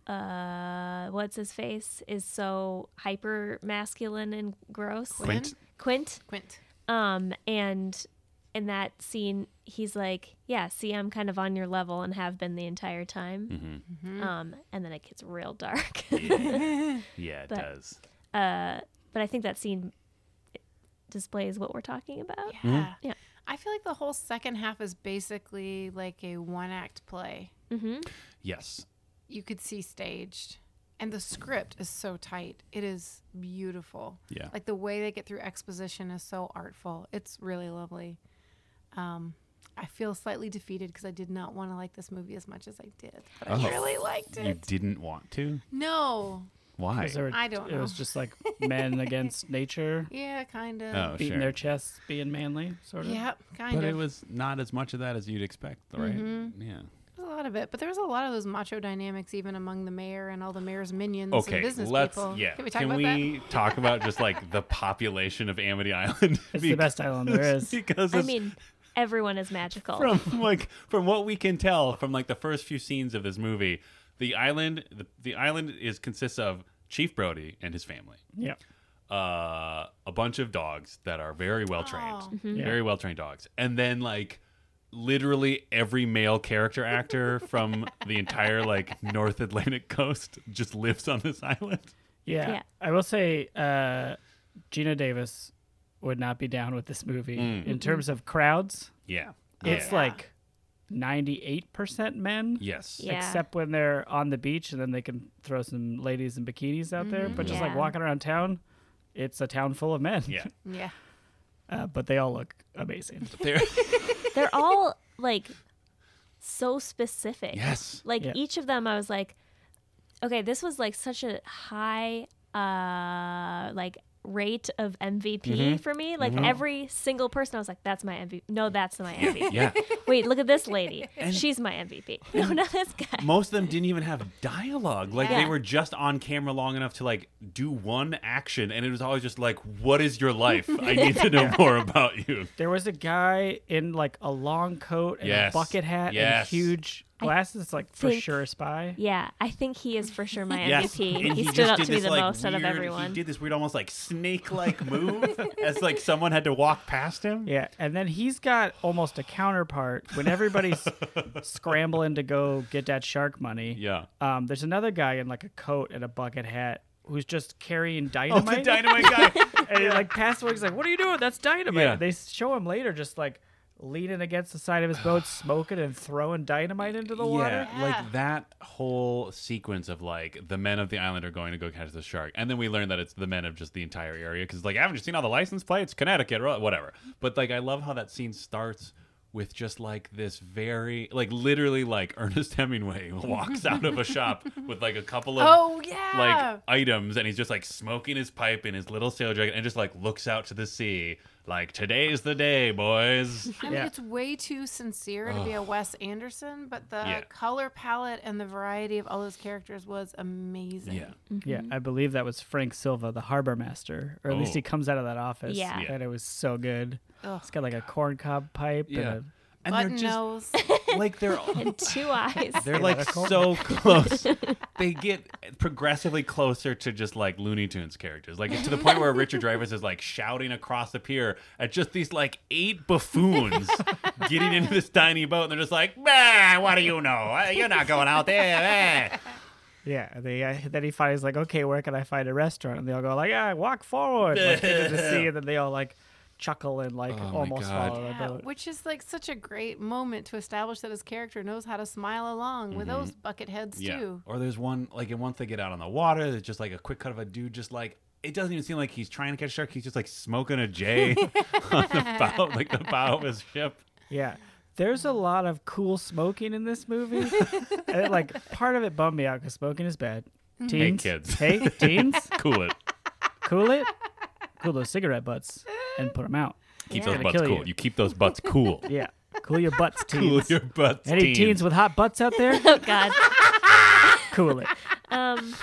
[SPEAKER 3] uh, what's his face is so hyper masculine and gross.
[SPEAKER 5] Quint.
[SPEAKER 3] Quint.
[SPEAKER 2] Quint.
[SPEAKER 3] Um, and in that scene, he's like, "Yeah, see, I'm kind of on your level and have been the entire time." Um, and then it gets real dark.
[SPEAKER 5] yeah it
[SPEAKER 3] But-
[SPEAKER 5] does
[SPEAKER 3] uh, but I think that scene displays what we're talking about.
[SPEAKER 5] Mm-hmm.
[SPEAKER 2] Yeah.
[SPEAKER 3] Yeah.
[SPEAKER 2] I feel like the whole second half is basically like a one act play.
[SPEAKER 3] Mm-hmm.
[SPEAKER 5] yes
[SPEAKER 2] You could see staged. And the script is so tight. It is beautiful.
[SPEAKER 5] yeah
[SPEAKER 2] Like the way they get through exposition is so artful. It's really lovely. Um, I feel slightly defeated because I did not want to like this movie as much as I did, but
[SPEAKER 5] Oh.
[SPEAKER 2] I really liked
[SPEAKER 5] you
[SPEAKER 2] it.
[SPEAKER 5] didn't want to
[SPEAKER 2] No,
[SPEAKER 5] why
[SPEAKER 4] 'Cause there were-
[SPEAKER 2] I don't
[SPEAKER 4] It was
[SPEAKER 2] know.
[SPEAKER 4] just like men against nature,
[SPEAKER 2] yeah, kind of.
[SPEAKER 5] oh
[SPEAKER 4] beating
[SPEAKER 5] sure
[SPEAKER 4] their chests, being manly, sort of.
[SPEAKER 2] yeah, kind
[SPEAKER 5] Oh, but
[SPEAKER 2] of.
[SPEAKER 5] it was not as much of that as you'd expect right
[SPEAKER 2] Mm-hmm.
[SPEAKER 5] yeah
[SPEAKER 2] There was a lot of it, but there was a lot of those macho dynamics even among the mayor and all the mayor's minions
[SPEAKER 5] okay
[SPEAKER 2] and business
[SPEAKER 5] let's
[SPEAKER 2] people.
[SPEAKER 5] yeah
[SPEAKER 2] Can we talk about that?
[SPEAKER 5] talk about just like the population of amity island
[SPEAKER 4] It's the best island there is.
[SPEAKER 5] because
[SPEAKER 3] I
[SPEAKER 5] it's-
[SPEAKER 3] mean, everyone is magical.
[SPEAKER 5] from like from what we can tell from like the first few scenes of this movie the island the, the island is consists of Chief Brody and his family,
[SPEAKER 4] Yeah.
[SPEAKER 5] uh, a bunch of dogs that are very well trained,
[SPEAKER 2] Oh.
[SPEAKER 4] Yeah.
[SPEAKER 5] very well trained dogs, and then like literally every male character actor from the entire like North Atlantic coast just lives on this island.
[SPEAKER 4] Yeah.
[SPEAKER 3] Yeah.
[SPEAKER 4] I will say uh, Gina Davis would not be down with this movie
[SPEAKER 5] Mm.
[SPEAKER 4] in terms of crowds.
[SPEAKER 5] Yeah,
[SPEAKER 4] It's
[SPEAKER 5] Yeah.
[SPEAKER 2] Yeah.
[SPEAKER 4] like 98% men.
[SPEAKER 5] yes,
[SPEAKER 3] Yeah.
[SPEAKER 4] Except when they're on the beach and then they can throw some ladies in bikinis out there.
[SPEAKER 5] Mm-hmm.
[SPEAKER 4] But just like
[SPEAKER 3] Yeah.
[SPEAKER 4] walking around town, it's a town full of men.
[SPEAKER 5] yeah.
[SPEAKER 2] Yeah.
[SPEAKER 4] Uh, but they all look amazing.
[SPEAKER 5] There-
[SPEAKER 3] They're all like so specific.
[SPEAKER 5] yes,
[SPEAKER 3] Like
[SPEAKER 4] Yeah.
[SPEAKER 3] each of them, I was like, okay, this was like such a high, uh, like rate of MVP
[SPEAKER 5] Mm-hmm.
[SPEAKER 3] for me. Like every single person, I was like, that's my MVP. No, that's my MVP.
[SPEAKER 5] yeah.
[SPEAKER 3] Wait, look at this lady. She's my MVP. No, not this guy.
[SPEAKER 5] most of them didn't even have dialogue. Like
[SPEAKER 3] Yeah.
[SPEAKER 5] they were just on camera long enough to like do one action, and it was always just like, "What is your life? I need to know more about you."
[SPEAKER 4] There was a guy in like a long coat and
[SPEAKER 5] Yes.
[SPEAKER 4] a bucket hat
[SPEAKER 5] Yes.
[SPEAKER 4] and huge glasses. It's like for
[SPEAKER 3] think-
[SPEAKER 4] sure a spy.
[SPEAKER 3] Yeah, I think he is for sure my
[SPEAKER 5] Yes,
[SPEAKER 3] MVP.
[SPEAKER 5] and
[SPEAKER 3] he
[SPEAKER 5] just
[SPEAKER 3] stood out
[SPEAKER 5] did
[SPEAKER 3] to me
[SPEAKER 5] this,
[SPEAKER 3] the
[SPEAKER 5] like,
[SPEAKER 3] most out of
[SPEAKER 5] weird-
[SPEAKER 3] everyone.
[SPEAKER 5] He did this weird, almost like snake-like move, as like someone had to walk past him.
[SPEAKER 4] Yeah, and then he's got almost a counterpart when everybody's scrambling to go get that shark money.
[SPEAKER 5] Yeah.
[SPEAKER 4] Um, there's another guy in like a coat and a bucket hat who's just carrying
[SPEAKER 5] Oh,
[SPEAKER 4] dynamite.
[SPEAKER 5] the dynamite guy.
[SPEAKER 4] and he like passed away. He's like, "What are you doing? That's dynamite."
[SPEAKER 5] Yeah.
[SPEAKER 4] They show him later, just like leaning against the side of his boat, smoking and throwing dynamite into the water.
[SPEAKER 5] Yeah, like that whole sequence of like the men of the island are going to go catch the shark, and then we learn that it's the men of just the entire area because like haven't you seen all the license plates, Connecticut, or whatever. But like I love how that scene starts with just like this very like literally like Ernest Hemingway walks out of a shop with like a couple of
[SPEAKER 2] Oh
[SPEAKER 5] like
[SPEAKER 2] yeah.
[SPEAKER 5] items and he's just like smoking his pipe in his little sail jacket and just like looks out to the sea like today's the day boys
[SPEAKER 2] I mean,
[SPEAKER 4] Yeah.
[SPEAKER 2] it's way too sincere to be a Wes Anderson, but the
[SPEAKER 5] Yeah.
[SPEAKER 2] color palette and the variety of all those characters was amazing.
[SPEAKER 5] yeah
[SPEAKER 4] Yeah, I believe that was Frank Silva, the harbor master, or at least
[SPEAKER 5] Oh.
[SPEAKER 4] he comes out of that office.
[SPEAKER 3] Yeah.
[SPEAKER 5] Yeah.
[SPEAKER 4] and it was so good.
[SPEAKER 2] Ugh.
[SPEAKER 4] It's got like a corncob pipe.
[SPEAKER 5] yeah
[SPEAKER 4] and
[SPEAKER 5] and
[SPEAKER 2] Button
[SPEAKER 5] they're just
[SPEAKER 2] nose.
[SPEAKER 5] like they're
[SPEAKER 3] and two eyes.
[SPEAKER 5] they're like so close they get progressively closer to just like looney tunes characters like to the point where richard dreyfuss is like shouting across the pier at just these like eight buffoons getting into this tiny boat and they're just like "Bah, what do you know Uh, you're not going out there eh?" bah."
[SPEAKER 4] A, yeah, they uh, then he finds like, okay, where can I find a restaurant? And they all go like, ah, walk forward like, into the sea, and then they all like chuckle and like
[SPEAKER 5] Oh my
[SPEAKER 4] almost
[SPEAKER 5] God.
[SPEAKER 4] follow
[SPEAKER 2] Yeah,
[SPEAKER 4] the boat.
[SPEAKER 2] which is like such a great moment to establish that his character knows how to smile along with those
[SPEAKER 5] Mm-hmm.
[SPEAKER 2] bucket heads too.
[SPEAKER 5] Or there's one like, and once they get out on the water, there's just like a quick cut of a dude just like it doesn't even seem like he's trying to catch a shark. He's just like smoking a J on the bow, like the bow of his ship.
[SPEAKER 4] Yeah. There's a lot of cool smoking in this movie. And it, like part of it bummed me out because smoking is bad. Teens,
[SPEAKER 5] kids.
[SPEAKER 4] Hey, teens,
[SPEAKER 5] Cool it.
[SPEAKER 4] cool it, cool those cigarette butts and put them out.
[SPEAKER 5] Keep
[SPEAKER 3] Yeah.
[SPEAKER 5] those
[SPEAKER 4] Gonna
[SPEAKER 5] butts
[SPEAKER 4] kill
[SPEAKER 5] cool.
[SPEAKER 4] you.
[SPEAKER 5] You. keep those butts cool.
[SPEAKER 4] Yeah, cool your butts,
[SPEAKER 5] Cool
[SPEAKER 4] teens.
[SPEAKER 5] your butts.
[SPEAKER 4] Any teens.
[SPEAKER 5] teens
[SPEAKER 4] with hot butts out there?
[SPEAKER 3] oh God.
[SPEAKER 4] cool it.
[SPEAKER 3] Um.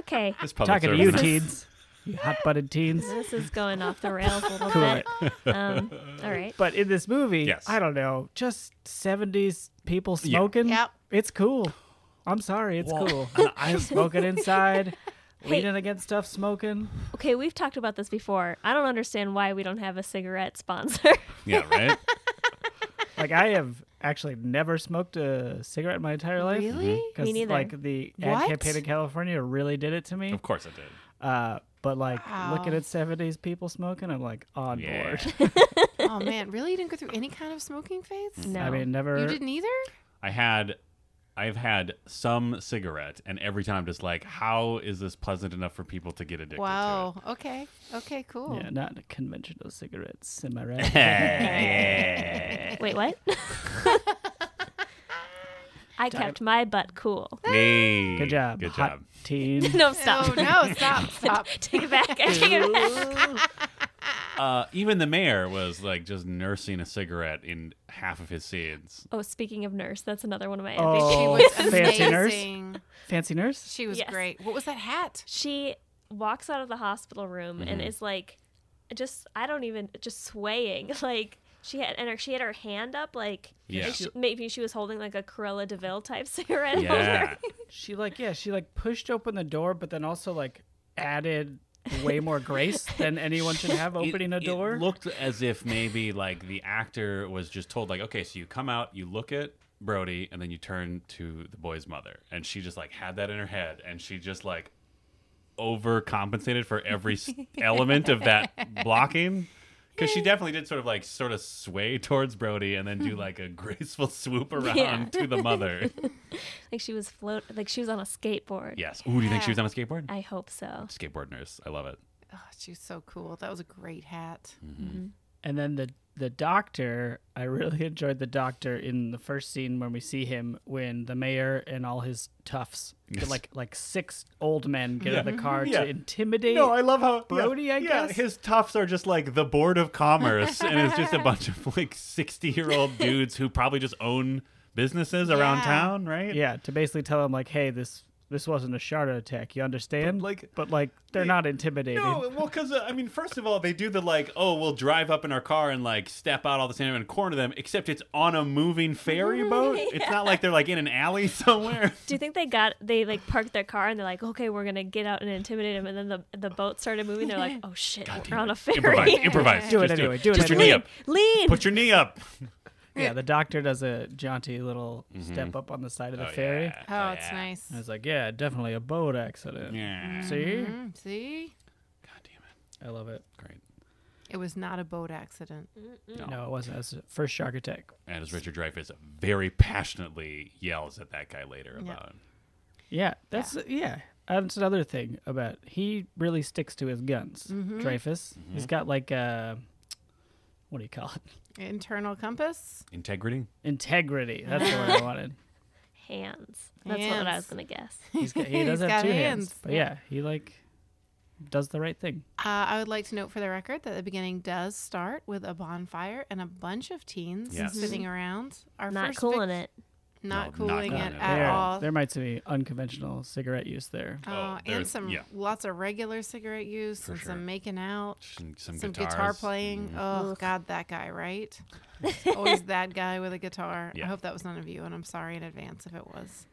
[SPEAKER 3] Okay.
[SPEAKER 5] This public
[SPEAKER 4] Talking to you,
[SPEAKER 5] service.
[SPEAKER 4] teens. You hot butted teens.
[SPEAKER 3] This is going off the rails a little
[SPEAKER 4] Cool
[SPEAKER 3] bit.
[SPEAKER 4] it.
[SPEAKER 3] Um. All right.
[SPEAKER 4] But in this movie,
[SPEAKER 5] Yes.
[SPEAKER 4] I don't know, just 70s people
[SPEAKER 5] Yeah.
[SPEAKER 4] smoking.
[SPEAKER 2] Yep.
[SPEAKER 4] It's cool. I'm sorry, it's
[SPEAKER 5] Well,
[SPEAKER 4] cool.
[SPEAKER 5] and I
[SPEAKER 4] smoking inside,
[SPEAKER 3] Hey.
[SPEAKER 4] leaning against stuff, smoking.
[SPEAKER 3] Okay. We've talked about this before. I don't understand why we don't have a cigarette sponsor.
[SPEAKER 5] Yeah, right.
[SPEAKER 4] Like I have actually never smoked a cigarette in my entire life.
[SPEAKER 2] Really?
[SPEAKER 4] Because
[SPEAKER 3] Me neither.
[SPEAKER 4] like the ad
[SPEAKER 2] What?
[SPEAKER 4] campaign in California really did it to me.
[SPEAKER 5] Of course I did.
[SPEAKER 4] Uh, but like
[SPEAKER 2] Wow.
[SPEAKER 4] looking at seventies people smoking, I'm like on
[SPEAKER 5] Yeah.
[SPEAKER 4] board.
[SPEAKER 2] oh man, really? You didn't go through any kind of smoking phase?
[SPEAKER 3] No.
[SPEAKER 4] I mean, never.
[SPEAKER 2] You didn't either?
[SPEAKER 5] I had I've had some cigarette and every time just like how is this pleasant enough for people to get addicted
[SPEAKER 2] Wow. Okay. Okay, cool.
[SPEAKER 4] Yeah, not conventional cigarettes. Am I right?
[SPEAKER 5] to it?
[SPEAKER 3] Wait, what? I kept my butt cool.
[SPEAKER 5] Hey.
[SPEAKER 4] Good job.
[SPEAKER 5] Good
[SPEAKER 4] hot
[SPEAKER 5] job.
[SPEAKER 4] Teen.
[SPEAKER 3] No,
[SPEAKER 2] Oh
[SPEAKER 3] stop.
[SPEAKER 2] no, stop, stop.
[SPEAKER 3] Take it back. I take it back.
[SPEAKER 5] Uh, even the mayor was like just nursing a cigarette in half of his scenes.
[SPEAKER 3] Oh, speaking of nurse, that's another one of my
[SPEAKER 4] Oh.
[SPEAKER 3] MVPs.
[SPEAKER 2] She was
[SPEAKER 4] Fancy nurse?
[SPEAKER 2] amazing.
[SPEAKER 4] Fancy nurse.
[SPEAKER 2] She was
[SPEAKER 3] Yes.
[SPEAKER 2] great. What was that hat?
[SPEAKER 3] She walks
[SPEAKER 5] Mm-hmm.
[SPEAKER 3] out of the hospital room and is like, just I don't even just swaying like She had and her, she had her hand up like
[SPEAKER 5] Yeah.
[SPEAKER 3] and she- maybe she was holding like a Corella Deville type cigarette.
[SPEAKER 5] Yeah.
[SPEAKER 4] She like yeah, she like pushed open the door, but then also like added way more grace than anyone should have
[SPEAKER 5] It-
[SPEAKER 4] opening a
[SPEAKER 5] it
[SPEAKER 4] door.
[SPEAKER 5] looked as if maybe like the actor was just told like, okay, so you come out, you look at Brody, and then you turn to the boy's mother, and she just like had that in her head, and she just like overcompensated for every s- element of that blocking. Because she definitely did sort of like sort of sway towards Brody and then do like a graceful swoop around
[SPEAKER 3] Yeah.
[SPEAKER 5] to the mother.
[SPEAKER 3] like she was float like she was on a skateboard.
[SPEAKER 5] Yes. Ooh, do you think she was on a skateboard?
[SPEAKER 3] I hope so.
[SPEAKER 5] Skateboard nurse. I love it.
[SPEAKER 2] Oh, she was so cool. That was a great hat.
[SPEAKER 5] Mm.
[SPEAKER 4] And then the the doctor, I really enjoyed the doctor in the first scene when we see him when the mayor and all his toughs,
[SPEAKER 5] Yes.
[SPEAKER 4] like like six old men, get out of
[SPEAKER 5] Yeah.
[SPEAKER 4] the car
[SPEAKER 5] Yeah.
[SPEAKER 4] to intimidate.
[SPEAKER 5] No, I love how
[SPEAKER 4] Brody,
[SPEAKER 5] yeah,
[SPEAKER 4] I
[SPEAKER 5] yeah,
[SPEAKER 4] guess?
[SPEAKER 5] his tufts are just like the board of commerce, and it's just a bunch of like sixty-year-old dudes who probably just own businesses around
[SPEAKER 2] Yeah.
[SPEAKER 5] town, right?
[SPEAKER 4] yeah, to basically tell him like, hey, this this wasn't a shard attack. You understand?
[SPEAKER 5] like-
[SPEAKER 4] but like they're
[SPEAKER 5] they-
[SPEAKER 4] not intimidating.
[SPEAKER 5] No, well, because uh, I mean, first of all, they do the like, oh, we'll drive up in our car and like step out all the sand and corner them. Except it's on a moving
[SPEAKER 4] Mm-hmm.
[SPEAKER 5] ferry boat. It's not like they're like in an alley somewhere.
[SPEAKER 3] Do you think they got they like parked their car and they're like, okay, we're gonna get out and intimidate him, and then the the boat started moving. They're like, oh shit, we're on a ferry.
[SPEAKER 5] improvise, improvise.
[SPEAKER 4] Do it
[SPEAKER 5] Just
[SPEAKER 4] anyway, do it
[SPEAKER 5] Just
[SPEAKER 4] anyway.
[SPEAKER 5] your knee up.
[SPEAKER 3] Lean.
[SPEAKER 5] Put your knee up.
[SPEAKER 4] yeah, the doctor does a jaunty little step up on the side of the
[SPEAKER 5] Mm-hmm. Oh,
[SPEAKER 4] ferry.
[SPEAKER 5] yeah.
[SPEAKER 2] Oh, it's
[SPEAKER 5] yeah.
[SPEAKER 2] nice.
[SPEAKER 4] I was like, yeah, definitely a boat accident.
[SPEAKER 5] Yeah.
[SPEAKER 4] See,
[SPEAKER 2] Mm, see,
[SPEAKER 5] God damn it.
[SPEAKER 4] I love it.
[SPEAKER 5] Great.
[SPEAKER 2] it was not a boat accident.
[SPEAKER 3] Mm.
[SPEAKER 4] No, it wasn't. That's the first shark attack.
[SPEAKER 5] And as Richard Dreyfuss very passionately yells at that guy later
[SPEAKER 2] Yeah.
[SPEAKER 5] about
[SPEAKER 4] Yeah, that's yeah. That's another thing about he really sticks to his guns.
[SPEAKER 2] Mm-hmm.
[SPEAKER 4] Dreyfus, he's got like a what do you call it?
[SPEAKER 2] Internal compass.
[SPEAKER 5] integrity.
[SPEAKER 4] Integrity. That's the word I wanted.
[SPEAKER 3] hands. That's what I was
[SPEAKER 2] Hands.
[SPEAKER 3] gonna guess.
[SPEAKER 4] He's got, he
[SPEAKER 2] He's
[SPEAKER 4] does have
[SPEAKER 2] got
[SPEAKER 4] two hands.
[SPEAKER 2] hands.
[SPEAKER 4] but yeah, he like does the right thing.
[SPEAKER 2] Uh, I would like to note for the record that the beginning does start with a bonfire and a bunch of teens
[SPEAKER 5] Yes.
[SPEAKER 2] sitting around. Our
[SPEAKER 3] Mm-hmm. Not
[SPEAKER 2] first
[SPEAKER 3] cool in
[SPEAKER 2] vic-
[SPEAKER 3] it.
[SPEAKER 2] Not
[SPEAKER 5] No, not
[SPEAKER 2] cooling
[SPEAKER 5] cool
[SPEAKER 2] it
[SPEAKER 5] in it
[SPEAKER 2] at
[SPEAKER 4] there,
[SPEAKER 2] all.
[SPEAKER 4] there might be unconventional cigarette use there.
[SPEAKER 2] Oh,
[SPEAKER 5] Oh,
[SPEAKER 2] and
[SPEAKER 5] there's-
[SPEAKER 2] some
[SPEAKER 5] yeah.
[SPEAKER 2] lots of regular cigarette use and
[SPEAKER 5] sure.
[SPEAKER 2] some making out,
[SPEAKER 5] Some,
[SPEAKER 2] some guitar
[SPEAKER 5] guitars. Mm-hmm.
[SPEAKER 2] playing. Oh
[SPEAKER 3] Ugh.
[SPEAKER 2] God, that guy, right? Always that guy with a guitar. I
[SPEAKER 5] Yeah.
[SPEAKER 2] hope that was none of you, and I'm sorry in advance if it was.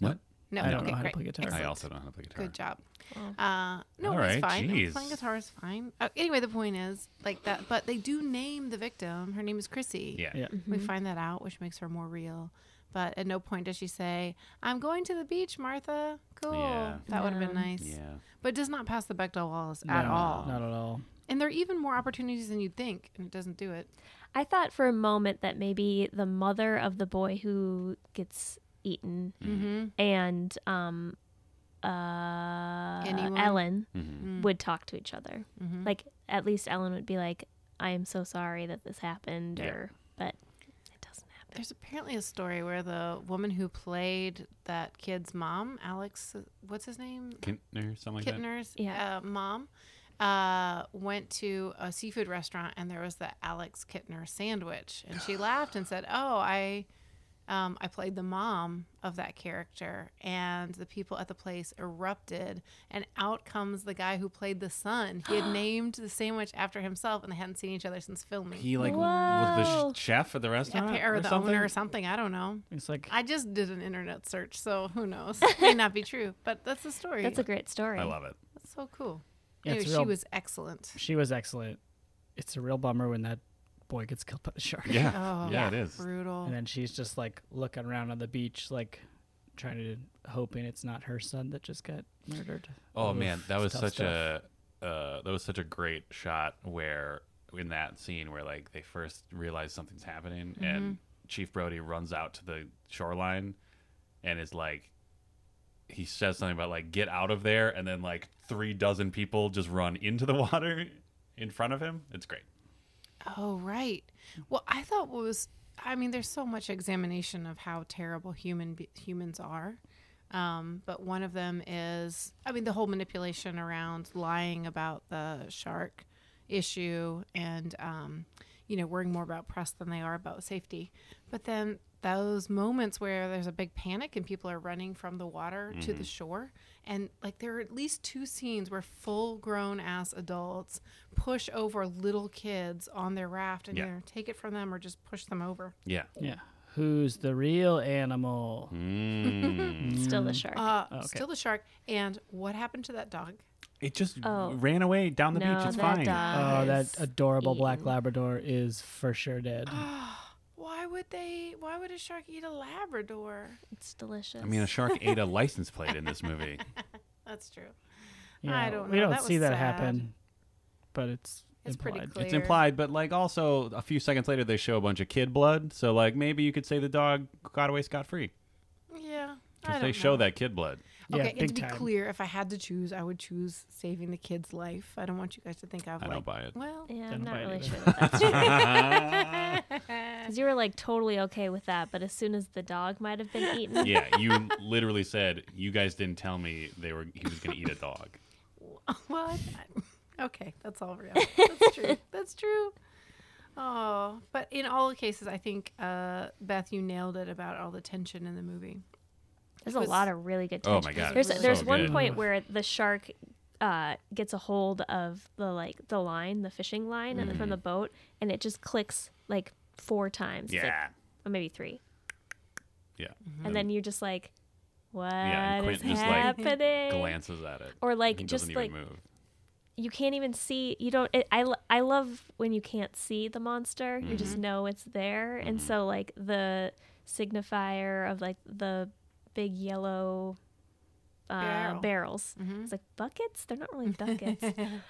[SPEAKER 5] What?
[SPEAKER 2] No,
[SPEAKER 4] I don't
[SPEAKER 2] okay,
[SPEAKER 4] know how
[SPEAKER 2] great.
[SPEAKER 4] to play guitar.
[SPEAKER 5] I
[SPEAKER 2] Excellent.
[SPEAKER 5] also don't know how to play guitar.
[SPEAKER 2] Good job.
[SPEAKER 3] Oh.
[SPEAKER 2] Uh, no,
[SPEAKER 5] All
[SPEAKER 2] it's
[SPEAKER 5] right,
[SPEAKER 2] fine.
[SPEAKER 5] jeez.
[SPEAKER 2] Playing guitar is fine. Uh, anyway, the point is like that, but they do name the victim. Her name is Chrissy.
[SPEAKER 5] Yeah.
[SPEAKER 4] Yeah.
[SPEAKER 2] We find that out, which makes her more real. But at no point does she say, "I'm going to the beach, Martha." Cool.
[SPEAKER 5] Yeah.
[SPEAKER 2] That would have been
[SPEAKER 3] No.
[SPEAKER 2] nice.
[SPEAKER 5] Yeah.
[SPEAKER 2] But it does not pass the Bechdel walls at
[SPEAKER 4] No,
[SPEAKER 2] all.
[SPEAKER 4] Not at all.
[SPEAKER 2] And there are even more opportunities than you'd think, and it doesn't do it.
[SPEAKER 3] I thought for a moment that maybe the mother of the boy who gets eaten
[SPEAKER 5] Hmm.
[SPEAKER 2] Mm-hmm.
[SPEAKER 3] and um uh
[SPEAKER 2] Anyone?
[SPEAKER 3] Ellen
[SPEAKER 5] Mhm.
[SPEAKER 2] Mm.
[SPEAKER 3] would talk to each other.
[SPEAKER 2] Mhm.
[SPEAKER 3] Like at least Ellen would be like, I am so sorry that this happened
[SPEAKER 5] Yeah.
[SPEAKER 3] or but it doesn't happen.
[SPEAKER 2] There's apparently a story where the woman who played that kid's mom, Alex, what's his name?
[SPEAKER 5] Kintner, something like that.
[SPEAKER 2] Kittner's
[SPEAKER 3] Yeah.
[SPEAKER 2] uh, mom uh, went to a seafood restaurant and there was the Alex Kittner sandwich. And she laughed and said, Oh, I. Um, I played the mom of that character, and the people at the place erupted. And out comes the guy who played the son. He had named the sandwich after himself, and they hadn't seen each other since filming.
[SPEAKER 5] He like was
[SPEAKER 3] Whoa.
[SPEAKER 5] the sh- chef at the
[SPEAKER 2] Yeah,
[SPEAKER 5] restaurant
[SPEAKER 2] or
[SPEAKER 5] or
[SPEAKER 2] the
[SPEAKER 5] something.
[SPEAKER 2] owner or something. I don't know.
[SPEAKER 4] It's like
[SPEAKER 2] I just did an internet search, so who knows? May not be true, but that's the story.
[SPEAKER 3] That's a great story.
[SPEAKER 5] I love it.
[SPEAKER 2] That's so cool.
[SPEAKER 4] Yeah, it's
[SPEAKER 2] anyway, she
[SPEAKER 4] real-
[SPEAKER 2] was excellent.
[SPEAKER 4] she was excellent. It's a real bummer when that boy gets killed by the shark.
[SPEAKER 5] Yeah.
[SPEAKER 2] Oh,
[SPEAKER 5] yeah, it is.
[SPEAKER 2] brutal.
[SPEAKER 4] And then she's just like looking around on the beach, like trying to hoping it's not her son that just got murdered.
[SPEAKER 5] Oh
[SPEAKER 4] Oof,
[SPEAKER 5] man, that was
[SPEAKER 4] tough
[SPEAKER 5] such
[SPEAKER 4] stuff.
[SPEAKER 5] a uh, that was such a great shot where in that scene where like they first realize something's happening and Chief Brody runs out to the shoreline and is like he says something about like get out of there and then like three dozen people just run into the water in front of him. It's great.
[SPEAKER 2] Oh, right. Well, I thought what was I mean, there's so much examination of how terrible human be- humans are. Um, but one of them is, I mean, the whole manipulation around lying about the shark issue and, um, you know, worrying more about press than they are about safety. But then those moments where there's a big panic and people are running from the water to
[SPEAKER 5] Mm-hmm.
[SPEAKER 2] the shore. And like there are at least two scenes where full grown ass adults push over little kids on their raft and
[SPEAKER 5] Yeah.
[SPEAKER 2] either take it from them or just push them over.
[SPEAKER 5] Yeah.
[SPEAKER 4] Yeah. Who's the real animal?
[SPEAKER 5] Mm.
[SPEAKER 3] Still the shark.
[SPEAKER 2] Uh,
[SPEAKER 4] okay.
[SPEAKER 2] Still the shark. And what happened to that dog?
[SPEAKER 5] it just
[SPEAKER 3] Oh.
[SPEAKER 5] ran away down the
[SPEAKER 3] No,
[SPEAKER 5] beach. It's
[SPEAKER 3] that
[SPEAKER 5] fine.
[SPEAKER 3] dog.
[SPEAKER 4] Oh, that
[SPEAKER 3] Is
[SPEAKER 4] adorable black
[SPEAKER 3] eaten.
[SPEAKER 4] Labrador is for sure dead.
[SPEAKER 2] Why would they? Why would a shark eat a Labrador?
[SPEAKER 3] it's delicious.
[SPEAKER 5] I mean, a shark ate a license plate in this movie.
[SPEAKER 2] That's true.
[SPEAKER 4] Yeah,
[SPEAKER 2] I don't
[SPEAKER 4] We
[SPEAKER 2] know.
[SPEAKER 4] don't
[SPEAKER 2] That
[SPEAKER 4] see
[SPEAKER 2] was
[SPEAKER 4] that
[SPEAKER 2] sad.
[SPEAKER 4] happen, but it's
[SPEAKER 2] It's pretty
[SPEAKER 4] implied.
[SPEAKER 2] clear.
[SPEAKER 5] It's implied, but like also a few seconds later, they show a bunch of kid blood. So like maybe you could say the dog got away scot free
[SPEAKER 2] Yeah. I
[SPEAKER 5] because they
[SPEAKER 2] don't
[SPEAKER 5] show
[SPEAKER 2] know.
[SPEAKER 5] that kid blood.
[SPEAKER 4] Yeah,
[SPEAKER 2] okay, and
[SPEAKER 4] big
[SPEAKER 2] to be
[SPEAKER 4] time.
[SPEAKER 2] clear, if I had to choose, I would choose saving the kid's life. I don't want you guys to think I've
[SPEAKER 5] I
[SPEAKER 2] like,
[SPEAKER 5] don't buy it.
[SPEAKER 2] well,
[SPEAKER 3] yeah,
[SPEAKER 4] Didn't
[SPEAKER 3] I'm not
[SPEAKER 4] bite
[SPEAKER 3] really
[SPEAKER 4] either.
[SPEAKER 3] sure that that's true. Because you were like totally okay with that, but as soon as the dog might have been eaten,
[SPEAKER 5] yeah, you literally said you guys didn't tell me they were he was going to eat a dog.
[SPEAKER 2] what? Okay, that's all real. That's true. That's true. Oh, but in all cases, I think uh, Beth, you nailed it about all the tension in the movie.
[SPEAKER 3] there's
[SPEAKER 2] It
[SPEAKER 3] a
[SPEAKER 2] was-
[SPEAKER 3] lot of really good.
[SPEAKER 5] Oh my
[SPEAKER 3] tension.
[SPEAKER 5] God,
[SPEAKER 3] There's
[SPEAKER 2] it's
[SPEAKER 3] there's
[SPEAKER 5] so
[SPEAKER 3] one
[SPEAKER 5] good.
[SPEAKER 3] point where the shark uh, gets a hold of the like the line, the fishing line and
[SPEAKER 5] Mm-hmm.
[SPEAKER 3] from the boat, and it just clicks like four times. It's like-
[SPEAKER 5] Yeah,
[SPEAKER 3] or maybe three,
[SPEAKER 5] yeah.
[SPEAKER 3] and then you're just like, what is
[SPEAKER 5] and Quentin just, like,
[SPEAKER 3] happening?
[SPEAKER 5] Glances at it.
[SPEAKER 3] Or like
[SPEAKER 5] he
[SPEAKER 3] just
[SPEAKER 5] doesn't
[SPEAKER 3] like
[SPEAKER 5] even move.
[SPEAKER 3] you can't even see you don't it, I, lo- I love when you can't see the monster you just
[SPEAKER 5] Mm-hmm.
[SPEAKER 3] know it's there and so like the signifier of like the big yellow uh,
[SPEAKER 2] Barrel. Mm-hmm.
[SPEAKER 3] barrels it's like buckets they're not really buckets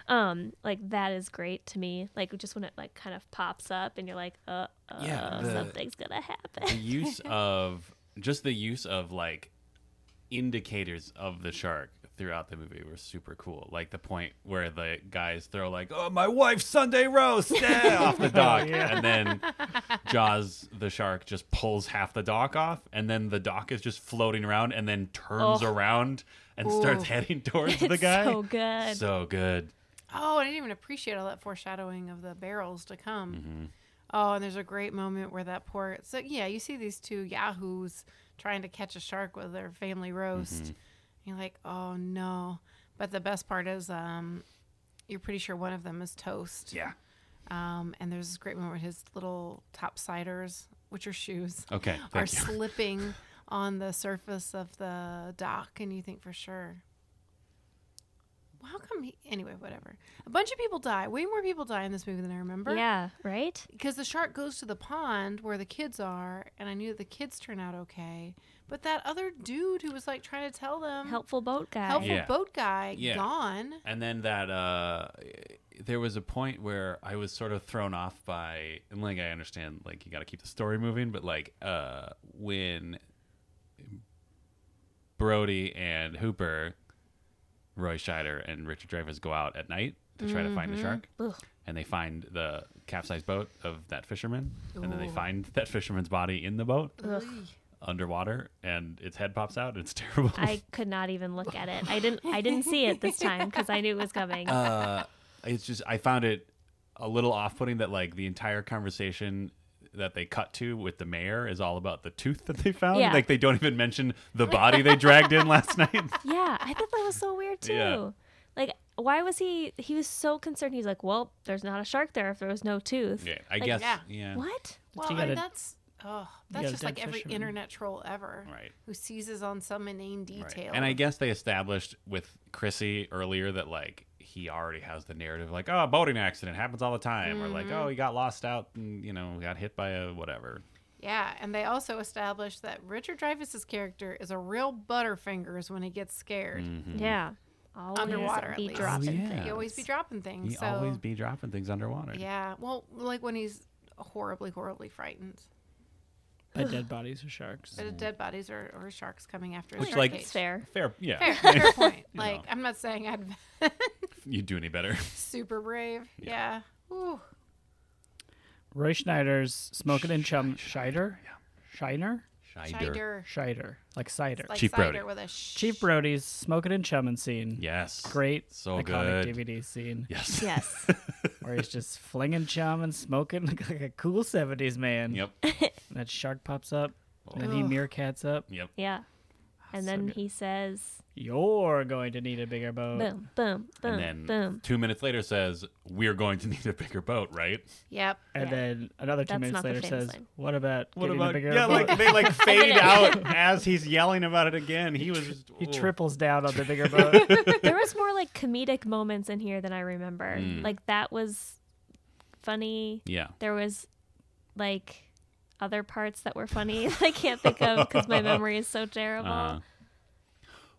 [SPEAKER 3] um like that is great to me like just when it like kind of pops up and you're like uh, uh
[SPEAKER 5] Yeah, the-
[SPEAKER 3] something's gonna
[SPEAKER 5] The
[SPEAKER 3] happen
[SPEAKER 5] use of just the use of like indicators of the shark throughout the movie were super cool. Like the point where the guys throw like, "Oh, my wife's Sunday roast!" yeah, off the dock, and then Jaws the shark just pulls half the dock off, and then the dock is just floating around, and then turns
[SPEAKER 3] Oh.
[SPEAKER 5] around and starts
[SPEAKER 2] Ooh.
[SPEAKER 5] heading towards the
[SPEAKER 3] It's
[SPEAKER 5] guy.
[SPEAKER 3] so good
[SPEAKER 5] So good.
[SPEAKER 2] Oh, I didn't even appreciate all that foreshadowing of the barrels to come. Oh, and there's a great moment where that poor so yeah, you see these two yahoos trying to catch a shark with their family roast. You're like, oh no. But the best part is, um, you're pretty sure one of them is toast.
[SPEAKER 5] Yeah.
[SPEAKER 2] Um, and there's this great moment where his little topsiders, which are shoes,
[SPEAKER 5] Okay.
[SPEAKER 2] are
[SPEAKER 5] Thank you.
[SPEAKER 2] slipping on the surface of the dock, and you think for sure. Well, How come he? Anyway, whatever. A bunch of people die. Way more people die in this movie than I remember.
[SPEAKER 3] yeah right
[SPEAKER 2] Because the shark goes to the pond where the kids are, and I knew that the kids turn out okay. But that other dude who was like trying to tell them
[SPEAKER 3] helpful boat guy
[SPEAKER 2] helpful
[SPEAKER 5] Yeah.
[SPEAKER 2] boat guy
[SPEAKER 5] Yeah.
[SPEAKER 2] gone.
[SPEAKER 5] And then that uh there was a point where I was sort of thrown off by and like I understand like you got to keep the story moving, but like uh when Brody and Hooper, Roy Scheider and Richard Dreyfuss go out at night to try to find the shark.
[SPEAKER 3] Mm-hmm. Ugh.
[SPEAKER 5] And they find the capsized boat of that fisherman, and then they
[SPEAKER 2] Ooh.
[SPEAKER 5] find that fisherman's body in the boat
[SPEAKER 2] Ugh.
[SPEAKER 5] underwater, and its head pops out. And it's terrible.
[SPEAKER 3] I could not even look at it. I didn't. I didn't see it this time because I knew it was coming.
[SPEAKER 5] uh, it's just I found it a little off-putting that like the entire conversation that they cut to with the mayor is all about the tooth that they found.
[SPEAKER 3] Yeah.
[SPEAKER 5] Like they don't even mention the body they dragged in last night.
[SPEAKER 3] yeah, I thought that was so weird too.
[SPEAKER 5] Yeah.
[SPEAKER 3] Like, why was he? He was so concerned. He's like, "Well, there's not a shark there if there was no tooth."
[SPEAKER 5] Yeah, I
[SPEAKER 3] Like,
[SPEAKER 5] guess.
[SPEAKER 2] yeah.
[SPEAKER 5] Yeah.
[SPEAKER 3] What?
[SPEAKER 2] Well,
[SPEAKER 4] you
[SPEAKER 2] I mean,
[SPEAKER 4] gotta-
[SPEAKER 2] that's oh, that's
[SPEAKER 4] gotta
[SPEAKER 2] just like
[SPEAKER 4] dead
[SPEAKER 2] every
[SPEAKER 4] fisherman.
[SPEAKER 2] internet troll ever,
[SPEAKER 5] Right.
[SPEAKER 2] Who seizes on some inane
[SPEAKER 5] Right.
[SPEAKER 2] detail.
[SPEAKER 5] And I guess they established with Chrissy earlier that like he already has the narrative like oh boating accident happens all the time or
[SPEAKER 2] Mm-hmm.
[SPEAKER 5] like oh he got lost out and you know got hit by a whatever.
[SPEAKER 2] yeah, and they also established that Richard Dreyfuss's character is a real butterfingers when he gets scared.
[SPEAKER 3] Yeah. Always
[SPEAKER 2] Underwater, at
[SPEAKER 3] be
[SPEAKER 2] least.
[SPEAKER 3] dropping
[SPEAKER 5] Mm-hmm. Oh, yeah.
[SPEAKER 3] things.
[SPEAKER 2] He always be dropping things.
[SPEAKER 5] He
[SPEAKER 2] so
[SPEAKER 5] always be dropping things underwater.
[SPEAKER 2] yeah, well, like when he's horribly, horribly frightened.
[SPEAKER 4] By dead bodies of sharks.
[SPEAKER 2] But dead bodies or, or sharks coming after. a
[SPEAKER 5] Mm-hmm. Which,
[SPEAKER 2] shark
[SPEAKER 5] like-
[SPEAKER 2] cage.
[SPEAKER 3] It's fair.
[SPEAKER 5] Fair. Yeah.
[SPEAKER 2] Fair, fair point.
[SPEAKER 5] know.
[SPEAKER 2] Like I'm not saying I'd
[SPEAKER 5] You do any better?
[SPEAKER 2] super brave. Yeah. Ooh.
[SPEAKER 4] Roy Schneider's smoking and chum Scheider. Shiner?
[SPEAKER 2] Cider.
[SPEAKER 4] Scheider. Like cider.
[SPEAKER 2] Like
[SPEAKER 5] Chief
[SPEAKER 2] cider
[SPEAKER 5] Brody.
[SPEAKER 2] with a sh-
[SPEAKER 4] Chief Brody's smoking and chumming scene.
[SPEAKER 5] Yes.
[SPEAKER 4] Great
[SPEAKER 5] So
[SPEAKER 4] iconic
[SPEAKER 5] good.
[SPEAKER 4] DVD scene.
[SPEAKER 5] Yes.
[SPEAKER 3] Yes.
[SPEAKER 4] Or where he's just flinging chum and smoking like a cool 70s man.
[SPEAKER 5] Yep.
[SPEAKER 4] And that shark pops up, and then
[SPEAKER 2] Oh.
[SPEAKER 4] he meerkats up.
[SPEAKER 5] Yep.
[SPEAKER 3] Yeah. And
[SPEAKER 4] so
[SPEAKER 3] then
[SPEAKER 4] good.
[SPEAKER 3] he says,
[SPEAKER 4] You're going to need a bigger boat.
[SPEAKER 3] boom, boom, boom,
[SPEAKER 5] Oh. and then
[SPEAKER 3] boom.
[SPEAKER 5] two minutes later says, We're going to need a bigger boat, right?
[SPEAKER 2] Yep.
[SPEAKER 4] And
[SPEAKER 3] Yeah.
[SPEAKER 4] then another two
[SPEAKER 3] That's
[SPEAKER 4] minutes
[SPEAKER 3] not the
[SPEAKER 4] later
[SPEAKER 3] famous
[SPEAKER 4] says,
[SPEAKER 3] line.
[SPEAKER 4] What about getting a bigger
[SPEAKER 5] Yeah,
[SPEAKER 4] boat?
[SPEAKER 5] like they like fade
[SPEAKER 3] it.
[SPEAKER 5] out as he's yelling about it again. He was just
[SPEAKER 4] he
[SPEAKER 5] oh.
[SPEAKER 4] triples down on the bigger boat.
[SPEAKER 3] there was more like comedic moments in here than I remember.
[SPEAKER 5] Mm.
[SPEAKER 3] Like that was funny.
[SPEAKER 5] Yeah.
[SPEAKER 3] There was like other parts that were funny that I can't think of because my memory is so
[SPEAKER 2] Uh-huh.
[SPEAKER 3] terrible.
[SPEAKER 5] Uh,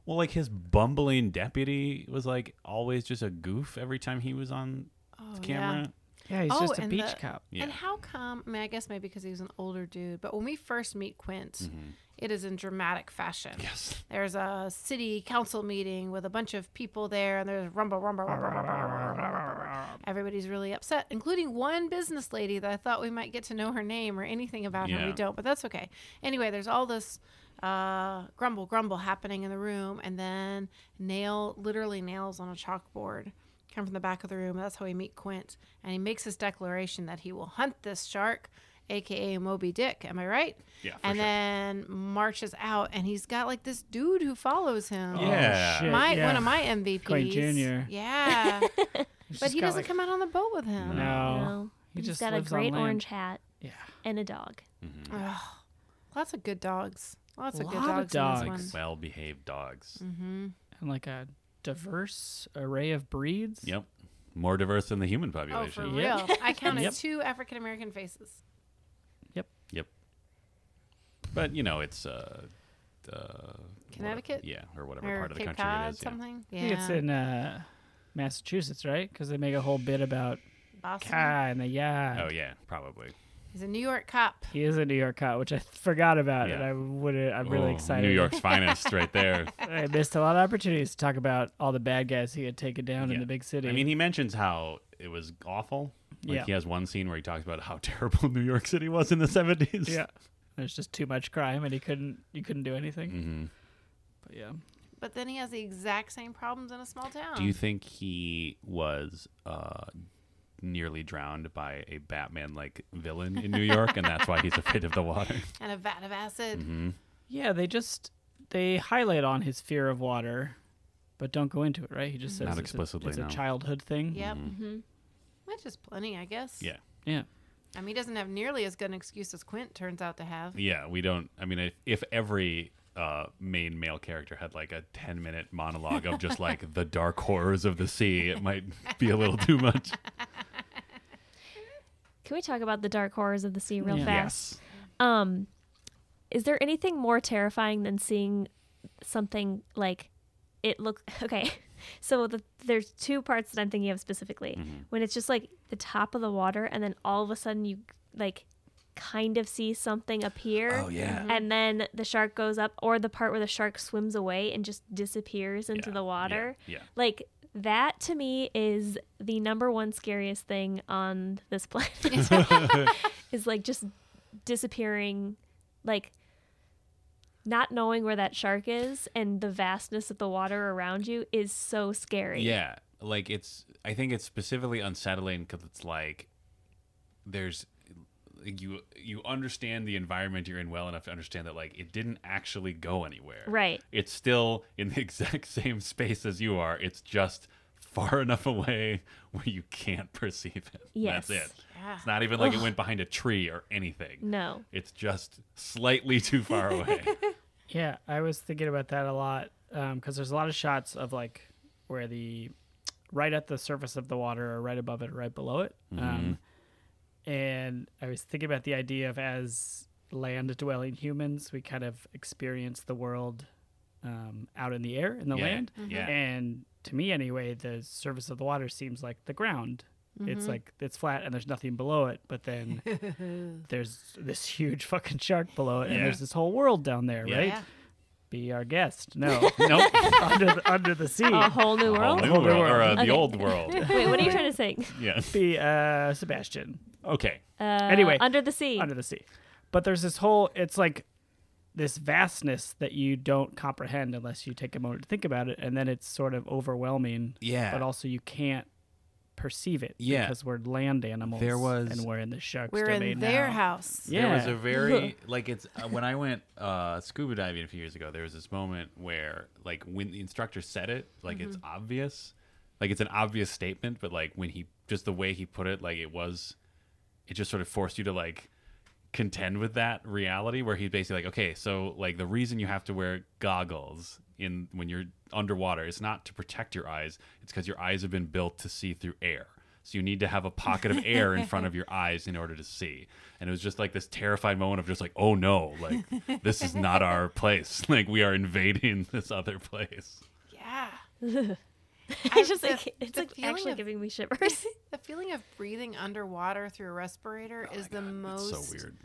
[SPEAKER 5] well, like his bumbling deputy was like always just a goof every time he was on
[SPEAKER 2] Oh,
[SPEAKER 5] camera.
[SPEAKER 4] yeah, he's
[SPEAKER 2] Oh,
[SPEAKER 4] just a
[SPEAKER 2] and
[SPEAKER 4] beach
[SPEAKER 2] the-
[SPEAKER 4] cop.
[SPEAKER 5] Yeah.
[SPEAKER 2] And how come? I mean, I guess maybe because he was an older dude. But when we first meet Quint, it is in dramatic fashion.
[SPEAKER 5] Yes.
[SPEAKER 2] There's a city council meeting with a bunch of people there, and there's rumble, rumble, rumble, rumble, rumble, rumble, rumble, rumble. Everybody's really upset, including one business lady that I thought we might get to know her name or anything about her.
[SPEAKER 5] Yeah.
[SPEAKER 2] We don't, but that's okay. Anyway, there's all this uh, grumble, grumble happening in the room, and then nail literally nails on a chalkboard come from the back of the room. That's how we meet Quint, and he makes his declaration that he will hunt this shark. AKA Moby Dick, am I right?
[SPEAKER 5] Yeah, for
[SPEAKER 2] And
[SPEAKER 5] sure.
[SPEAKER 2] then marches out, and he's got like this dude who follows him.
[SPEAKER 5] Yeah.
[SPEAKER 4] Oh, shit,
[SPEAKER 2] My
[SPEAKER 4] yeah.
[SPEAKER 2] one of my MVPs.
[SPEAKER 4] Quint Jr..
[SPEAKER 2] Yeah.
[SPEAKER 4] He's
[SPEAKER 2] but
[SPEAKER 4] just
[SPEAKER 2] he
[SPEAKER 4] got,
[SPEAKER 2] doesn't
[SPEAKER 4] like-
[SPEAKER 2] come out on the boat with him.
[SPEAKER 3] You
[SPEAKER 4] No.
[SPEAKER 3] know?
[SPEAKER 4] Oh, He
[SPEAKER 3] He's
[SPEAKER 4] just
[SPEAKER 3] got a
[SPEAKER 4] lives on
[SPEAKER 3] great
[SPEAKER 4] land.
[SPEAKER 3] orange hat
[SPEAKER 4] Yeah.
[SPEAKER 3] and a dog.
[SPEAKER 2] Ugh. Lots of good dogs. Lots of good
[SPEAKER 4] Lot of
[SPEAKER 2] dogs, in
[SPEAKER 4] dogs.
[SPEAKER 2] this one. Mm-hmm.
[SPEAKER 5] Well behaved dogs.
[SPEAKER 4] And like a diverse array of breeds.
[SPEAKER 5] Yep. More diverse than the human
[SPEAKER 2] Oh, for
[SPEAKER 5] population.
[SPEAKER 4] Yep.
[SPEAKER 2] real. I counted
[SPEAKER 4] Yep.
[SPEAKER 2] two African American faces.
[SPEAKER 5] Yep. But you know, it's uh, uh
[SPEAKER 2] Connecticut?
[SPEAKER 5] yeah, or whatever
[SPEAKER 2] Or
[SPEAKER 5] part of the
[SPEAKER 2] Cape
[SPEAKER 5] country
[SPEAKER 2] Cod,
[SPEAKER 5] it is. yeah.
[SPEAKER 2] something.
[SPEAKER 4] I
[SPEAKER 2] Yeah.
[SPEAKER 4] think it's in uh, Massachusetts, right? Because they make a whole bit about
[SPEAKER 2] Boston.
[SPEAKER 4] Ka and the Ya.
[SPEAKER 5] Oh yeah, probably.
[SPEAKER 2] He's a New York cop.
[SPEAKER 4] He is a New York cop, which I forgot about, and
[SPEAKER 5] Yeah.
[SPEAKER 4] I would. I'm really
[SPEAKER 5] Oh,
[SPEAKER 4] excited.
[SPEAKER 5] New York's finest, right there.
[SPEAKER 4] I missed a lot of opportunities to talk about all the bad guys he had taken down in
[SPEAKER 5] Yeah.
[SPEAKER 4] the big city.
[SPEAKER 5] I mean, he mentions how it was awful. Like
[SPEAKER 4] Yeah.
[SPEAKER 5] he has one scene where he talks about how terrible New York City was in the seventies.
[SPEAKER 4] yeah, there's just too much crime, and he couldn't. You couldn't do anything.
[SPEAKER 5] Mm-hmm.
[SPEAKER 4] But yeah,
[SPEAKER 2] But then he has the exact same problems in a small town.
[SPEAKER 5] Do you think he was uh, nearly drowned by a Batman-like villain in New York, and that's why he's afraid of the water?
[SPEAKER 2] and a vat of acid.
[SPEAKER 5] Mm-hmm.
[SPEAKER 4] yeah. They just they highlight on his fear of water, but don't go into it. Right? He just says
[SPEAKER 5] Mm.
[SPEAKER 4] it's
[SPEAKER 5] Not
[SPEAKER 4] a-
[SPEAKER 5] explicitly,
[SPEAKER 4] It's
[SPEAKER 5] no.
[SPEAKER 4] a childhood thing.
[SPEAKER 2] Yep.
[SPEAKER 4] Mm-hmm.
[SPEAKER 2] Which is plenty, I guess.
[SPEAKER 5] Mm-hmm. Yeah,
[SPEAKER 4] Yeah.
[SPEAKER 2] I mean, he doesn't have nearly as good an excuse as Quint turns out to have.
[SPEAKER 5] yeah. We don't. I mean, if, if every uh, main male character had like a ten-minute monologue of just like the dark horrors of the sea, it might be a little too much.
[SPEAKER 3] Can we talk about the dark horrors of the sea real
[SPEAKER 4] Yeah.
[SPEAKER 3] fast? Um, is there anything more terrifying than seeing something like it look okay? So the, there's two parts that I'm thinking of specifically. When it's just like the top of the water, and then all of a sudden you like kind of see something appear.
[SPEAKER 5] Oh yeah.
[SPEAKER 3] And then the shark goes up, or the part where the shark swims away and just disappears into
[SPEAKER 5] Yeah,
[SPEAKER 3] the
[SPEAKER 5] yeah,
[SPEAKER 3] water.
[SPEAKER 5] yeah.
[SPEAKER 3] Like that to me is the number one scariest thing on this planet. is like just disappearing, like not knowing where that shark is and the vastness of the water around you is so scary.
[SPEAKER 5] Yeah, like it's. I think it's specifically unsettling because it's like there's you you understand the environment you're in well enough to understand that like it didn't actually go anywhere.
[SPEAKER 3] Right.
[SPEAKER 5] It's still in the exact same space as you are. It's just far enough away where you can't perceive it.
[SPEAKER 3] Yes.
[SPEAKER 5] That's it.
[SPEAKER 2] Yeah.
[SPEAKER 5] It's not even like it went behind a tree or anything.
[SPEAKER 3] No.
[SPEAKER 5] It's just slightly too far away.
[SPEAKER 4] Yeah, I was thinking about that a lot because there's a lot of shots of like where the right at the surface of the water or right above it or right below it. Um,
[SPEAKER 5] Mm-hmm.
[SPEAKER 4] and I was thinking about the idea of as land dwelling humans, we kind of experience the world um, out in the air, in the
[SPEAKER 5] Yeah,
[SPEAKER 4] land.
[SPEAKER 5] yeah.
[SPEAKER 4] And to me, anyway, the surface of the water seems like the ground. It's like it's flat and there's nothing below it, but then there's this huge fucking shark below it, and
[SPEAKER 5] Yeah.
[SPEAKER 4] there's this whole world down there,
[SPEAKER 5] Yeah.
[SPEAKER 4] right?
[SPEAKER 2] Yeah.
[SPEAKER 4] Be our guest. No,
[SPEAKER 5] nope.
[SPEAKER 4] under the, under the sea.
[SPEAKER 3] A whole new
[SPEAKER 5] Whole
[SPEAKER 3] world.
[SPEAKER 5] new
[SPEAKER 4] Whole new
[SPEAKER 5] world, or uh,
[SPEAKER 4] world.
[SPEAKER 5] the
[SPEAKER 3] Okay.
[SPEAKER 5] old world.
[SPEAKER 3] Wait, what are you trying to say?
[SPEAKER 5] Yeah.
[SPEAKER 4] Be uh, Sebastian
[SPEAKER 5] Okay.
[SPEAKER 3] Uh,
[SPEAKER 4] Anyway,
[SPEAKER 3] under the sea.
[SPEAKER 4] under the sea. But there's this whole. It's like this vastness that you don't comprehend unless you take a moment to think about it, and then it's sort of overwhelming.
[SPEAKER 5] Yeah.
[SPEAKER 4] But also, you can't perceive it
[SPEAKER 5] Yeah.
[SPEAKER 4] because we're land animals
[SPEAKER 5] There was-
[SPEAKER 4] and we're in the shark's
[SPEAKER 2] We're
[SPEAKER 4] domain
[SPEAKER 2] in their
[SPEAKER 4] now.
[SPEAKER 2] house.
[SPEAKER 4] Yeah.
[SPEAKER 5] There was a very like it's uh, when I went uh, scuba diving a few years ago. There was this moment where like when the instructor said it, like it's obvious, like it's an obvious statement, but like when he just the way he put it, like it was, it just sort of forced you to like contend with that reality where he's basically like, okay, so like the reason you have to wear goggles in when you're underwater is not to protect your eyes, it's because your eyes have been built to see through air. So you need to have a pocket of air in front of your eyes in order to see. And it was just like this terrified moment of just like, oh no, like this is not our place. Like we are invading this other place.
[SPEAKER 2] Yeah.
[SPEAKER 3] It's just
[SPEAKER 2] the-
[SPEAKER 3] like it's
[SPEAKER 2] the
[SPEAKER 3] like
[SPEAKER 2] feeling
[SPEAKER 3] actually
[SPEAKER 2] of-
[SPEAKER 3] giving me shivers.
[SPEAKER 2] The feeling of breathing underwater through a respirator is the
[SPEAKER 5] Oh It's
[SPEAKER 2] most
[SPEAKER 5] so weird.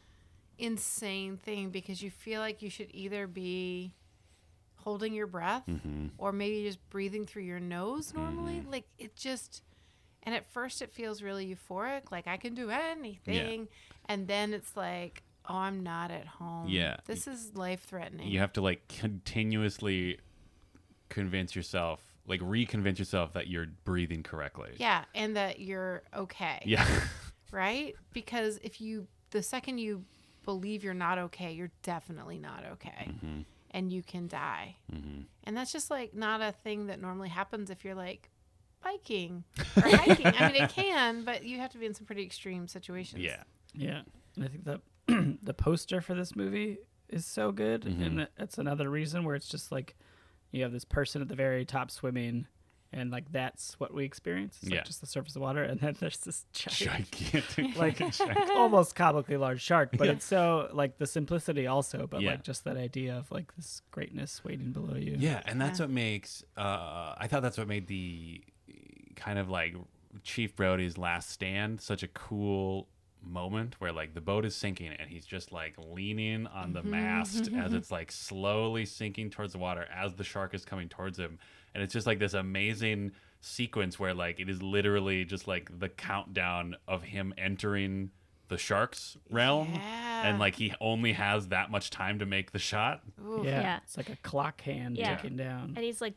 [SPEAKER 2] insane thing because you feel like you should either be holding your breath
[SPEAKER 5] Mm-hmm.
[SPEAKER 2] or maybe just breathing through your nose normally. Like it just, and at first it feels really euphoric, like I can do anything. And then it's like, oh, I'm not at home.
[SPEAKER 5] Yeah.
[SPEAKER 2] This is life threatening.
[SPEAKER 5] You have to like continuously convince yourself, like reconvince yourself that you're breathing correctly.
[SPEAKER 2] Yeah. And that you're okay.
[SPEAKER 5] Yeah.
[SPEAKER 2] Right? Because if you, the second you believe you're not okay, you're definitely not okay.
[SPEAKER 5] Mm-hmm.
[SPEAKER 2] And you can die. And that's just like not a thing that normally happens if you're like biking or hiking. I mean, it can, but you have to be in some pretty extreme situations.
[SPEAKER 5] yeah.
[SPEAKER 4] Yeah, and I think the the poster for this movie is so good,
[SPEAKER 5] Mm-hmm.
[SPEAKER 4] and that- that's another reason where it's just like you have this person at the very top swimming, and like that's what we experience. It's
[SPEAKER 5] Yeah.
[SPEAKER 4] like just the surface of water, and then there's this giant,
[SPEAKER 5] Gigantic.
[SPEAKER 4] like almost comically large shark. But it's so like the simplicity also, but
[SPEAKER 5] Yeah.
[SPEAKER 4] like just that idea of like this greatness waiting below you.
[SPEAKER 5] Yeah, and that's what makes. Uh, I thought that's what made the kind of like Chief Brody's last stand such a cool moment, where like the boat is sinking and he's just like leaning on the mast as it's like slowly sinking towards the water as the shark is coming towards him, and it's just like this amazing sequence where like it is literally just like the countdown of him entering the shark's realm
[SPEAKER 2] Yeah.
[SPEAKER 5] and like he only has that much time to make the shot
[SPEAKER 2] Ooh.
[SPEAKER 4] yeah,
[SPEAKER 3] Yeah.
[SPEAKER 4] it's like a clock hand
[SPEAKER 3] Yeah.
[SPEAKER 4] ticking down.
[SPEAKER 3] and he's like,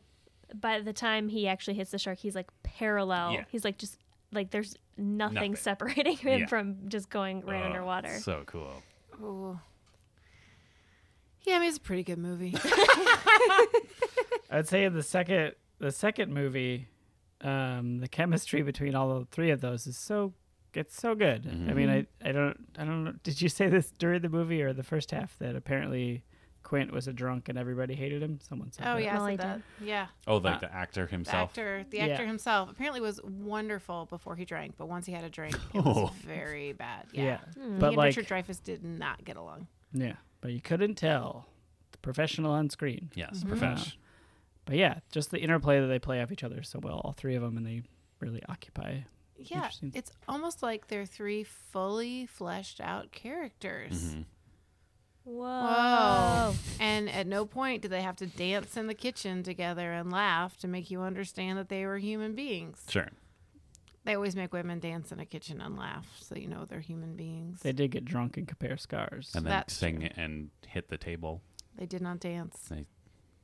[SPEAKER 3] by the time he actually hits the shark, he's like parallel.
[SPEAKER 5] Yeah.
[SPEAKER 3] He's like just like there's nothing,
[SPEAKER 5] Nothing.
[SPEAKER 3] separating him
[SPEAKER 5] Yeah.
[SPEAKER 3] from just going right
[SPEAKER 5] Oh,
[SPEAKER 3] underwater.
[SPEAKER 5] so cool
[SPEAKER 2] Ooh. Yeah, I mean, it's a pretty good movie.
[SPEAKER 4] I would say the second the second movie, um, the chemistry between all the three of those is so it's so good. I mean, I, I don't I don't know. Did you say this during the movie or the first half that apparently Quint was a drunk and everybody hated him? Someone said.
[SPEAKER 2] oh,
[SPEAKER 4] that.
[SPEAKER 2] yeah. I
[SPEAKER 3] Molly
[SPEAKER 2] said that.
[SPEAKER 3] did.
[SPEAKER 2] Yeah.
[SPEAKER 5] Oh, like the actor
[SPEAKER 2] The
[SPEAKER 5] himself.
[SPEAKER 2] actor, the
[SPEAKER 4] Yeah.
[SPEAKER 2] actor himself, apparently was wonderful before he drank, but once he had a drink, it
[SPEAKER 5] Oh.
[SPEAKER 2] was very bad.
[SPEAKER 4] yeah.
[SPEAKER 2] Yeah,
[SPEAKER 4] But
[SPEAKER 3] Hmm.
[SPEAKER 2] he and
[SPEAKER 4] like,
[SPEAKER 2] Richard Dreyfuss did not get along.
[SPEAKER 4] yeah, but you couldn't tell the professional on screen.
[SPEAKER 5] Yes, profesh.
[SPEAKER 4] But yeah, just the interplay that they play off each other so well, all three of them, and they really occupy.
[SPEAKER 2] Yeah,
[SPEAKER 4] Interesting.
[SPEAKER 2] it's almost like they're three fully fleshed out characters.
[SPEAKER 5] Mm-hmm.
[SPEAKER 3] Whoa.
[SPEAKER 2] And at no point did they have to dance in the kitchen together and laugh to make you understand that they were human beings.
[SPEAKER 5] Sure.
[SPEAKER 2] They always make women dance in a kitchen and laugh, so you know they're human beings.
[SPEAKER 4] They
[SPEAKER 2] They,
[SPEAKER 4] did get drunk and compare scars.
[SPEAKER 5] And then
[SPEAKER 2] That's
[SPEAKER 5] sing and hit the table.
[SPEAKER 2] did not dance.
[SPEAKER 5] They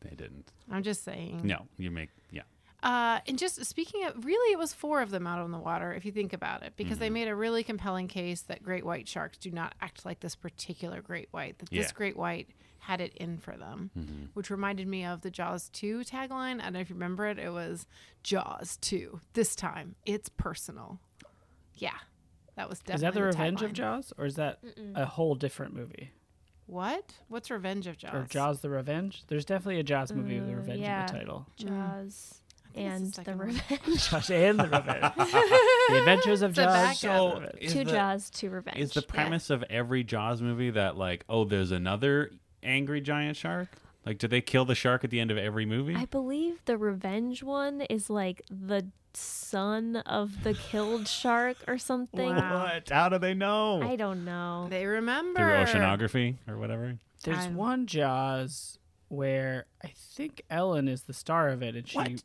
[SPEAKER 5] they didn't.
[SPEAKER 2] I'm just saying.
[SPEAKER 5] No, you make yeah.
[SPEAKER 2] Uh, and just speaking of, really, it was four of them out on the water, if you think about it, because
[SPEAKER 5] Mm-hmm.
[SPEAKER 2] they made a really compelling case that great white sharks do not act like this particular great white, that
[SPEAKER 5] Yeah. Mm-hmm.
[SPEAKER 2] this great white had it in for them, which reminded me of the Jaws 2 tagline. I don't know if you remember it. It was Jaws 2. This time, it's personal. Yeah. That was definitely
[SPEAKER 4] is that the Revenge of
[SPEAKER 2] tagline.
[SPEAKER 4] Jaws, or is that a whole different movie?
[SPEAKER 2] What? What's Revenge of Jaws? Mm,
[SPEAKER 4] or Jaws the Revenge. There's definitely a Jaws movie with the
[SPEAKER 3] Uh,
[SPEAKER 4] Revenge
[SPEAKER 3] yeah.
[SPEAKER 4] in the title.
[SPEAKER 3] Jaws
[SPEAKER 2] think it's the
[SPEAKER 3] and the
[SPEAKER 2] second one.
[SPEAKER 3] revenge.
[SPEAKER 4] Josh and the Revenge. the Adventures of
[SPEAKER 2] It's a
[SPEAKER 4] Jaws.
[SPEAKER 2] backup. So,
[SPEAKER 4] and the Revenge.
[SPEAKER 5] is
[SPEAKER 3] two
[SPEAKER 5] the,
[SPEAKER 3] Jaws, two revenge.
[SPEAKER 5] Is the premise of every Jaws movie that like oh there's another angry giant shark? Like do they kill the shark at the end of every movie?
[SPEAKER 3] I believe the revenge one is like the son of the killed shark or something.
[SPEAKER 2] Wow.
[SPEAKER 5] what? How do they know?
[SPEAKER 3] I don't know.
[SPEAKER 2] They remember.
[SPEAKER 5] Through oceanography or whatever.
[SPEAKER 4] There's
[SPEAKER 2] I'm-
[SPEAKER 4] one Jaws where I think Ellen is the star of it, and she
[SPEAKER 2] What?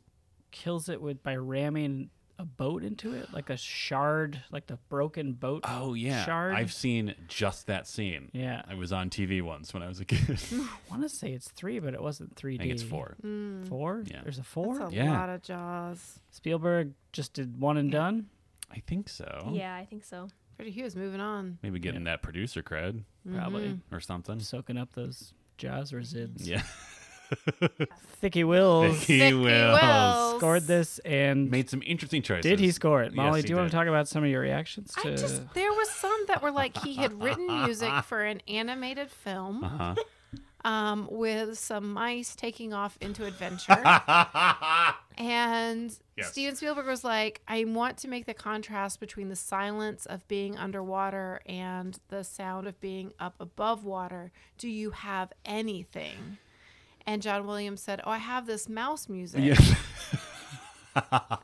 [SPEAKER 4] kills it with by ramming a boat into it, like a shard, like the broken boat.
[SPEAKER 5] Oh yeah.
[SPEAKER 4] shard.
[SPEAKER 5] I've seen just that scene.
[SPEAKER 4] yeah,
[SPEAKER 5] I was on TV once when I was a kid.
[SPEAKER 4] I want to say it's three, but it wasn't three
[SPEAKER 5] I
[SPEAKER 4] D.
[SPEAKER 5] think it's four.
[SPEAKER 4] Four?
[SPEAKER 5] Yeah.
[SPEAKER 4] There's
[SPEAKER 2] Hmm.
[SPEAKER 4] a
[SPEAKER 2] That's
[SPEAKER 4] four.
[SPEAKER 2] a
[SPEAKER 5] Yeah.
[SPEAKER 2] lot of Jaws.
[SPEAKER 4] Spielberg just did one and done.
[SPEAKER 5] I think so.
[SPEAKER 3] Yeah, I think so.
[SPEAKER 2] Freddy Hughes moving on.
[SPEAKER 5] Maybe getting that producer cred
[SPEAKER 2] Mm-hmm.
[SPEAKER 4] probably
[SPEAKER 5] or something.
[SPEAKER 4] soaking up those jaws resids.
[SPEAKER 5] Yeah.
[SPEAKER 4] Thicky Wills
[SPEAKER 5] Thicky
[SPEAKER 2] Sicky
[SPEAKER 5] Wills.
[SPEAKER 2] Wills.
[SPEAKER 4] scored this and
[SPEAKER 5] Made some interesting choices.
[SPEAKER 4] did he score it?
[SPEAKER 5] Yes,
[SPEAKER 4] Molly,
[SPEAKER 5] he
[SPEAKER 4] do you want
[SPEAKER 5] did.
[SPEAKER 4] to talk about some of your reactions to
[SPEAKER 2] I just there was some that were like he had written music for an animated film
[SPEAKER 5] Uh-huh.
[SPEAKER 2] um, with some mice taking off into adventure.
[SPEAKER 5] Uh-huh.
[SPEAKER 2] And
[SPEAKER 5] Yes.
[SPEAKER 2] Steven Spielberg was like, I want to make the contrast between the silence of being underwater and the sound of being up above water. Do you have anything? And John Williams said, Oh, I have this mouse music.
[SPEAKER 5] Yeah.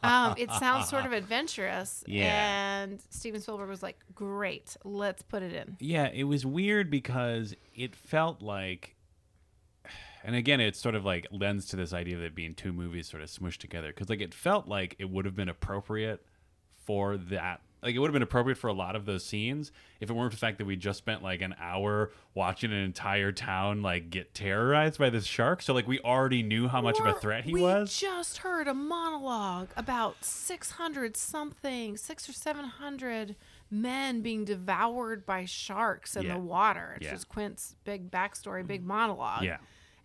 [SPEAKER 2] Um, it sounds sort of adventurous.
[SPEAKER 5] Yeah.
[SPEAKER 2] And Steven Spielberg was like, Great, let's put it in.
[SPEAKER 5] Yeah, it was weird because it felt like, and again, it sort of like lends to this idea of it being two movies sort of smushed together. Because like it felt like it would have been appropriate for that. Like it would have been appropriate for a lot of those scenes if it weren't for the fact that we just spent like an hour watching an entire town like get terrorized by this shark. So like we already knew how much of a
[SPEAKER 2] We're-
[SPEAKER 5] threat he
[SPEAKER 2] we
[SPEAKER 5] was.
[SPEAKER 2] just heard a monologue about 600 something, six or 700 men being devoured by sharks in
[SPEAKER 5] Yeah.
[SPEAKER 2] the water. It's
[SPEAKER 5] Yeah.
[SPEAKER 2] just Quint's big backstory, big monologue.
[SPEAKER 5] yeah,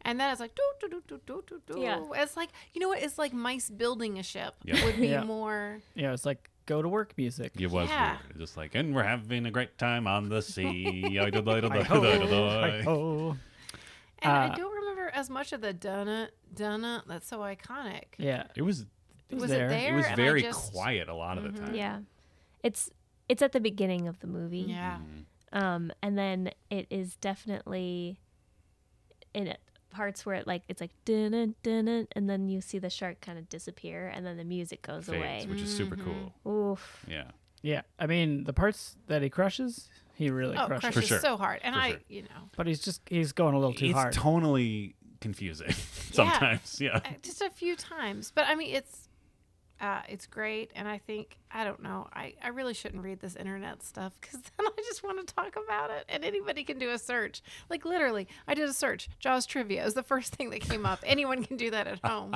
[SPEAKER 2] And then it's like, doo, doo, doo, doo, doo, doo, doo.
[SPEAKER 3] Yeah.
[SPEAKER 2] It's like, you know what? It's like mice building a ship
[SPEAKER 5] Yeah.
[SPEAKER 2] would be
[SPEAKER 4] Yeah.
[SPEAKER 2] more.
[SPEAKER 4] Yeah, it's like go to work music.
[SPEAKER 5] it was
[SPEAKER 2] Yeah.
[SPEAKER 5] weird. Just like, and we're having a great time on the sea.
[SPEAKER 4] Oh.
[SPEAKER 2] And
[SPEAKER 4] Uh,
[SPEAKER 2] I don't remember as much of the donut, donut. That's so iconic.
[SPEAKER 4] Yeah.
[SPEAKER 5] It was
[SPEAKER 4] It was,
[SPEAKER 2] Was it
[SPEAKER 4] there.
[SPEAKER 2] there?
[SPEAKER 5] it was
[SPEAKER 2] and I
[SPEAKER 5] very
[SPEAKER 2] just-
[SPEAKER 5] quiet a lot of the time.
[SPEAKER 3] Yeah. It's it's at the beginning of the movie.
[SPEAKER 2] Yeah.
[SPEAKER 5] Mm.
[SPEAKER 3] Um and then it is definitely in it, parts where it like it's like dun dun and then you see the shark kind of disappear and then the music goes
[SPEAKER 5] Fades,
[SPEAKER 3] away.
[SPEAKER 5] which is super cool.
[SPEAKER 3] Oof.
[SPEAKER 5] Yeah.
[SPEAKER 4] Yeah. I mean, the parts that he crushes, he really
[SPEAKER 2] Oh,
[SPEAKER 4] crushes.
[SPEAKER 2] crushes
[SPEAKER 5] sure.
[SPEAKER 2] so hard. And
[SPEAKER 5] For
[SPEAKER 2] I,
[SPEAKER 5] sure.
[SPEAKER 2] you know,
[SPEAKER 4] But he's just he's going a little too
[SPEAKER 5] it's
[SPEAKER 4] hard.
[SPEAKER 5] tonally confusing sometimes. Yeah.
[SPEAKER 2] Uh, just a few times but i mean it's uh, it's great and i think i don't know i, I really shouldn't read this internet stuff because then i just want to talk about it and anybody can do a search like literally i did a search jaws trivia is the first thing that came up anyone can do that at home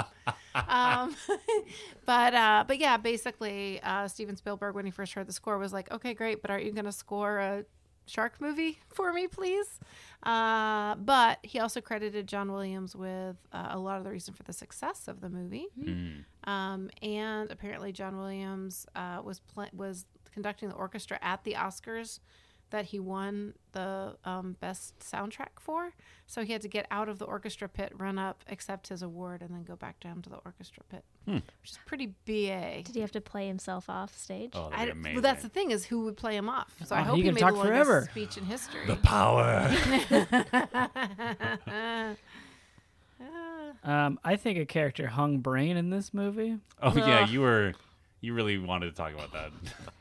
[SPEAKER 2] um, but uh, but yeah basically uh, steven spielberg when he first heard the score was like okay great but aren't you going to score a shark movie for me, please. Uh, but he also credited John Williams with uh, a lot of the reason for the success of the movie.
[SPEAKER 5] Mm.
[SPEAKER 2] Um, and apparently, John Williams uh, was pl- was conducting the orchestra at the Oscars that he won the um, best soundtrack for. So he had to get out of the orchestra pit, run up, accept his award, and then go back down to the orchestra pit,
[SPEAKER 5] Hmm.
[SPEAKER 2] which is pretty ba.
[SPEAKER 3] Did he have to play himself off stage?
[SPEAKER 5] Oh,
[SPEAKER 2] I,
[SPEAKER 5] that'd be amazing.
[SPEAKER 2] well, that's the thing is who would play him off. So I
[SPEAKER 4] Oh,
[SPEAKER 2] hope
[SPEAKER 4] he
[SPEAKER 2] he,
[SPEAKER 4] can
[SPEAKER 2] made
[SPEAKER 4] talk
[SPEAKER 2] the longest
[SPEAKER 4] forever.
[SPEAKER 2] speech in history.
[SPEAKER 5] power.
[SPEAKER 4] Um, I think a character hung brain in this movie.
[SPEAKER 5] oh yeah,
[SPEAKER 3] Ugh.
[SPEAKER 5] you were you really wanted to talk about that.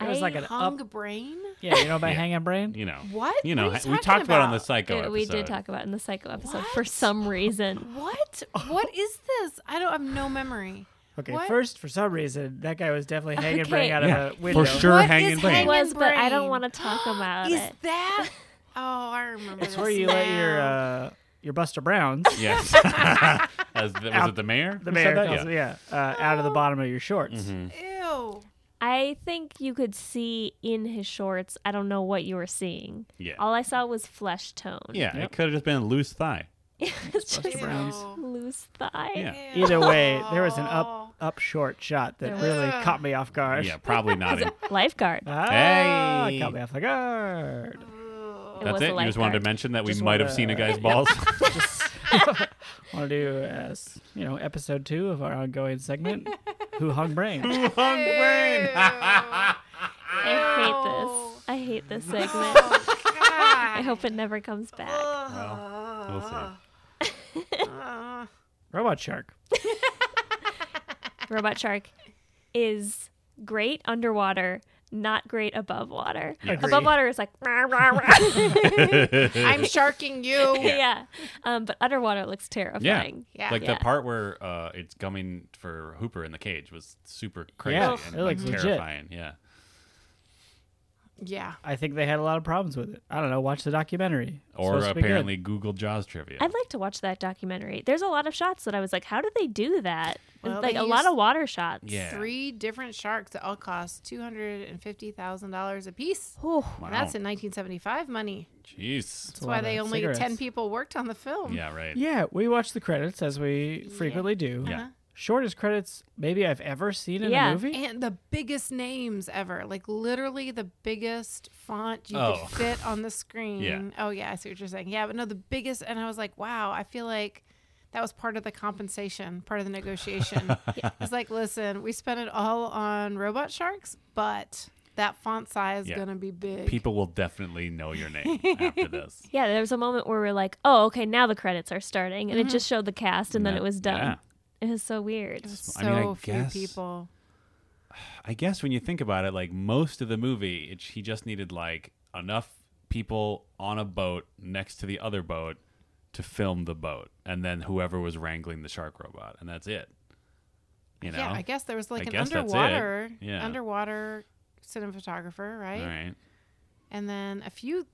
[SPEAKER 4] It was
[SPEAKER 3] I
[SPEAKER 4] like an
[SPEAKER 2] Hung
[SPEAKER 4] up.
[SPEAKER 2] brain?
[SPEAKER 4] Yeah, you know about
[SPEAKER 5] Yeah.
[SPEAKER 4] hanging brain.
[SPEAKER 5] You know.
[SPEAKER 2] What?
[SPEAKER 5] You know,
[SPEAKER 2] What are you
[SPEAKER 5] we
[SPEAKER 2] talking
[SPEAKER 5] talked about it on the
[SPEAKER 2] about?
[SPEAKER 5] psycho
[SPEAKER 3] Did- we did
[SPEAKER 5] episode.
[SPEAKER 3] talk about it in the psycho episode for
[SPEAKER 2] What?
[SPEAKER 3] some reason.
[SPEAKER 2] What? What is this? I don't have no memory.
[SPEAKER 4] Okay,
[SPEAKER 2] What?
[SPEAKER 4] first for some reason that guy was definitely hanging brain
[SPEAKER 3] Okay.
[SPEAKER 4] out
[SPEAKER 5] Yeah,
[SPEAKER 4] of a window.
[SPEAKER 5] for sure,
[SPEAKER 2] What is
[SPEAKER 5] hanging
[SPEAKER 3] It
[SPEAKER 5] brain.
[SPEAKER 2] hanging-
[SPEAKER 3] was, but I don't
[SPEAKER 2] brain.
[SPEAKER 3] want to talk about
[SPEAKER 2] Is
[SPEAKER 3] it.
[SPEAKER 2] that? Oh, I remember.
[SPEAKER 4] It's
[SPEAKER 2] this
[SPEAKER 4] where you let your
[SPEAKER 2] now.
[SPEAKER 4] uh, your Buster Browns,
[SPEAKER 5] Yes. As the, was it the mayor?
[SPEAKER 4] the
[SPEAKER 5] who
[SPEAKER 4] mayor,
[SPEAKER 5] said that? Oh.
[SPEAKER 4] calls it, yeah, uh, out of the bottom of your shorts.
[SPEAKER 5] Mm-hmm.
[SPEAKER 2] Ew.
[SPEAKER 3] I think you could see in his shorts. I don't know what you were seeing.
[SPEAKER 5] Yeah.
[SPEAKER 3] All I saw was flesh tone.
[SPEAKER 5] Yeah.
[SPEAKER 4] Yep.
[SPEAKER 5] It could have just been a loose thigh.
[SPEAKER 3] It's just
[SPEAKER 2] Ew.
[SPEAKER 4] Browns.
[SPEAKER 3] loose thigh.
[SPEAKER 5] Yeah.
[SPEAKER 2] Ew.
[SPEAKER 4] Either way, there was an
[SPEAKER 2] Aw.
[SPEAKER 4] up up short shot that
[SPEAKER 3] There
[SPEAKER 4] really
[SPEAKER 2] was.
[SPEAKER 4] caught me off guard.
[SPEAKER 5] Yeah, probably not. in-
[SPEAKER 3] Lifeguard.
[SPEAKER 4] Ah,
[SPEAKER 5] Hey.
[SPEAKER 4] caught me off guard.
[SPEAKER 2] Ugh.
[SPEAKER 3] It
[SPEAKER 5] That's
[SPEAKER 3] was
[SPEAKER 5] it.
[SPEAKER 3] a
[SPEAKER 5] You just wanted to
[SPEAKER 3] lifeguard.
[SPEAKER 5] mention that we
[SPEAKER 4] Just
[SPEAKER 5] might have
[SPEAKER 4] wanna-
[SPEAKER 5] seen a guy's balls.
[SPEAKER 4] Want to do, uh, s- you know, episode two of our ongoing segment, "Who Hung Brain."
[SPEAKER 5] Hung brain.
[SPEAKER 3] I hate this. I hate this segment.
[SPEAKER 2] Oh, God.
[SPEAKER 3] I hope it never comes back.
[SPEAKER 2] Well,
[SPEAKER 5] we'll see.
[SPEAKER 4] Robot Shark.
[SPEAKER 3] Robot Shark is great underwater, not great above water.
[SPEAKER 4] Agree.
[SPEAKER 3] Above water is like rah, rah, rah.
[SPEAKER 2] I'm sharking you.
[SPEAKER 3] yeah. Um, but underwater it looks terrifying.
[SPEAKER 2] Yeah.
[SPEAKER 5] Like
[SPEAKER 3] Yeah.
[SPEAKER 5] the part where uh, it's coming for Hooper in the cage was super crazy
[SPEAKER 4] Yeah,
[SPEAKER 5] and
[SPEAKER 4] it
[SPEAKER 5] like
[SPEAKER 4] looks legit.
[SPEAKER 5] terrifying. Yeah.
[SPEAKER 2] Yeah.
[SPEAKER 4] I think they had a lot of problems with it. I don't know. Watch the documentary. It's
[SPEAKER 5] Or
[SPEAKER 4] supposed to be good.
[SPEAKER 5] apparently Google Jaws trivia.
[SPEAKER 3] I'd like to watch that documentary. There's a lot of shots that I was like, how do they do that?
[SPEAKER 2] Well,
[SPEAKER 3] like
[SPEAKER 2] they
[SPEAKER 3] a lot
[SPEAKER 2] use-
[SPEAKER 3] of water shots.
[SPEAKER 5] Yeah.
[SPEAKER 2] Three different sharks that all cost two hundred and fifty thousand dollars a piece.
[SPEAKER 3] Whew.
[SPEAKER 5] Wow.
[SPEAKER 2] And that's in nineteen seventy five money.
[SPEAKER 5] Jeez.
[SPEAKER 4] a
[SPEAKER 2] That's why
[SPEAKER 4] lot
[SPEAKER 2] they
[SPEAKER 4] of
[SPEAKER 2] only ten
[SPEAKER 4] cigarettes.
[SPEAKER 2] people worked on the film.
[SPEAKER 5] Yeah, right.
[SPEAKER 4] Yeah, we watch the credits as we frequently do.
[SPEAKER 5] Yeah.
[SPEAKER 2] Uh-huh.
[SPEAKER 4] Shortest credits maybe I've ever seen in
[SPEAKER 3] Yeah.
[SPEAKER 4] a movie.
[SPEAKER 2] And the biggest names ever, like literally the biggest font you
[SPEAKER 5] Oh.
[SPEAKER 2] could fit on the screen. Oh yeah, I see what you're saying. Yeah, but no, the biggest. And I was like, wow, I feel like that was part of the compensation, part of the negotiation. It's like, listen, we spent it all on robot sharks, but that font size
[SPEAKER 5] Yeah.
[SPEAKER 2] is gonna be big.
[SPEAKER 5] People will definitely know your name after this.
[SPEAKER 3] Yeah, there was a moment where we are like, oh, okay, now the credits are starting. And it just showed the cast and then
[SPEAKER 5] Yeah.
[SPEAKER 3] it was done.
[SPEAKER 5] Yeah.
[SPEAKER 3] Mm-hmm. It was so weird.
[SPEAKER 2] so
[SPEAKER 5] I mean, I
[SPEAKER 2] few
[SPEAKER 5] guess-
[SPEAKER 2] people.
[SPEAKER 5] I guess when you think about it, like most of the movie, it, he just needed like enough people on a boat next to the other boat to film the boat, and then whoever was wrangling the shark robot, and that's it. You know,
[SPEAKER 2] Yeah, I guess there was like
[SPEAKER 5] I
[SPEAKER 2] an
[SPEAKER 5] guess that's it.
[SPEAKER 2] underwater,
[SPEAKER 5] Yeah.
[SPEAKER 2] underwater cinematographer,
[SPEAKER 5] all
[SPEAKER 2] right?
[SPEAKER 5] right.
[SPEAKER 2] And then a few,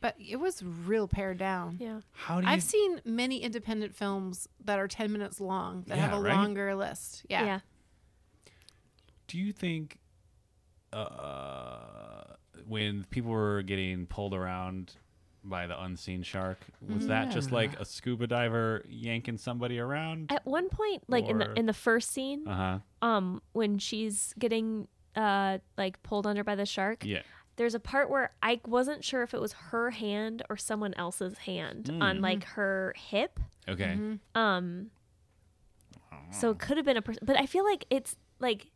[SPEAKER 2] but it was real pared down.
[SPEAKER 3] Yeah.
[SPEAKER 5] How do you?
[SPEAKER 2] I've seen many independent films that are 10 minutes long that have
[SPEAKER 5] Yeah,
[SPEAKER 2] a
[SPEAKER 5] right?
[SPEAKER 2] longer list. Yeah.
[SPEAKER 3] yeah.
[SPEAKER 5] do you think uh, when people were getting pulled around by the unseen shark, was that
[SPEAKER 2] Mm.
[SPEAKER 5] just like a scuba diver yanking somebody around?
[SPEAKER 3] At one point, like in the
[SPEAKER 5] Or-
[SPEAKER 3] in the first scene,
[SPEAKER 5] Uh huh.
[SPEAKER 3] um, when she's getting uh like pulled under by the shark,
[SPEAKER 5] Yeah.
[SPEAKER 3] there's a part where I wasn't sure if it was her hand or someone else's hand
[SPEAKER 5] Hmm.
[SPEAKER 3] on like her hip.
[SPEAKER 5] Okay.
[SPEAKER 2] Mm-hmm.
[SPEAKER 3] Um,
[SPEAKER 5] Ah.
[SPEAKER 3] so it could have been a person, but I feel like it's like,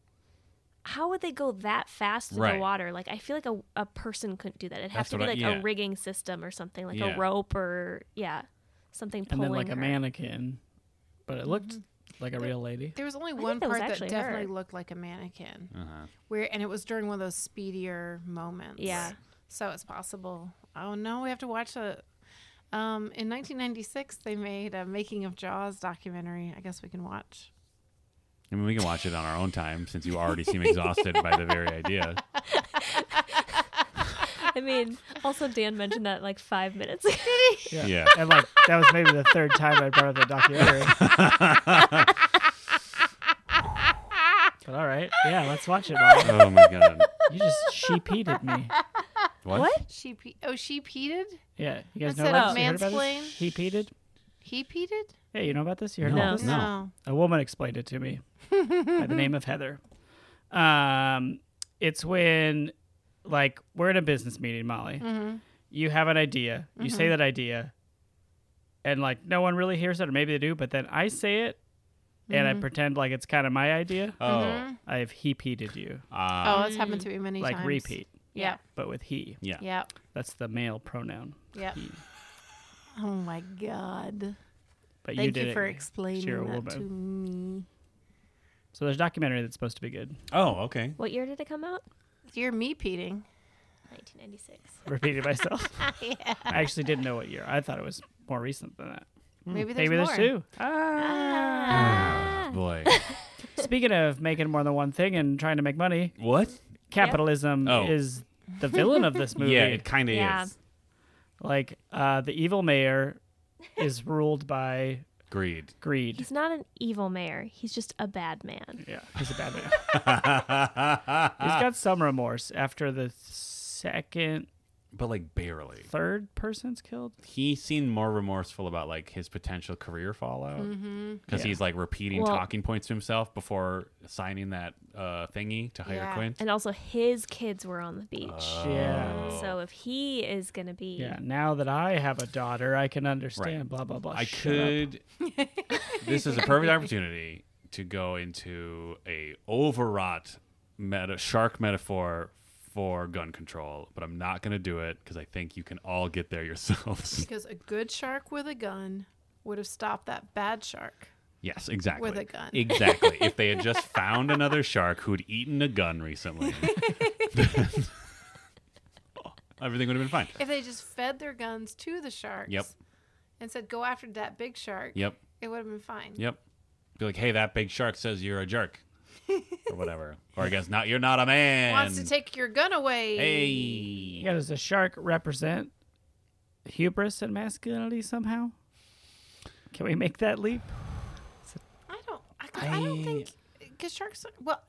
[SPEAKER 3] how would they go that fast through
[SPEAKER 5] Right.
[SPEAKER 3] the water? Like, I feel like a, a person couldn't do that. It'd have
[SPEAKER 5] That's
[SPEAKER 3] to be
[SPEAKER 5] what I-
[SPEAKER 3] like
[SPEAKER 5] yeah.
[SPEAKER 3] a rigging system or something, like
[SPEAKER 5] Yeah.
[SPEAKER 3] a rope or yeah, something
[SPEAKER 4] and
[SPEAKER 3] pulling
[SPEAKER 4] then like a
[SPEAKER 3] her.
[SPEAKER 4] mannequin, but it looked like a real lady.
[SPEAKER 2] There was only
[SPEAKER 3] think
[SPEAKER 2] one
[SPEAKER 3] that was
[SPEAKER 2] part that,
[SPEAKER 3] actually
[SPEAKER 2] definitely
[SPEAKER 3] her.
[SPEAKER 2] looked like a mannequin.
[SPEAKER 5] Uh huh.
[SPEAKER 2] Where and it was during one of those speedier moments.
[SPEAKER 3] Yeah.
[SPEAKER 2] So it's possible. Oh no, we have to watch a um, in 1996, they made a Making of Jaws documentary. I guess we can watch.
[SPEAKER 5] I mean, we can watch it on our own time since you already seem exhausted by the very idea.
[SPEAKER 3] I mean, also Dan mentioned that like five minutes ago.
[SPEAKER 4] Yeah.
[SPEAKER 5] Yeah.
[SPEAKER 4] and like that was maybe the third time I brought up the documentary. but all right, yeah, let's watch it. Mom.
[SPEAKER 5] Oh my god.
[SPEAKER 4] You just sheep-heated me.
[SPEAKER 5] What?
[SPEAKER 2] She pe- oh she peated?
[SPEAKER 4] Yeah, you guys
[SPEAKER 2] That's
[SPEAKER 4] know
[SPEAKER 2] it,
[SPEAKER 4] about
[SPEAKER 2] oh.
[SPEAKER 4] this? You heard about
[SPEAKER 2] mansplain.
[SPEAKER 4] this? Sheep-heated?
[SPEAKER 2] He peated?
[SPEAKER 4] Yeah, you know about this? You heard
[SPEAKER 5] No.
[SPEAKER 4] about this?
[SPEAKER 5] No.
[SPEAKER 4] A woman explained it to me by the name of Heather. Um, it's when, like, we're in a business meeting, Molly.
[SPEAKER 2] Mm-hmm.
[SPEAKER 4] You have an idea. You say that idea, and like no one really hears it, or maybe they do, but then I say it, and
[SPEAKER 2] Mm-hmm.
[SPEAKER 4] I pretend like it's kind of my idea.
[SPEAKER 5] Oh.
[SPEAKER 4] I have heated you,
[SPEAKER 5] Uh,
[SPEAKER 2] Oh, it's happened to me many
[SPEAKER 4] Um, like
[SPEAKER 2] times.
[SPEAKER 4] repeat,
[SPEAKER 2] Yep.
[SPEAKER 4] but with he.
[SPEAKER 5] yeah.
[SPEAKER 2] Yep.
[SPEAKER 4] That's the male pronoun.
[SPEAKER 2] Yep. Oh my god.
[SPEAKER 4] But you
[SPEAKER 2] Thank
[SPEAKER 4] did
[SPEAKER 2] you, for
[SPEAKER 4] it.
[SPEAKER 2] explaining
[SPEAKER 4] You're a
[SPEAKER 2] that
[SPEAKER 4] woman.
[SPEAKER 2] to me.
[SPEAKER 4] So there's a documentary that's supposed to be good.
[SPEAKER 5] Oh, okay.
[SPEAKER 3] What year did it come out?
[SPEAKER 2] You're me peating.
[SPEAKER 3] 1996.
[SPEAKER 4] Repeated myself. I actually didn't know what year. I thought it was more recent than that.
[SPEAKER 2] Maybe there's
[SPEAKER 4] Mm, Maybe
[SPEAKER 2] more.
[SPEAKER 4] there's two. Ah.
[SPEAKER 5] Boy.
[SPEAKER 4] Speaking of making more than one thing and trying to make money,
[SPEAKER 5] what?
[SPEAKER 4] capitalism
[SPEAKER 5] Oh.
[SPEAKER 4] is the villain of this movie.
[SPEAKER 5] Yeah, it kind of
[SPEAKER 3] Yeah.
[SPEAKER 5] is.
[SPEAKER 4] Like uh, the evil mayor is ruled by
[SPEAKER 5] Greed.
[SPEAKER 4] greed.
[SPEAKER 3] He's not an evil mayor. He's just a bad man.
[SPEAKER 4] Yeah, he's a bad man. he's
[SPEAKER 5] Ah.
[SPEAKER 4] got some remorse after the second,
[SPEAKER 5] But like barely.
[SPEAKER 4] third person's killed.
[SPEAKER 5] He seemed more remorseful about like his potential career fallout because
[SPEAKER 4] Yeah.
[SPEAKER 5] he's like repeating
[SPEAKER 3] Well-
[SPEAKER 5] talking points to himself before signing that uh, thingy to hire
[SPEAKER 2] Yeah.
[SPEAKER 5] Quinn.
[SPEAKER 3] And also, his kids were on the beach.
[SPEAKER 5] Oh.
[SPEAKER 4] Yeah.
[SPEAKER 3] So if he is going to be.
[SPEAKER 4] Yeah. Now that I have a daughter, I can understand.
[SPEAKER 5] Right.
[SPEAKER 4] Blah blah
[SPEAKER 2] Oh,
[SPEAKER 4] blah.
[SPEAKER 5] I
[SPEAKER 4] Shut up.
[SPEAKER 5] could. this is a perfect opportunity to go into a overwrought meta, shark metaphor for gun control, but I'm not going to do it because I think you can all get there yourselves.
[SPEAKER 2] Because a good shark with a gun would have stopped that bad shark.
[SPEAKER 5] yes, exactly.
[SPEAKER 2] With a gun.
[SPEAKER 5] Exactly. if they had just found another shark who'd eaten a gun recently, then everything would have been fine.
[SPEAKER 2] If they just fed their guns to the sharks
[SPEAKER 5] Yep.
[SPEAKER 2] and said, go after that big shark,
[SPEAKER 5] Yep.
[SPEAKER 2] it would have been fine.
[SPEAKER 5] Yep. Be like, hey, that big shark says you're a jerk. or whatever. or I guess not. You're not a man.
[SPEAKER 2] Wants to take your gun away.
[SPEAKER 5] Hey.
[SPEAKER 4] Yeah, does the shark represent hubris and masculinity somehow? Can we make that leap?
[SPEAKER 2] I don't. I, 'cause I
[SPEAKER 5] I-
[SPEAKER 2] don't think because sharks. Well,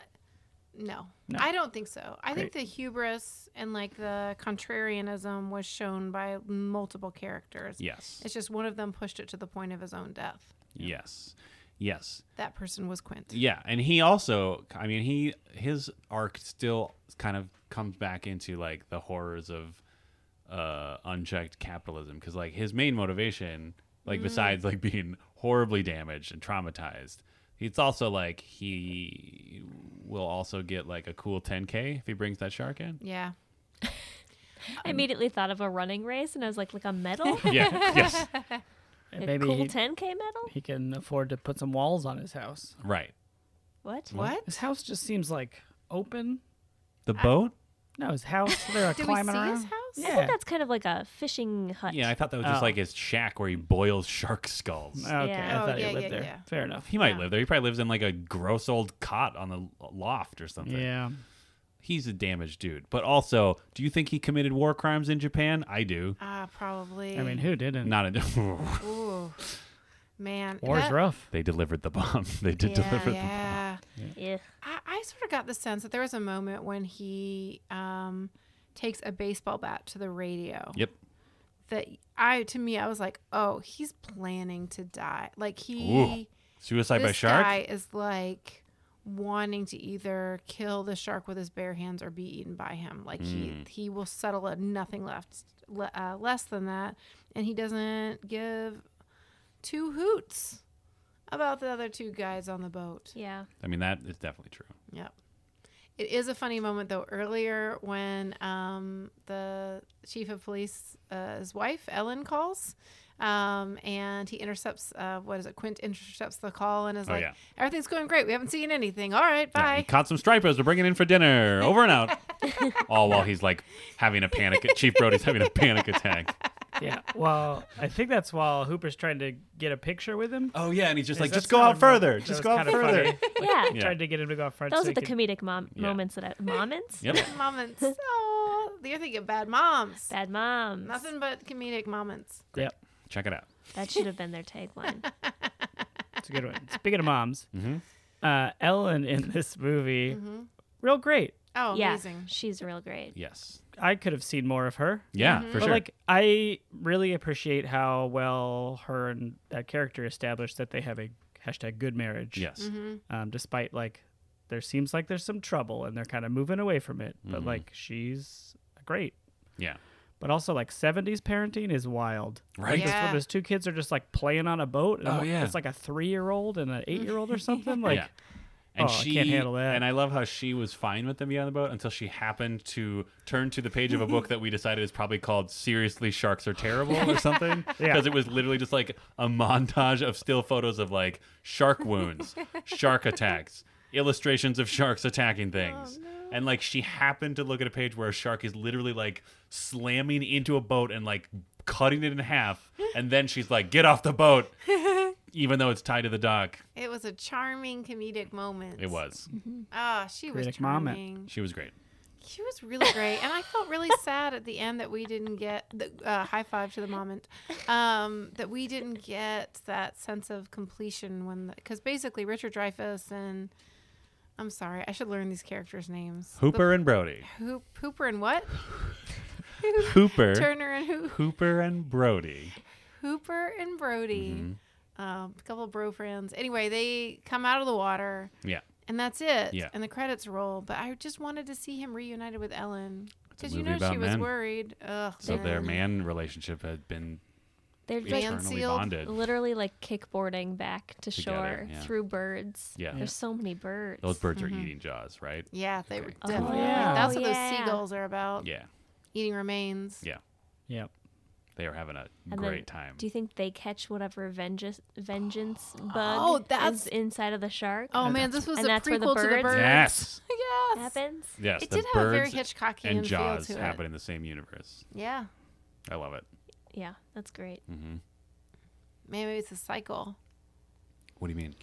[SPEAKER 2] no,
[SPEAKER 4] No.
[SPEAKER 2] I don't think so. I think the hubris and like the contrarianism was shown by multiple characters.
[SPEAKER 5] Yes.
[SPEAKER 2] It's just one of them pushed it to the point of his own death.
[SPEAKER 5] Yes. Yes.
[SPEAKER 2] That person was Quint.
[SPEAKER 5] Yeah, and he also, I mean, he his arc still kind of comes back into like the horrors of uh unchecked capitalism because like his main motivation, like besides like being horribly damaged and traumatized, it's also like he will also get like a cool 10k if he brings that shark in.
[SPEAKER 2] Yeah.
[SPEAKER 3] I immediately thought of a running race, and I was like, like a medal,
[SPEAKER 5] Yeah. yes.
[SPEAKER 4] And
[SPEAKER 3] a
[SPEAKER 4] maybe
[SPEAKER 3] cool
[SPEAKER 4] he,
[SPEAKER 3] 10k medal.
[SPEAKER 4] he can afford to put some walls on his house.
[SPEAKER 5] Right.
[SPEAKER 3] What?
[SPEAKER 2] What?
[SPEAKER 4] His house just seems like open.
[SPEAKER 5] The boat.
[SPEAKER 4] No, his house. They're
[SPEAKER 2] Did we see
[SPEAKER 4] climbing around.
[SPEAKER 2] his house?
[SPEAKER 3] I
[SPEAKER 4] Yeah.
[SPEAKER 3] think that's kind of like a fishing hut.
[SPEAKER 5] Yeah, I thought that was just
[SPEAKER 4] Oh.
[SPEAKER 5] like his shack where he boils shark skulls.
[SPEAKER 4] Okay,
[SPEAKER 3] Yeah.
[SPEAKER 4] I thought
[SPEAKER 2] Oh, yeah,
[SPEAKER 4] he lived
[SPEAKER 2] yeah,
[SPEAKER 4] there.
[SPEAKER 2] yeah.
[SPEAKER 4] Fair enough.
[SPEAKER 5] He might
[SPEAKER 2] Yeah.
[SPEAKER 5] live there. He probably lives in like a gross old cot on the loft or something.
[SPEAKER 4] Yeah.
[SPEAKER 5] He's a damaged dude. But also, do you think he committed war crimes in Japan? I do.
[SPEAKER 2] Ah, probably.
[SPEAKER 4] I mean, who didn't?
[SPEAKER 5] Not a.
[SPEAKER 2] Ooh, man.
[SPEAKER 4] War's
[SPEAKER 2] that-
[SPEAKER 4] rough.
[SPEAKER 5] they delivered the bomb. They did
[SPEAKER 3] Yeah,
[SPEAKER 5] deliver the bomb.
[SPEAKER 2] Yeah.
[SPEAKER 3] Yeah.
[SPEAKER 2] I, I sort of got the sense that there was a moment when he um, takes a baseball bat to the radio.
[SPEAKER 5] Yep.
[SPEAKER 2] That I, to me, I was like, oh, he's planning to die. Like he,
[SPEAKER 5] Suicide by
[SPEAKER 2] this
[SPEAKER 5] shark?
[SPEAKER 2] guy is like wanting to either kill the shark with his bare hands or be eaten by him. Like
[SPEAKER 5] Hmm.
[SPEAKER 2] he, he will settle at nothing left, le- uh, less than that, and he doesn't give two hoots about the other two guys on the boat.
[SPEAKER 3] Yeah.
[SPEAKER 5] I mean, that is definitely true.
[SPEAKER 2] Yep. It is a funny moment though. Earlier, when um, the chief of police, uh, his wife Ellen calls, um, and he intercepts. Uh, what is it? Quint intercepts the call and is
[SPEAKER 5] Oh,
[SPEAKER 2] like,
[SPEAKER 5] yeah.
[SPEAKER 2] "Everything's going great. We haven't seen anything. All right,
[SPEAKER 5] Yeah, he
[SPEAKER 2] bye."
[SPEAKER 5] caught some stripers. We're bringing in for dinner. Over and out. All while he's like having a panic. Chief Brody's having a panic attack.
[SPEAKER 4] yeah. Well, I think that's while Hooper's trying to get a picture with him.
[SPEAKER 5] Oh, yeah. And he's just like,
[SPEAKER 4] That's
[SPEAKER 5] just go
[SPEAKER 4] kind
[SPEAKER 5] out
[SPEAKER 4] of-
[SPEAKER 5] further.
[SPEAKER 4] that was
[SPEAKER 5] Just go out
[SPEAKER 4] kind of
[SPEAKER 5] further.
[SPEAKER 4] funny.
[SPEAKER 3] Yeah.
[SPEAKER 5] Yeah.
[SPEAKER 4] Tried to get him to go out front.
[SPEAKER 3] Those
[SPEAKER 4] so
[SPEAKER 3] are
[SPEAKER 4] he
[SPEAKER 3] the
[SPEAKER 4] could-
[SPEAKER 3] comedic mom-
[SPEAKER 5] Yeah.
[SPEAKER 3] moments that I. Moments?
[SPEAKER 5] Yep.
[SPEAKER 2] moments. Oh, you're thinking bad moms.
[SPEAKER 3] Bad moms.
[SPEAKER 2] Nothing but comedic moments.
[SPEAKER 4] Yep.
[SPEAKER 5] Check it out.
[SPEAKER 3] That should have been their tagline.
[SPEAKER 4] It's a good one. Speaking of moms,
[SPEAKER 5] Mm-hmm.
[SPEAKER 4] uh, Ellen in this movie, real great.
[SPEAKER 2] Mm-hmm. Oh,
[SPEAKER 3] yeah.
[SPEAKER 2] amazing.
[SPEAKER 3] She's real great.
[SPEAKER 5] Yes.
[SPEAKER 4] I could have seen more of her.
[SPEAKER 5] Yeah,
[SPEAKER 2] Mm-hmm.
[SPEAKER 5] for
[SPEAKER 4] But
[SPEAKER 5] sure.
[SPEAKER 4] like, I really appreciate how well her and that character established that they have a hashtag good marriage.
[SPEAKER 5] yes.
[SPEAKER 2] Mm-hmm.
[SPEAKER 4] Um, despite like, there seems like there's some trouble and they're kind of moving away from it.
[SPEAKER 5] Mm-hmm.
[SPEAKER 4] But like, she's great.
[SPEAKER 5] Yeah.
[SPEAKER 4] But also like 70s parenting is wild.
[SPEAKER 5] Right?
[SPEAKER 2] Yeah.
[SPEAKER 4] Where those two kids are just like playing on a boat. And
[SPEAKER 5] Oh, yeah.
[SPEAKER 4] It's like a three year old and an eight year old or something. Like,
[SPEAKER 5] yeah. And
[SPEAKER 4] "Oh, I
[SPEAKER 5] she
[SPEAKER 4] can't handle that."
[SPEAKER 5] And I love how she was fine with them being on the boat until she happened to turn to the page of a book that we decided is probably called "Seriously, Sharks Are Terrible" or something, because
[SPEAKER 4] Yeah.
[SPEAKER 5] it was literally just like a montage of still photos of like shark wounds, shark attacks, illustrations of sharks attacking
[SPEAKER 4] Oh,
[SPEAKER 5] things. And like she happened to look at a page where a shark is literally like slamming into a boat and like cutting it in half, and then she's like, "Get off the boat," even though it's tied to the dock.
[SPEAKER 2] It was a charming comedic moment.
[SPEAKER 5] It was.
[SPEAKER 4] Mm-hmm.
[SPEAKER 2] Ah, she was
[SPEAKER 4] Comedic moment.
[SPEAKER 2] charming.
[SPEAKER 5] She was great.
[SPEAKER 2] She was really great, and I felt really sad at the end that we didn't get the uh, high five to the moment. Um, that we didn't get that sense of completion when, because basically Richard Dreyfuss and I'm sorry, I should learn these characters' names.
[SPEAKER 5] Hooper and Brody.
[SPEAKER 2] The, Hoop, Hooper and what?
[SPEAKER 5] Hooper.
[SPEAKER 2] Turner and Hoop,
[SPEAKER 5] Hooper and Brody.
[SPEAKER 2] Hooper and Brody,
[SPEAKER 5] Mm-hmm.
[SPEAKER 2] um, a couple of bro friends. Anyway, they come out of the water,
[SPEAKER 5] Yeah.
[SPEAKER 2] and that's it.
[SPEAKER 5] Yeah.
[SPEAKER 2] And the credits roll. But I just wanted to see him reunited with Ellen
[SPEAKER 5] a
[SPEAKER 2] because you
[SPEAKER 5] movie
[SPEAKER 2] know she
[SPEAKER 5] about
[SPEAKER 2] was
[SPEAKER 5] men.
[SPEAKER 2] worried. Ugh,
[SPEAKER 5] So their
[SPEAKER 2] man.
[SPEAKER 5] man relationship had been
[SPEAKER 3] They're
[SPEAKER 2] Like-
[SPEAKER 3] like
[SPEAKER 2] Man
[SPEAKER 5] eternally
[SPEAKER 2] sealed
[SPEAKER 5] bonded.
[SPEAKER 3] literally like kickboarding back to
[SPEAKER 5] Together,
[SPEAKER 3] shore
[SPEAKER 5] yeah.
[SPEAKER 3] through birds.
[SPEAKER 5] Yeah.
[SPEAKER 2] Mm-hmm.
[SPEAKER 3] There's so many birds.
[SPEAKER 5] Those birds are eating jaws, right?
[SPEAKER 2] Yeah, they were
[SPEAKER 5] Okay. Oh,
[SPEAKER 2] definitely.
[SPEAKER 4] yeah.
[SPEAKER 2] That's what
[SPEAKER 3] yeah.
[SPEAKER 2] those seagulls are about.
[SPEAKER 5] Yeah.
[SPEAKER 2] Eating remains.
[SPEAKER 5] Yeah.
[SPEAKER 4] yep.
[SPEAKER 5] They were having a
[SPEAKER 3] And then
[SPEAKER 5] great time.
[SPEAKER 3] Do you think they catch whatever vengeance vengeance bug
[SPEAKER 2] Oh, that's-
[SPEAKER 3] is inside of the shark?
[SPEAKER 2] Oh man, this was
[SPEAKER 3] And
[SPEAKER 2] a
[SPEAKER 3] that's where the
[SPEAKER 2] prequel to the
[SPEAKER 3] birds-
[SPEAKER 2] birds.
[SPEAKER 5] yes.
[SPEAKER 2] yes.
[SPEAKER 3] happens.
[SPEAKER 5] Yes.
[SPEAKER 2] It
[SPEAKER 5] the
[SPEAKER 2] did have a very
[SPEAKER 5] birds
[SPEAKER 2] Hitchcockian
[SPEAKER 5] and jaws
[SPEAKER 2] feel to
[SPEAKER 5] happen
[SPEAKER 2] it.
[SPEAKER 5] in the same universe.
[SPEAKER 2] Yeah.
[SPEAKER 5] I love it. Mm.
[SPEAKER 3] Yeah, that's great.
[SPEAKER 2] Maybe it's a cycle.
[SPEAKER 5] What do you mean?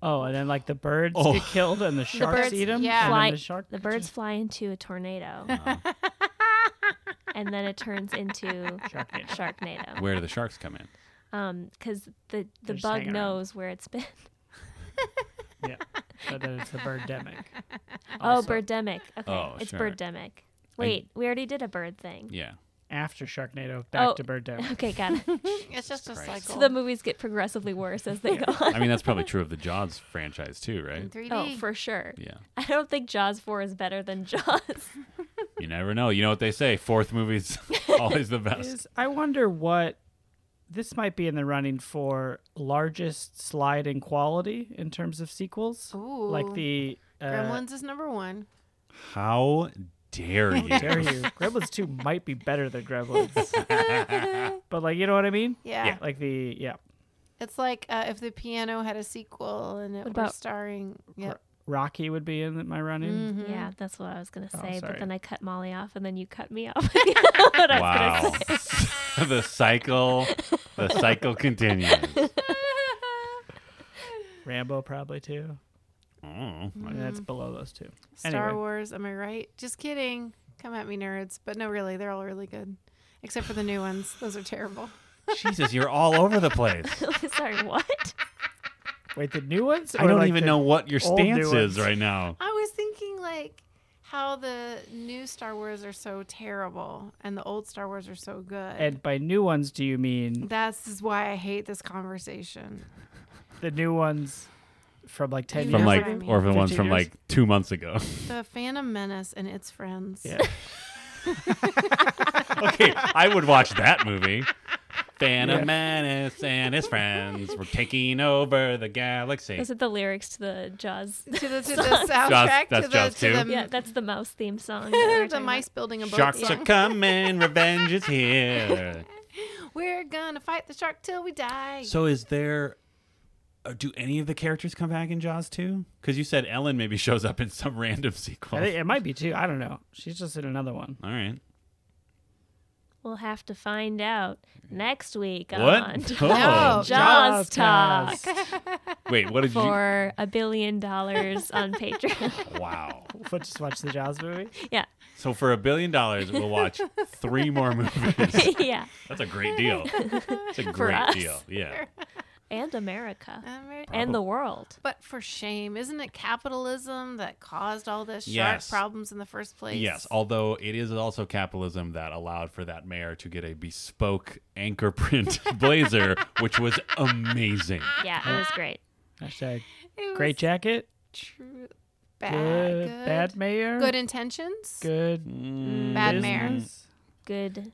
[SPEAKER 4] Oh, and then like the birds
[SPEAKER 5] Oh.
[SPEAKER 4] get killed and the sharks
[SPEAKER 3] birds-
[SPEAKER 4] eat them.
[SPEAKER 2] yeah.
[SPEAKER 4] And
[SPEAKER 3] Fly-
[SPEAKER 4] then the shark.
[SPEAKER 3] The birds fly into a tornado,
[SPEAKER 5] Uh-huh.
[SPEAKER 3] and then it turns into
[SPEAKER 4] Sharknado.
[SPEAKER 3] Sharknado.
[SPEAKER 5] Where do the sharks come in?
[SPEAKER 3] Because the the
[SPEAKER 4] They're just
[SPEAKER 3] bug
[SPEAKER 4] hanging around.
[SPEAKER 3] knows where it's been.
[SPEAKER 4] yeah. But then it's the birdemic.
[SPEAKER 3] Oh,
[SPEAKER 4] Also,
[SPEAKER 3] birdemic. Okay,
[SPEAKER 5] Oh,
[SPEAKER 3] it's
[SPEAKER 5] sure.
[SPEAKER 3] birdemic. Wait, we already did a bird thing.
[SPEAKER 5] Yeah.
[SPEAKER 4] After Sharknado, back
[SPEAKER 3] Oh.
[SPEAKER 4] to birdemic.
[SPEAKER 3] Okay, got it.
[SPEAKER 2] It's just a
[SPEAKER 5] Christ.
[SPEAKER 2] cycle.
[SPEAKER 3] so the movies get progressively worse as they go on.
[SPEAKER 5] I mean, that's probably true of the Jaws franchise too,
[SPEAKER 2] in
[SPEAKER 5] right?
[SPEAKER 2] 3D.
[SPEAKER 3] Oh, for sure.
[SPEAKER 5] Yeah.
[SPEAKER 3] I don't think Jaws 4 is better than Jaws.
[SPEAKER 5] You never know. You know what they say: fourth movie's always the best.
[SPEAKER 4] Is I wonder what this might be in the running for largest slide in quality in terms of sequels.
[SPEAKER 2] Ooh.
[SPEAKER 4] Like the uh,
[SPEAKER 2] Gremlins is number one.
[SPEAKER 5] How dare you?
[SPEAKER 4] Dare you? Gremlins two might be better than Gremlins, but like you know what I mean?
[SPEAKER 2] Yeah.
[SPEAKER 4] Like the yeah,
[SPEAKER 2] It's like uh, if the piano had a sequel and it
[SPEAKER 3] What
[SPEAKER 2] were
[SPEAKER 3] about-
[SPEAKER 2] starring. Yeah. Mm-hmm.
[SPEAKER 4] Rocky would be in my running.
[SPEAKER 3] Yeah, that's what I was going to
[SPEAKER 4] sorry.
[SPEAKER 3] say, but then I cut Molly off and then you cut me off. what I
[SPEAKER 5] Wow.
[SPEAKER 3] was gonna say.
[SPEAKER 5] the cycle, the cycle continues.
[SPEAKER 4] Rambo probably too.
[SPEAKER 5] Oh,
[SPEAKER 4] And That's
[SPEAKER 2] Mm-hmm.
[SPEAKER 4] below those two.
[SPEAKER 2] Star
[SPEAKER 4] Anyway.
[SPEAKER 2] Wars, am I right? Just kidding. Come at me, nerds. But no, really, they're all really good. Except for the new ones. Those are terrible.
[SPEAKER 5] Jesus, you're all over the place.
[SPEAKER 3] Sorry, what?
[SPEAKER 4] Wait, the new ones?
[SPEAKER 5] I
[SPEAKER 4] or,
[SPEAKER 5] don't
[SPEAKER 4] like,
[SPEAKER 5] even
[SPEAKER 4] the-
[SPEAKER 5] know what your
[SPEAKER 4] old new
[SPEAKER 5] stance is
[SPEAKER 4] ones?
[SPEAKER 5] right now.
[SPEAKER 2] I was thinking like how the new Star Wars are so terrible and the old Star Wars are so good.
[SPEAKER 4] And by new ones, do you mean
[SPEAKER 2] that's is why I hate this conversation.
[SPEAKER 4] the new ones from like ten
[SPEAKER 2] You
[SPEAKER 5] From
[SPEAKER 4] years?
[SPEAKER 2] know
[SPEAKER 5] like,
[SPEAKER 2] what I mean.
[SPEAKER 5] or from the ones
[SPEAKER 4] 15
[SPEAKER 5] from
[SPEAKER 4] years?
[SPEAKER 5] like two months ago.
[SPEAKER 2] The Phantom Menace and its friends.
[SPEAKER 4] Yeah.
[SPEAKER 5] okay, I would watch that movie. Phantom Menace and his friends were taking over the galaxy.
[SPEAKER 3] Is it the lyrics to the Jaws?
[SPEAKER 2] To the, to the soundtrack,
[SPEAKER 5] that's
[SPEAKER 2] to the,
[SPEAKER 5] Jaws
[SPEAKER 2] to
[SPEAKER 5] too.
[SPEAKER 2] the,
[SPEAKER 3] yeah, that's the mouse theme song. that we were
[SPEAKER 2] to the
[SPEAKER 3] talking
[SPEAKER 2] mice building a boat
[SPEAKER 5] Sharks
[SPEAKER 2] song.
[SPEAKER 5] are coming, revenge is here.
[SPEAKER 2] We're gonna fight the shark till we die.
[SPEAKER 5] So is there uh, do any of the characters come back in Jaws 2? Cuz you said Ellen maybe shows up in some random sequel.
[SPEAKER 4] I think it might be two. I don't know. She's just in another one.
[SPEAKER 5] All right.
[SPEAKER 3] about. We'll have to find out next week on
[SPEAKER 5] What?
[SPEAKER 2] No.
[SPEAKER 5] Oh.
[SPEAKER 3] Jaws Talk
[SPEAKER 4] Jaws
[SPEAKER 5] Wait, what did
[SPEAKER 3] for a billion dollars on Patreon.
[SPEAKER 5] you Wow.
[SPEAKER 4] We'll just watch the Jaws movie.
[SPEAKER 3] yeah,
[SPEAKER 5] So for a billion dollars we'll watch three more movies.
[SPEAKER 3] yeah,
[SPEAKER 5] That's a great deal. It's a
[SPEAKER 3] For
[SPEAKER 5] great
[SPEAKER 3] us.
[SPEAKER 5] deal. Yeah.
[SPEAKER 3] and America
[SPEAKER 2] Ameri-
[SPEAKER 3] and the world.
[SPEAKER 2] but for shame, isn't it capitalism that caused all this shark
[SPEAKER 5] Yes.
[SPEAKER 2] problems in the first place?
[SPEAKER 5] Yes, although it is also capitalism that allowed for that mayor to get a bespoke anchor print blazer, which was amazing.
[SPEAKER 3] Yeah, it was great.
[SPEAKER 4] Hashtag
[SPEAKER 2] It was
[SPEAKER 4] great jacket.
[SPEAKER 2] True. Bad.
[SPEAKER 4] Good,
[SPEAKER 2] good.
[SPEAKER 4] bad mayor.
[SPEAKER 2] Good intentions.
[SPEAKER 4] good
[SPEAKER 5] Mm,
[SPEAKER 2] Bad mayor.
[SPEAKER 4] business.
[SPEAKER 3] Good.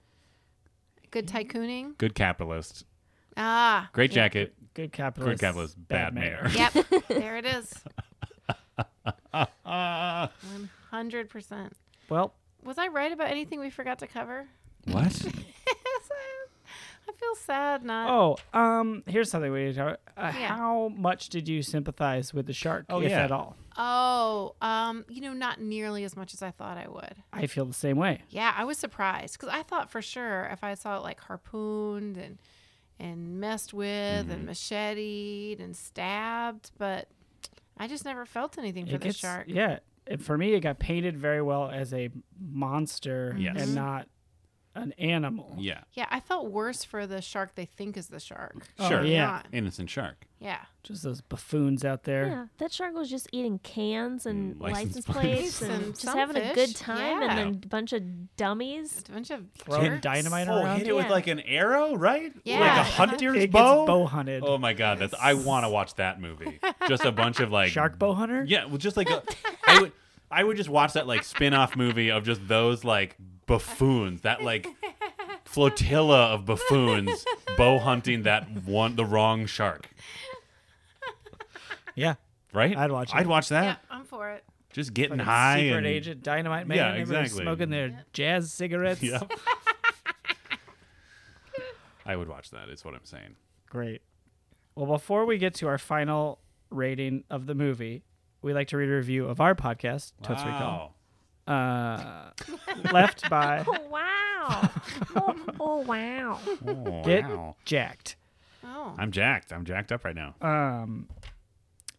[SPEAKER 2] Good tycooning.
[SPEAKER 5] Good capitalist.
[SPEAKER 2] Ah.
[SPEAKER 5] Great jacket.
[SPEAKER 4] Good capitalist.
[SPEAKER 5] Good capitalist. Bad, mayor.
[SPEAKER 2] Yep. there it is.
[SPEAKER 5] Ah.
[SPEAKER 2] One hundred percent.
[SPEAKER 4] Well,
[SPEAKER 2] Was I right about anything we forgot to cover?
[SPEAKER 5] what?
[SPEAKER 2] I feel sad. Not.
[SPEAKER 4] oh, um, here's something we need to talk. Uh,
[SPEAKER 2] Uh, Yeah.
[SPEAKER 4] How much did you sympathize with the shark,
[SPEAKER 5] Oh,
[SPEAKER 4] if
[SPEAKER 5] yeah.
[SPEAKER 4] at all?
[SPEAKER 2] Oh. um. You know, not nearly as much as I thought I would.
[SPEAKER 4] I feel the same way.
[SPEAKER 2] Yeah, I was surprised because I thought for sure if I saw it like harpooned and and messed with
[SPEAKER 4] Mm-hmm.
[SPEAKER 2] and macheted and stabbed, but I just never felt anything for
[SPEAKER 4] It
[SPEAKER 2] the
[SPEAKER 4] gets-
[SPEAKER 2] shark.
[SPEAKER 4] Yeah, it, for me, it got painted very well as a monster
[SPEAKER 5] Yes.
[SPEAKER 2] Mm-hmm.
[SPEAKER 4] and not an animal.
[SPEAKER 5] Yeah.
[SPEAKER 2] Yeah, I felt worse for the shark they think is the shark.
[SPEAKER 4] Oh,
[SPEAKER 5] Sure.
[SPEAKER 4] yeah.
[SPEAKER 2] Not.
[SPEAKER 5] Innocent shark.
[SPEAKER 2] Yeah.
[SPEAKER 4] Just those buffoons out there.
[SPEAKER 3] Yeah, that shark was just eating cans and
[SPEAKER 5] Mm, license
[SPEAKER 3] license
[SPEAKER 5] plates.
[SPEAKER 3] plates and,
[SPEAKER 2] And
[SPEAKER 3] just
[SPEAKER 2] some
[SPEAKER 3] having a
[SPEAKER 2] fish,
[SPEAKER 3] good time,
[SPEAKER 2] yeah.
[SPEAKER 3] and then a bunch of dummies.
[SPEAKER 2] It's a bunch of
[SPEAKER 4] Throwing
[SPEAKER 2] jerks.
[SPEAKER 4] dynamite
[SPEAKER 5] Oh,
[SPEAKER 4] around.
[SPEAKER 5] hit it with
[SPEAKER 3] Yeah.
[SPEAKER 5] like an arrow, right?
[SPEAKER 2] Yeah.
[SPEAKER 5] Like a
[SPEAKER 2] Uh-huh.
[SPEAKER 5] hunter's
[SPEAKER 4] It gets
[SPEAKER 5] bow?
[SPEAKER 4] bow hunted.
[SPEAKER 5] Oh my god, that's I want to watch that movie. Just a bunch of like
[SPEAKER 4] Shark bow hunter?
[SPEAKER 5] Yeah, well, just like a, I would, I would just watch that like spin-off movie of just those like buffoons, that like flotilla of buffoons bow hunting that one the wrong shark,
[SPEAKER 4] Yeah.
[SPEAKER 5] right?
[SPEAKER 4] I'd watch it.
[SPEAKER 5] I'd watch that.
[SPEAKER 2] Yeah, I'm for it.
[SPEAKER 5] Just getting
[SPEAKER 4] Fucking
[SPEAKER 5] high
[SPEAKER 4] secret
[SPEAKER 5] and
[SPEAKER 4] agent, dynamite man.
[SPEAKER 5] Yeah,
[SPEAKER 4] everybody's
[SPEAKER 5] exactly.
[SPEAKER 4] Smoking their jazz cigarettes.
[SPEAKER 5] Yep. I would watch that. Is what I'm saying.
[SPEAKER 4] Great. Well, before we get to our final rating of the movie, we like to read a review of our podcast, Totes Recall,
[SPEAKER 5] Wow.
[SPEAKER 4] uh, left by
[SPEAKER 3] Oh wow! oh, oh, wow!
[SPEAKER 5] Oh,
[SPEAKER 4] Get
[SPEAKER 5] wow.
[SPEAKER 4] Jacked.
[SPEAKER 2] Oh.
[SPEAKER 5] I'm jacked. I'm jacked up right now.
[SPEAKER 4] Um,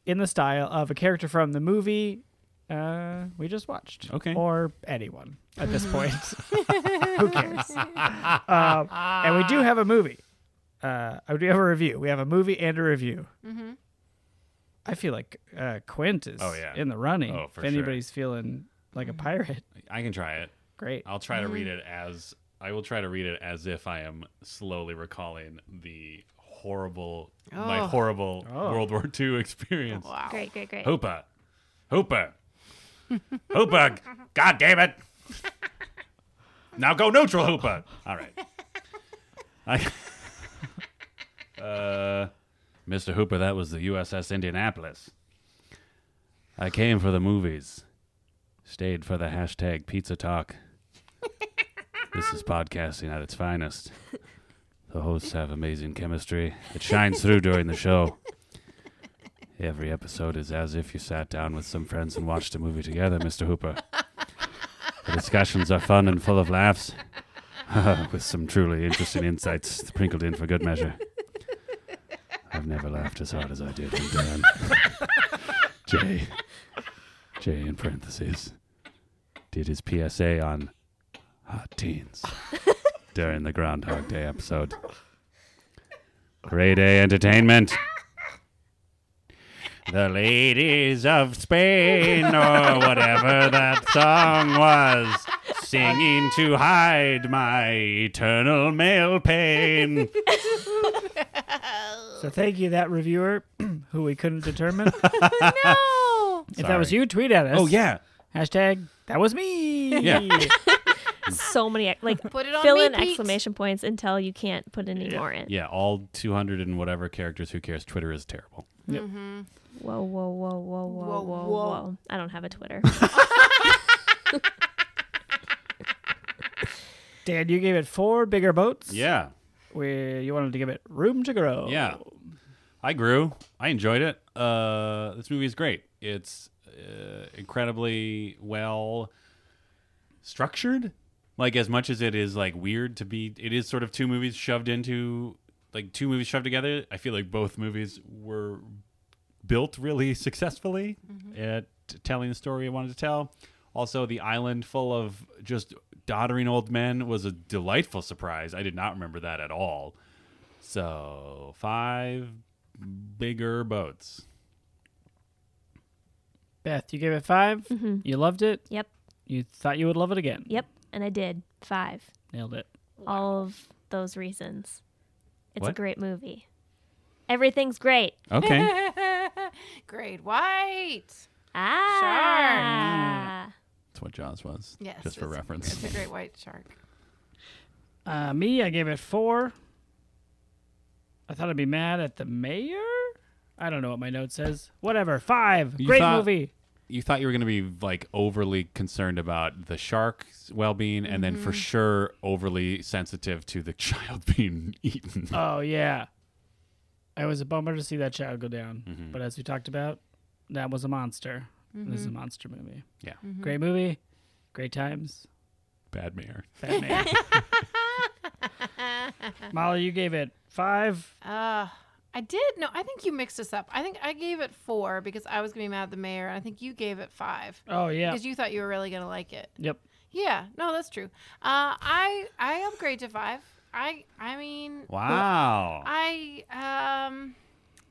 [SPEAKER 4] in the style of a character from the movie uh, we just watched.
[SPEAKER 5] Okay.
[SPEAKER 4] Or anyone at this point. Who cares? Um, and we do have a movie. Uh, we do have a review. We have a movie and a review.
[SPEAKER 2] Mm-hmm.
[SPEAKER 4] I feel like uh, Quint is
[SPEAKER 5] Oh, yeah.
[SPEAKER 4] in the running.
[SPEAKER 5] Oh, for
[SPEAKER 4] if anybody's feeling like a
[SPEAKER 2] Mm-hmm.
[SPEAKER 4] pirate,
[SPEAKER 5] I can try it.
[SPEAKER 4] great.
[SPEAKER 5] I'll try to read it as I will try to read it as if I am slowly recalling the horrible my
[SPEAKER 2] Oh.
[SPEAKER 5] horrible
[SPEAKER 4] Oh.
[SPEAKER 5] World War II experience.
[SPEAKER 2] Wow.
[SPEAKER 3] Great, great, great.
[SPEAKER 5] Hoopa. Hoopa. Hoopa. God damn it. Now go neutral, Hoopa. All right. I, uh, Mr. Hooper, that was the USS Indianapolis. I came for the movies, stayed for the hashtag pizza talk. this is podcasting at its finest. The hosts have amazing chemistry, it shines through during the show. Every episode is as if you sat down with some friends and watched a movie together, Mr. Hooper. The discussions are fun and full of laughs, with some truly interesting insights sprinkled in for good measure. I've never laughed as hard as I did when Dan. Jay. Jay in parentheses. Did his PSA on hot teens during the Groundhog Day episode. Grade A entertainment. The ladies of Spain, or whatever that song was, singing to hide my eternal male pain.
[SPEAKER 4] So thank you, that reviewer who we couldn't determine.
[SPEAKER 2] No.
[SPEAKER 4] if that was you, tweet at us.
[SPEAKER 5] Oh, yeah.
[SPEAKER 4] Hashtag that was me.
[SPEAKER 5] Yeah.
[SPEAKER 3] So many ex- like
[SPEAKER 2] Put it on
[SPEAKER 3] fill
[SPEAKER 2] me,
[SPEAKER 3] in
[SPEAKER 2] Pete.
[SPEAKER 3] exclamation points until you can't put any more in.
[SPEAKER 5] Yeah, all 200 and whatever characters. Who cares? Twitter is terrible.
[SPEAKER 3] Whoa, whoa, whoa, whoa, whoa,
[SPEAKER 2] Whoa,
[SPEAKER 3] whoa,
[SPEAKER 2] whoa.
[SPEAKER 3] whoa. I don't have a Twitter.
[SPEAKER 4] Dan, you gave it four bigger boats.
[SPEAKER 5] Yeah.
[SPEAKER 4] We, you wanted to give it room to grow.
[SPEAKER 5] Yeah. I grew. I enjoyed it. Uh, this movie is great. It's uh, incredibly well structured. Like as much as it is like weird to be, it is sort of two movies shoved into like two movies shoved together. I feel like both movies were built really successfully at telling the story I wanted to tell. Also, the island full of just doddering old men was a delightful surprise. I did not remember that at all. So five bigger boats.
[SPEAKER 4] Beth, you gave it 5 You loved it.
[SPEAKER 3] Mm-hmm. yep,
[SPEAKER 4] You thought you would love it again.
[SPEAKER 3] yep. And I did five.
[SPEAKER 4] Nailed it.
[SPEAKER 3] All of those reasons. It's a
[SPEAKER 5] What?
[SPEAKER 3] great movie. Everything's great.
[SPEAKER 5] Okay.
[SPEAKER 2] Great white.
[SPEAKER 5] Mm.
[SPEAKER 3] Ah.
[SPEAKER 5] That's what Jaws was.
[SPEAKER 2] Yes.
[SPEAKER 5] Just for
[SPEAKER 2] it's-
[SPEAKER 5] reference.
[SPEAKER 2] It's a great white shark.
[SPEAKER 4] Uh, me, I gave it four. I thought I'd be mad at the mayor. I don't know what my note says. Whatever. Five.
[SPEAKER 5] You
[SPEAKER 4] Great
[SPEAKER 5] thought-
[SPEAKER 4] movie.
[SPEAKER 5] You thought you were going to be like overly concerned about the shark's well being and then
[SPEAKER 2] Mm-hmm.
[SPEAKER 5] for sure overly sensitive to the child being eaten.
[SPEAKER 4] Oh yeah. It was a bummer to see that child go down,
[SPEAKER 5] Mm-hmm.
[SPEAKER 4] but as we talked about, that was a monster. This is
[SPEAKER 3] Mm-hmm.
[SPEAKER 4] a monster movie.
[SPEAKER 5] yeah.
[SPEAKER 4] Great movie. Great times.
[SPEAKER 5] Bad mayor.
[SPEAKER 4] Bad man. Molly, you gave it five.
[SPEAKER 2] Uh, I did. No, I think you mixed us up. I think I gave it four because I was going to be mad at the mayor. And I think you gave it five
[SPEAKER 4] Oh yeah.
[SPEAKER 2] because you thought you were really going to like it.
[SPEAKER 4] Yep.
[SPEAKER 2] Yeah. No, that's true. Uh, I I upgrade to five. I I mean,
[SPEAKER 5] Wow.
[SPEAKER 2] I um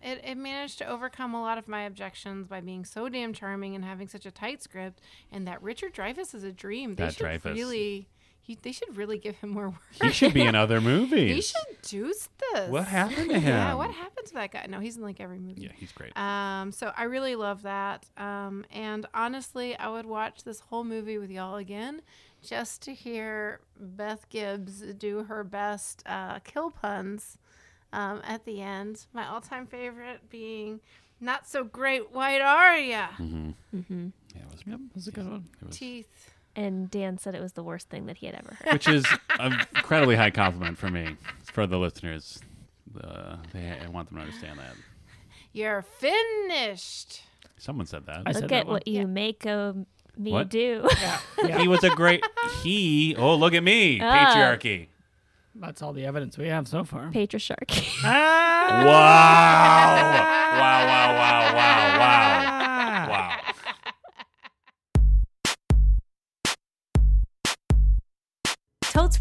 [SPEAKER 2] it, it managed to overcome a lot of my objections by being so damn charming and having such a tight script and that Richard Dreyfuss is a dream. They
[SPEAKER 5] That
[SPEAKER 2] should
[SPEAKER 5] Dreyfuss.
[SPEAKER 2] really he, they should really give him more work.
[SPEAKER 5] he should be in other movies.
[SPEAKER 2] He should do this.
[SPEAKER 5] What happened to him?
[SPEAKER 2] Yeah, what happened to that guy? No, he's in like every movie.
[SPEAKER 5] Yeah, he's great.
[SPEAKER 2] Um, so I really love that. Um, and honestly, I would watch this whole movie with y'all again just to hear Beth Gibbs do her best uh, kill puns um, at the end. My all time favorite being Not So Great White Are Ya?
[SPEAKER 5] yeah, it was,
[SPEAKER 4] Yep. That's a good one.
[SPEAKER 5] it was-
[SPEAKER 2] Teeth.
[SPEAKER 3] And Dan said it was the worst thing that he had ever heard.
[SPEAKER 5] which is an incredibly high compliment for me, for the listeners. Uh, they, I want them to understand that.
[SPEAKER 2] You're finished.
[SPEAKER 5] Someone said that.
[SPEAKER 4] I said
[SPEAKER 3] Look
[SPEAKER 4] that
[SPEAKER 3] at
[SPEAKER 4] one.
[SPEAKER 3] what you make of me
[SPEAKER 5] What?
[SPEAKER 3] do.
[SPEAKER 4] Yeah.
[SPEAKER 5] he was a great he. Oh, look at me,
[SPEAKER 3] Ah.
[SPEAKER 5] patriarchy.
[SPEAKER 4] That's all the evidence we have so far.
[SPEAKER 3] Patra Shark.
[SPEAKER 4] Ah!
[SPEAKER 5] Wow! wow! Wow! Wow! Wow! Wow! Wow!
[SPEAKER 3] Totes